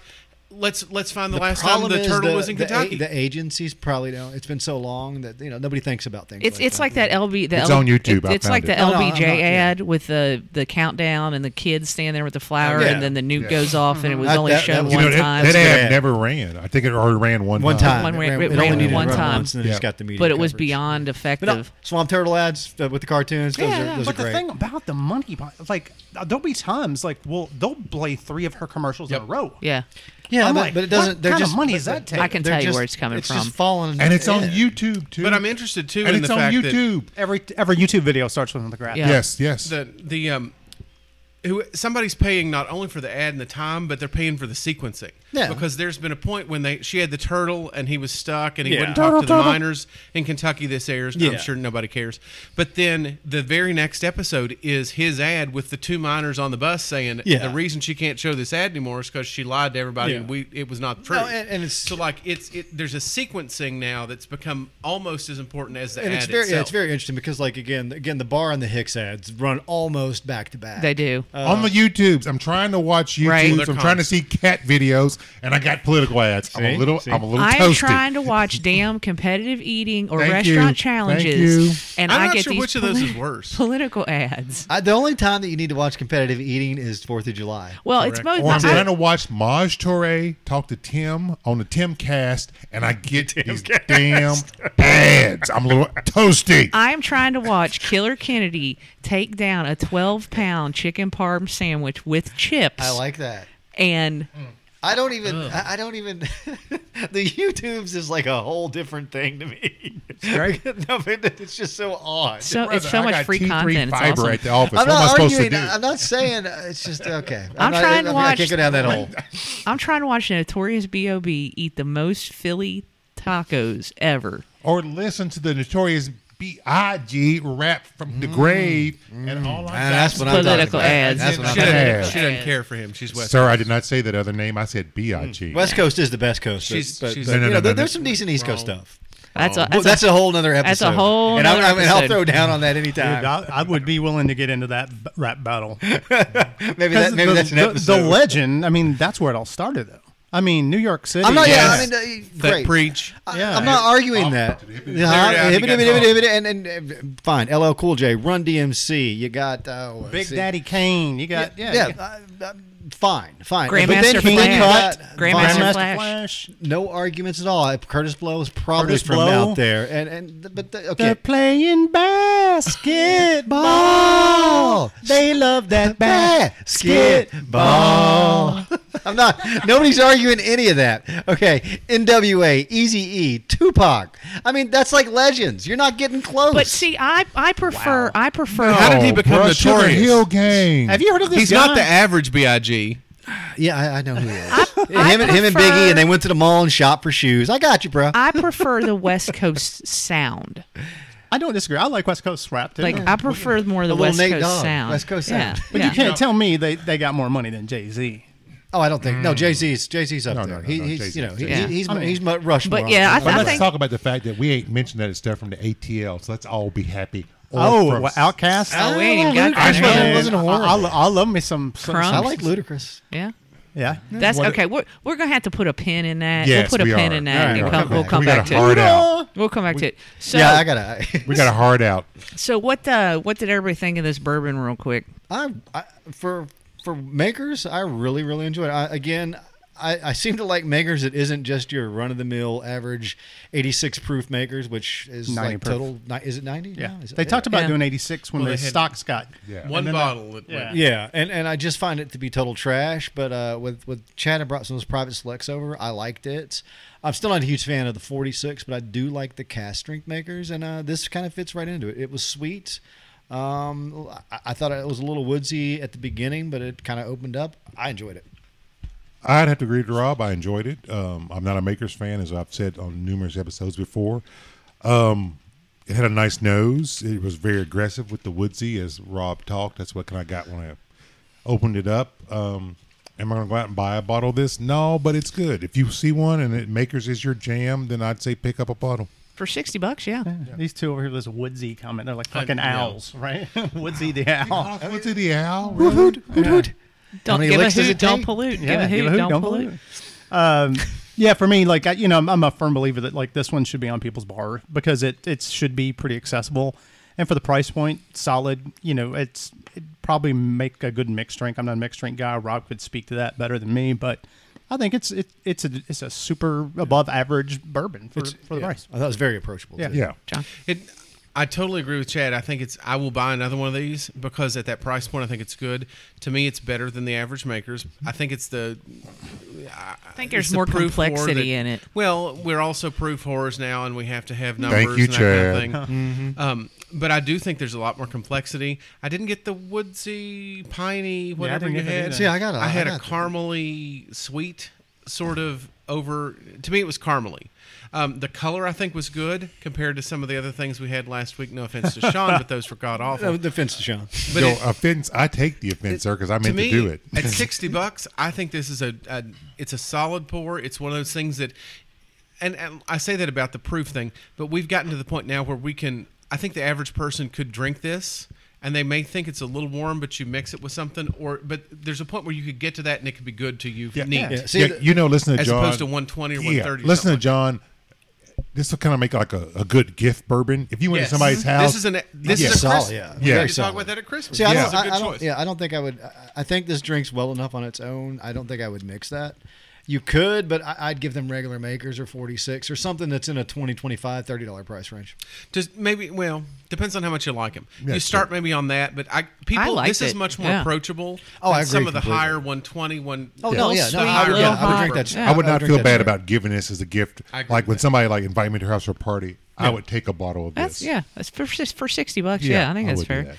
Speaker 1: let's let's find the, last time
Speaker 2: problem
Speaker 1: the
Speaker 2: is
Speaker 1: turtle
Speaker 2: the-
Speaker 1: was in
Speaker 2: the a-
Speaker 1: Kentucky.
Speaker 2: The, agencies probably don't. It's been so long that you know nobody thinks about things.
Speaker 3: it's
Speaker 2: like
Speaker 3: it's
Speaker 2: that.
Speaker 3: like that LB. The
Speaker 5: It's
Speaker 3: L-
Speaker 5: on YouTube. I
Speaker 3: it's
Speaker 5: found
Speaker 3: like the
Speaker 5: it.
Speaker 2: No, no, I'm
Speaker 3: LBJ
Speaker 2: not- yeah.
Speaker 3: ad with the the countdown and the kids standing there with the flower,
Speaker 2: Yeah.
Speaker 3: and then the nuke
Speaker 5: Yeah.
Speaker 3: goes off, and it was
Speaker 2: That-
Speaker 3: only
Speaker 2: that-
Speaker 3: shown
Speaker 2: that-
Speaker 5: You
Speaker 3: one
Speaker 5: know,
Speaker 3: time.
Speaker 5: that, that
Speaker 2: Yeah.
Speaker 5: ad never ran. I think it already ran one,
Speaker 2: one time.
Speaker 3: One
Speaker 2: it,
Speaker 3: ran- it
Speaker 2: it
Speaker 3: ran
Speaker 2: only needed
Speaker 3: one
Speaker 2: to run
Speaker 3: time.
Speaker 2: once, and then it
Speaker 5: Yeah.
Speaker 2: just got the media
Speaker 3: but it was
Speaker 2: coverage.
Speaker 3: beyond
Speaker 2: But no,
Speaker 3: effective.
Speaker 2: Swamp Turtle ads uh, with the cartoons. Those
Speaker 3: Yeah,
Speaker 2: are, those
Speaker 4: But
Speaker 2: are
Speaker 4: the
Speaker 2: great.
Speaker 4: thing about the money, behind- like uh, there'll be times like well they'll play three of her commercials in a row.
Speaker 3: Yeah,
Speaker 2: yeah,
Speaker 4: I'm
Speaker 2: but,
Speaker 4: like,
Speaker 2: but it doesn't.
Speaker 4: what
Speaker 2: they're
Speaker 4: kind of
Speaker 2: just
Speaker 4: money
Speaker 2: but-
Speaker 4: is that
Speaker 2: but
Speaker 4: taking?
Speaker 3: I can
Speaker 2: they're
Speaker 3: tell you
Speaker 2: just-
Speaker 3: where it's coming
Speaker 2: it's
Speaker 3: from.
Speaker 2: Just falling,
Speaker 5: and it's on
Speaker 2: in.
Speaker 5: YouTube too.
Speaker 1: but I'm interested too
Speaker 5: and
Speaker 1: in
Speaker 5: it's
Speaker 1: the
Speaker 5: on
Speaker 1: fact that
Speaker 5: YouTube.
Speaker 4: Every every YouTube video starts with the graph.
Speaker 3: Yeah.
Speaker 5: Yes, yes.
Speaker 1: the the um who somebody's paying not only for the ad and the time, but they're paying for the sequencing.
Speaker 2: Yeah.
Speaker 1: Because there's been a point when they she had the turtle and he was stuck and he
Speaker 2: Yeah.
Speaker 1: wouldn't talk
Speaker 4: Turtle,
Speaker 1: to the
Speaker 4: turtle.
Speaker 1: miners in Kentucky this airs. I'm
Speaker 2: Yeah.
Speaker 1: sure nobody cares. But then the very next episode is his ad with the two miners on the bus saying
Speaker 2: Yeah.
Speaker 1: the reason she can't show this ad anymore is because she lied to everybody and
Speaker 2: Yeah.
Speaker 1: we it was not true.
Speaker 2: and- and it's-
Speaker 1: so like it's it there's a sequencing now that's become almost as important as the
Speaker 2: And
Speaker 1: ad
Speaker 2: it's very, yeah,
Speaker 1: itself.
Speaker 2: it's very interesting because, like again, again, the bar and the Hicks ads run almost back to back.
Speaker 3: they do.
Speaker 2: Uh,
Speaker 5: on the YouTubes. I'm trying to watch YouTubes.
Speaker 3: Right.
Speaker 5: I'm trying to see cat videos, and I got political ads. I'm
Speaker 2: See?
Speaker 5: a little,
Speaker 2: See?
Speaker 5: I'm a little
Speaker 3: I am
Speaker 5: toasty.
Speaker 3: trying to watch damn competitive eating or
Speaker 5: Thank
Speaker 3: restaurant
Speaker 5: you.
Speaker 3: challenges,
Speaker 5: Thank
Speaker 3: and
Speaker 1: I'm
Speaker 3: I
Speaker 1: not
Speaker 3: get
Speaker 1: sure
Speaker 3: these
Speaker 1: which of those is
Speaker 3: polit-
Speaker 1: worse.
Speaker 3: Political ads.
Speaker 2: I, the only time that you need to watch competitive eating is Fourth of July.
Speaker 3: Well, it's both.
Speaker 5: or I'm
Speaker 3: I-
Speaker 5: trying to watch Maj Touré talk to Tim on the Tim Cast, and I get these damn ads. I'm a little toasty.
Speaker 3: I'm trying to watch Killer Kennedy take down a 12 pound chicken parm sandwich with chips.
Speaker 1: Mm.
Speaker 2: I like that.
Speaker 3: and
Speaker 2: I don't even. I I don't even. the YouTubes is like a whole different thing to me.
Speaker 3: great.
Speaker 2: No, but it's just so odd.
Speaker 3: So
Speaker 5: Brother,
Speaker 3: it's so
Speaker 5: I
Speaker 3: much
Speaker 5: got
Speaker 3: free
Speaker 5: T3
Speaker 3: content. It's
Speaker 5: fiber
Speaker 3: awesome.
Speaker 5: at the office.
Speaker 2: I'm
Speaker 5: what am I
Speaker 2: not
Speaker 5: supposed to
Speaker 2: arguing.
Speaker 5: do?
Speaker 2: I'm not saying uh, it's just okay.
Speaker 3: I'm
Speaker 2: not-
Speaker 3: trying to
Speaker 2: I mean, I
Speaker 3: watch-
Speaker 2: can't go down that hole.
Speaker 3: I'm trying to watch Notorious B.O.B. eat the most Philly tacos ever.
Speaker 5: or listen to the notorious B.I.G. rap from the grave,
Speaker 2: Mm,
Speaker 5: and all I got
Speaker 2: Man, that's
Speaker 5: is
Speaker 2: what I'm talking
Speaker 3: Political
Speaker 2: about.
Speaker 3: ads.
Speaker 2: That's what I'm
Speaker 1: she,
Speaker 2: talking about.
Speaker 5: Yeah.
Speaker 1: doesn't, she doesn't care for him. She's West.
Speaker 5: Sir, I did not say that other name. I said B.I.G.
Speaker 2: West Coast is the best coast. but-
Speaker 1: She's-
Speaker 2: but,
Speaker 1: she's-
Speaker 2: but,
Speaker 5: No, no,
Speaker 2: you
Speaker 5: no,
Speaker 2: know,
Speaker 5: no,
Speaker 2: there-
Speaker 5: no.
Speaker 2: there's some decent East Coast stuff.
Speaker 3: That's
Speaker 5: Oh.
Speaker 3: a
Speaker 2: Well,
Speaker 3: that's,
Speaker 2: that's
Speaker 3: a,
Speaker 2: a whole other episode.
Speaker 3: that's a whole
Speaker 2: And I'm,
Speaker 3: nother
Speaker 2: I mean, I'll
Speaker 3: episode.
Speaker 2: throw down on that
Speaker 4: Dude,
Speaker 2: anytime.
Speaker 4: I, I would be willing to get into that b- rap battle.
Speaker 2: maybe that, maybe
Speaker 4: the,
Speaker 2: that's an
Speaker 4: the-
Speaker 2: episode.
Speaker 4: the legend. I mean, that's where it all started, though. I mean, New York City.
Speaker 2: I'm not. Yeah,
Speaker 1: Yes.
Speaker 2: I mean, uh,
Speaker 1: that
Speaker 2: great.
Speaker 1: preach.
Speaker 2: I-
Speaker 4: Yeah.
Speaker 2: I'm not arguing
Speaker 5: Off
Speaker 2: that.
Speaker 5: to the
Speaker 2: Yeah,
Speaker 5: hippity.
Speaker 1: Clear it out,
Speaker 2: hippity,
Speaker 1: you got
Speaker 2: hibbity,
Speaker 1: Hawk.
Speaker 2: hibbity, and, and, and uh, fine. LL Cool J, Run DMC. You got uh, what,
Speaker 4: Big
Speaker 2: see-
Speaker 4: Daddy Kane. You got yeah.
Speaker 2: Yeah,
Speaker 4: you got-
Speaker 2: uh, uh, fine, fine.
Speaker 3: Grandmaster
Speaker 2: but then,
Speaker 3: Flash.
Speaker 2: then you got
Speaker 3: Grandmaster
Speaker 2: fine.
Speaker 4: Grandmaster
Speaker 3: Flash.
Speaker 4: Flash.
Speaker 2: No arguments at all. I- Curtis Blow is probably
Speaker 4: Curtis
Speaker 2: from
Speaker 4: Blow.
Speaker 2: out there, and and but the, okay.
Speaker 4: They're playing basketball. they love that basketball.
Speaker 2: I'm not. Nobody's arguing any of that. Okay, NWA, Easy E, Tupac. I mean, that's like legends. You're not getting close.
Speaker 3: But see, I I prefer I prefer
Speaker 1: How did he
Speaker 5: Oh,
Speaker 1: become
Speaker 5: bruh, Sugar
Speaker 1: notorious?
Speaker 5: Hill Gang.
Speaker 4: Have you heard of this
Speaker 1: He's
Speaker 4: guy?
Speaker 1: not the average Big.
Speaker 2: yeah, I, I know who he is.
Speaker 3: I
Speaker 2: him, and him and Biggie,
Speaker 3: prefer-
Speaker 2: and they went to the mall and shopped for shoes. I got you, bro.
Speaker 3: I prefer the West Coast sound.
Speaker 4: I don't disagree. I like West Coast rap too.
Speaker 3: Like I prefer more the
Speaker 2: little
Speaker 3: West
Speaker 2: Nate
Speaker 3: Coast
Speaker 2: Dogg,
Speaker 3: sound.
Speaker 2: West Coast
Speaker 3: Yeah,
Speaker 2: sound.
Speaker 4: but
Speaker 3: yeah.
Speaker 4: you can't tell me they, they got more money than Jay Z.
Speaker 2: Oh, I don't think. No, Jay Z's Jay Z's up
Speaker 5: Hmm. No,
Speaker 2: there.
Speaker 5: no, no,
Speaker 2: he,
Speaker 5: no,
Speaker 2: he's
Speaker 5: Jay-Z,
Speaker 2: you know he,
Speaker 3: Jay-Z.
Speaker 2: he's
Speaker 4: I mean-
Speaker 2: he's Mut Rushmore.
Speaker 3: But yeah, I,
Speaker 5: But
Speaker 3: I
Speaker 5: let's
Speaker 3: think
Speaker 5: talk about the fact that we ain't mentioned that it's stuff from the ATL, so let's all be happy. Or
Speaker 4: Oh,
Speaker 5: from-
Speaker 4: well, Outcast.
Speaker 3: Oh, we ain't even got
Speaker 2: I
Speaker 3: there
Speaker 2: know.
Speaker 3: yet.
Speaker 2: It wasn't
Speaker 4: I,
Speaker 2: horrible.
Speaker 4: I, lo- I love me some. some
Speaker 3: Crumb.
Speaker 2: I
Speaker 4: some-
Speaker 2: like Ludacris.
Speaker 3: Yeah.
Speaker 4: Yeah.
Speaker 3: That's
Speaker 5: What-
Speaker 3: okay. We're, we're gonna have to put a pin in that.
Speaker 5: Yes,
Speaker 3: we'll put
Speaker 5: we
Speaker 3: a pin
Speaker 5: are.
Speaker 3: in that,
Speaker 2: All
Speaker 3: and
Speaker 2: right,
Speaker 3: come,
Speaker 2: okay.
Speaker 3: we'll come
Speaker 5: we
Speaker 3: back
Speaker 5: got
Speaker 3: to
Speaker 5: a hard
Speaker 3: it.
Speaker 5: out.
Speaker 3: We'll come back to it. So,
Speaker 2: yeah, I gotta.
Speaker 5: We got a hard out.
Speaker 3: so what? Uh, what did everybody think of this bourbon, real quick?
Speaker 2: I, I for for makers, I really really enjoy it. I, again, I, I seem to like makers that isn't just your run of the mill average eighty six proof makers, which is
Speaker 4: 90
Speaker 2: like
Speaker 4: proof.
Speaker 2: total. ni- Is it ninety?
Speaker 4: Yeah.
Speaker 2: Is it-
Speaker 4: They talked about
Speaker 3: Yeah.
Speaker 4: doing 86 when
Speaker 1: Well,
Speaker 4: the
Speaker 1: they had-
Speaker 4: stocks got.
Speaker 5: Yeah.
Speaker 1: One
Speaker 4: And then
Speaker 1: bottle. that
Speaker 4: Yeah.
Speaker 1: went-
Speaker 2: Yeah, and, and I just find it to be total trash. But uh, with with Chad had brought some of those private selects over. I liked it. I'm still not a huge fan of the 46, but I do like the cast drink makers, and uh, this kind of fits right into it. It was sweet. Um, I, I thought it was a little woodsy at the beginning, but it kind of opened up. I enjoyed it.
Speaker 5: I'd have to agree with Rob. I enjoyed it. Um, I'm not a Makers fan, as I've said on numerous episodes before. Um, it had a nice nose. It was very aggressive with the woodsy, as Rob talked. That's what kind of got when I opened it up. Um, am I going to go out and buy a bottle of this? No, but it's good. If you see one and it, Makers is your jam, then I'd say pick up a bottle.
Speaker 3: For sixty bucks, yeah.
Speaker 4: These two over here, this woodsy comment. They're like
Speaker 1: I-
Speaker 4: fucking
Speaker 1: yeah.
Speaker 4: owls, right? woodsy the owl.
Speaker 5: Woodsy the owl. Really?
Speaker 3: Don't
Speaker 2: many
Speaker 3: give a
Speaker 2: licks does
Speaker 3: hoot,
Speaker 2: it
Speaker 3: don't
Speaker 2: take?
Speaker 3: pollute.
Speaker 4: Yeah,
Speaker 3: give a hoot, don't, pollute.
Speaker 4: Um, yeah, for me, like I, you know, I'm, I'm a firm believer that like this one should be on people's bar because it it should be pretty accessible, and for the price point, solid. You know, it's it'd probably make a good mixed drink. I'm not a mixed drink guy. Rob could speak to that better than me, but I think it's it, it's a it's a super above average bourbon for, for the price.
Speaker 2: I thought it was very approachable.
Speaker 4: Yeah.
Speaker 2: too.
Speaker 5: Yeah.
Speaker 3: John,
Speaker 1: It, I totally agree with Chad. I think it's. I will buy another one of these because at that price point, I think it's good. To me, it's better than the average makers. I think it's the.
Speaker 3: I think
Speaker 1: it's
Speaker 3: there's
Speaker 1: the
Speaker 3: more
Speaker 1: proof whore
Speaker 3: complexity
Speaker 1: that-
Speaker 3: in it.
Speaker 1: Well, we're also proof whores now, and we have to have numbers
Speaker 5: Thank you, Uh-huh.
Speaker 1: and that kind of thing. um, but I do think there's a lot more complexity. I didn't get the woodsy, piney, whatever
Speaker 4: didn't
Speaker 1: you
Speaker 4: get that
Speaker 1: had.
Speaker 4: either.
Speaker 2: See, I got a-
Speaker 1: I had
Speaker 2: I
Speaker 1: a
Speaker 2: got-
Speaker 1: caramely sweet sort of over. To me, it was caramely. Um, the color I think was good compared to some of the other things we had last week. No offense to Sean, but those were god
Speaker 2: No,
Speaker 1: awful.
Speaker 2: the fence to Sean.
Speaker 1: But
Speaker 5: Yo,
Speaker 1: it-
Speaker 5: offense. I take the offense, sir, because I meant to, do it.
Speaker 1: at sixty bucks, I think this is a, a it's a solid pour. It's one of those things that, and, and I say that about the proof thing, but we've gotten to the point now where we can. I think the average person could drink this, and they may think it's a little warm, but you mix it with something, or but there's a point where you could get to that, and it could be good to you. neat.
Speaker 2: Yeah. See,
Speaker 5: Yeah,
Speaker 2: the-
Speaker 5: you know, listen to
Speaker 1: As
Speaker 5: John.
Speaker 1: opposed to 120 or 130 or
Speaker 5: Listen to
Speaker 1: something.
Speaker 5: John. This will kind of make like a, a good gift bourbon. If you went
Speaker 1: Yes.
Speaker 5: to somebody's house,
Speaker 1: This is an e- this
Speaker 2: Yeah,
Speaker 1: is a
Speaker 2: solid,
Speaker 1: Christ-
Speaker 2: yeah.
Speaker 1: We
Speaker 5: Yeah.
Speaker 1: had
Speaker 5: Very
Speaker 1: to talk
Speaker 2: solid.
Speaker 1: about that at Christmas.
Speaker 2: See, I
Speaker 1: This
Speaker 2: don't,
Speaker 1: is a
Speaker 2: I,
Speaker 1: good
Speaker 2: I don't,
Speaker 1: choice.
Speaker 2: yeah, I don't think I would. I- I think this drink's well enough on its own. I don't think I would mix that. You could, but I, I'd give them regular makers or 46 or something that's in a 20 25 $30 price range.
Speaker 1: Just maybe. Well, depends on how much you like them.
Speaker 5: Yeah,
Speaker 1: you start maybe on that, but I people
Speaker 3: I like
Speaker 1: this is
Speaker 3: it.
Speaker 1: much more
Speaker 3: Yeah.
Speaker 1: approachable.
Speaker 2: Oh, I
Speaker 1: than Some
Speaker 2: agree
Speaker 1: of the
Speaker 2: completely.
Speaker 1: higher 120, one.
Speaker 2: Oh, no, yeah. No, I, would,
Speaker 1: higher
Speaker 2: yeah,
Speaker 1: end
Speaker 2: I would
Speaker 1: popper.
Speaker 2: drink that.
Speaker 3: Yeah.
Speaker 5: I would not
Speaker 2: drink
Speaker 5: feel
Speaker 2: that
Speaker 5: bad
Speaker 2: straight.
Speaker 5: about giving this as a gift.
Speaker 1: I agree
Speaker 5: Like
Speaker 1: with
Speaker 5: when
Speaker 1: that.
Speaker 5: somebody like invited me to her house for a party, I would take a bottle of
Speaker 3: That's
Speaker 5: this.
Speaker 3: yeah. That's for for sixty bucks. Yeah, I think that's
Speaker 5: would do
Speaker 3: fair.
Speaker 5: that.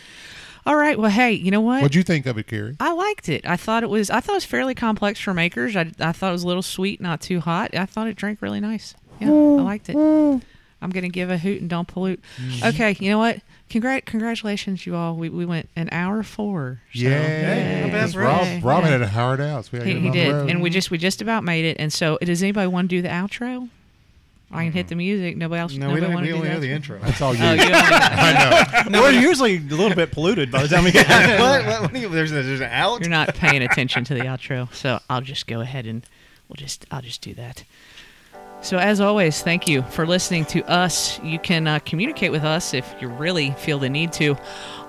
Speaker 3: All right. Well, hey, you know what?
Speaker 5: What'd you think of it, Carrie?
Speaker 3: I liked it. I thought it was. I thought it was fairly complex for makers. I, I thought it was a little sweet, not too hot. I thought it drank really nice. Yeah, I liked it. I'm gonna give a hoot and don't pollute.
Speaker 2: Mm-hmm.
Speaker 3: Okay, you know what? Congrat, congratulations, you all. We, we went an hour four. So,
Speaker 5: yeah,
Speaker 3: yay.
Speaker 5: That's Rob,
Speaker 3: Yay.
Speaker 5: Rob
Speaker 3: Yeah.
Speaker 5: had a hard house. We had to
Speaker 3: He,
Speaker 5: get him
Speaker 3: he
Speaker 5: on the
Speaker 3: did,
Speaker 5: road.
Speaker 3: and we just we just about made it. And so, does anybody want to do the outro? I can hit the music. Nobody else.
Speaker 2: Mm-hmm. No, we
Speaker 3: nobody
Speaker 2: don't.
Speaker 3: want
Speaker 2: We
Speaker 3: to do
Speaker 2: only
Speaker 3: the
Speaker 2: know the
Speaker 3: outro?
Speaker 2: intro.
Speaker 5: That's all you.
Speaker 3: Oh, you don't-
Speaker 4: We're usually a little bit polluted by the time we get there.
Speaker 2: what? what, what do you- there's, a, there's an out.
Speaker 3: You're not paying attention to the outro, so I'll just go ahead and we'll just I'll just do that. So as always, thank you for listening to us. You can uh, communicate with us if you really feel the need to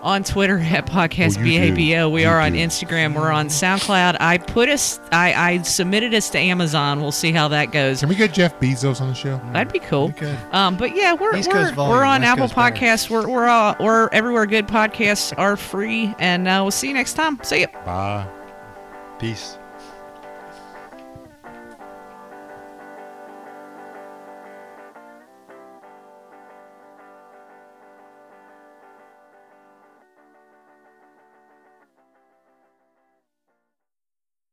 Speaker 3: on Twitter at podcast
Speaker 5: Oh, you do.
Speaker 3: BABO. We
Speaker 5: You
Speaker 3: are on
Speaker 5: do.
Speaker 3: Instagram. We're on SoundCloud. I put us I, I submitted us to Amazon. We'll see how that goes.
Speaker 5: Can we get Jeff Bezos on the show?
Speaker 3: That'd be cool.
Speaker 2: could.
Speaker 3: Um, but yeah, we're
Speaker 2: East
Speaker 3: we're,
Speaker 2: Coast volume,
Speaker 3: we're on
Speaker 2: West
Speaker 3: Apple
Speaker 2: Coast volume.
Speaker 3: Podcasts. We're we're all, we're everywhere. Good podcasts are free, and uh, we'll see you next time. See ya.
Speaker 5: Bye.
Speaker 2: Peace.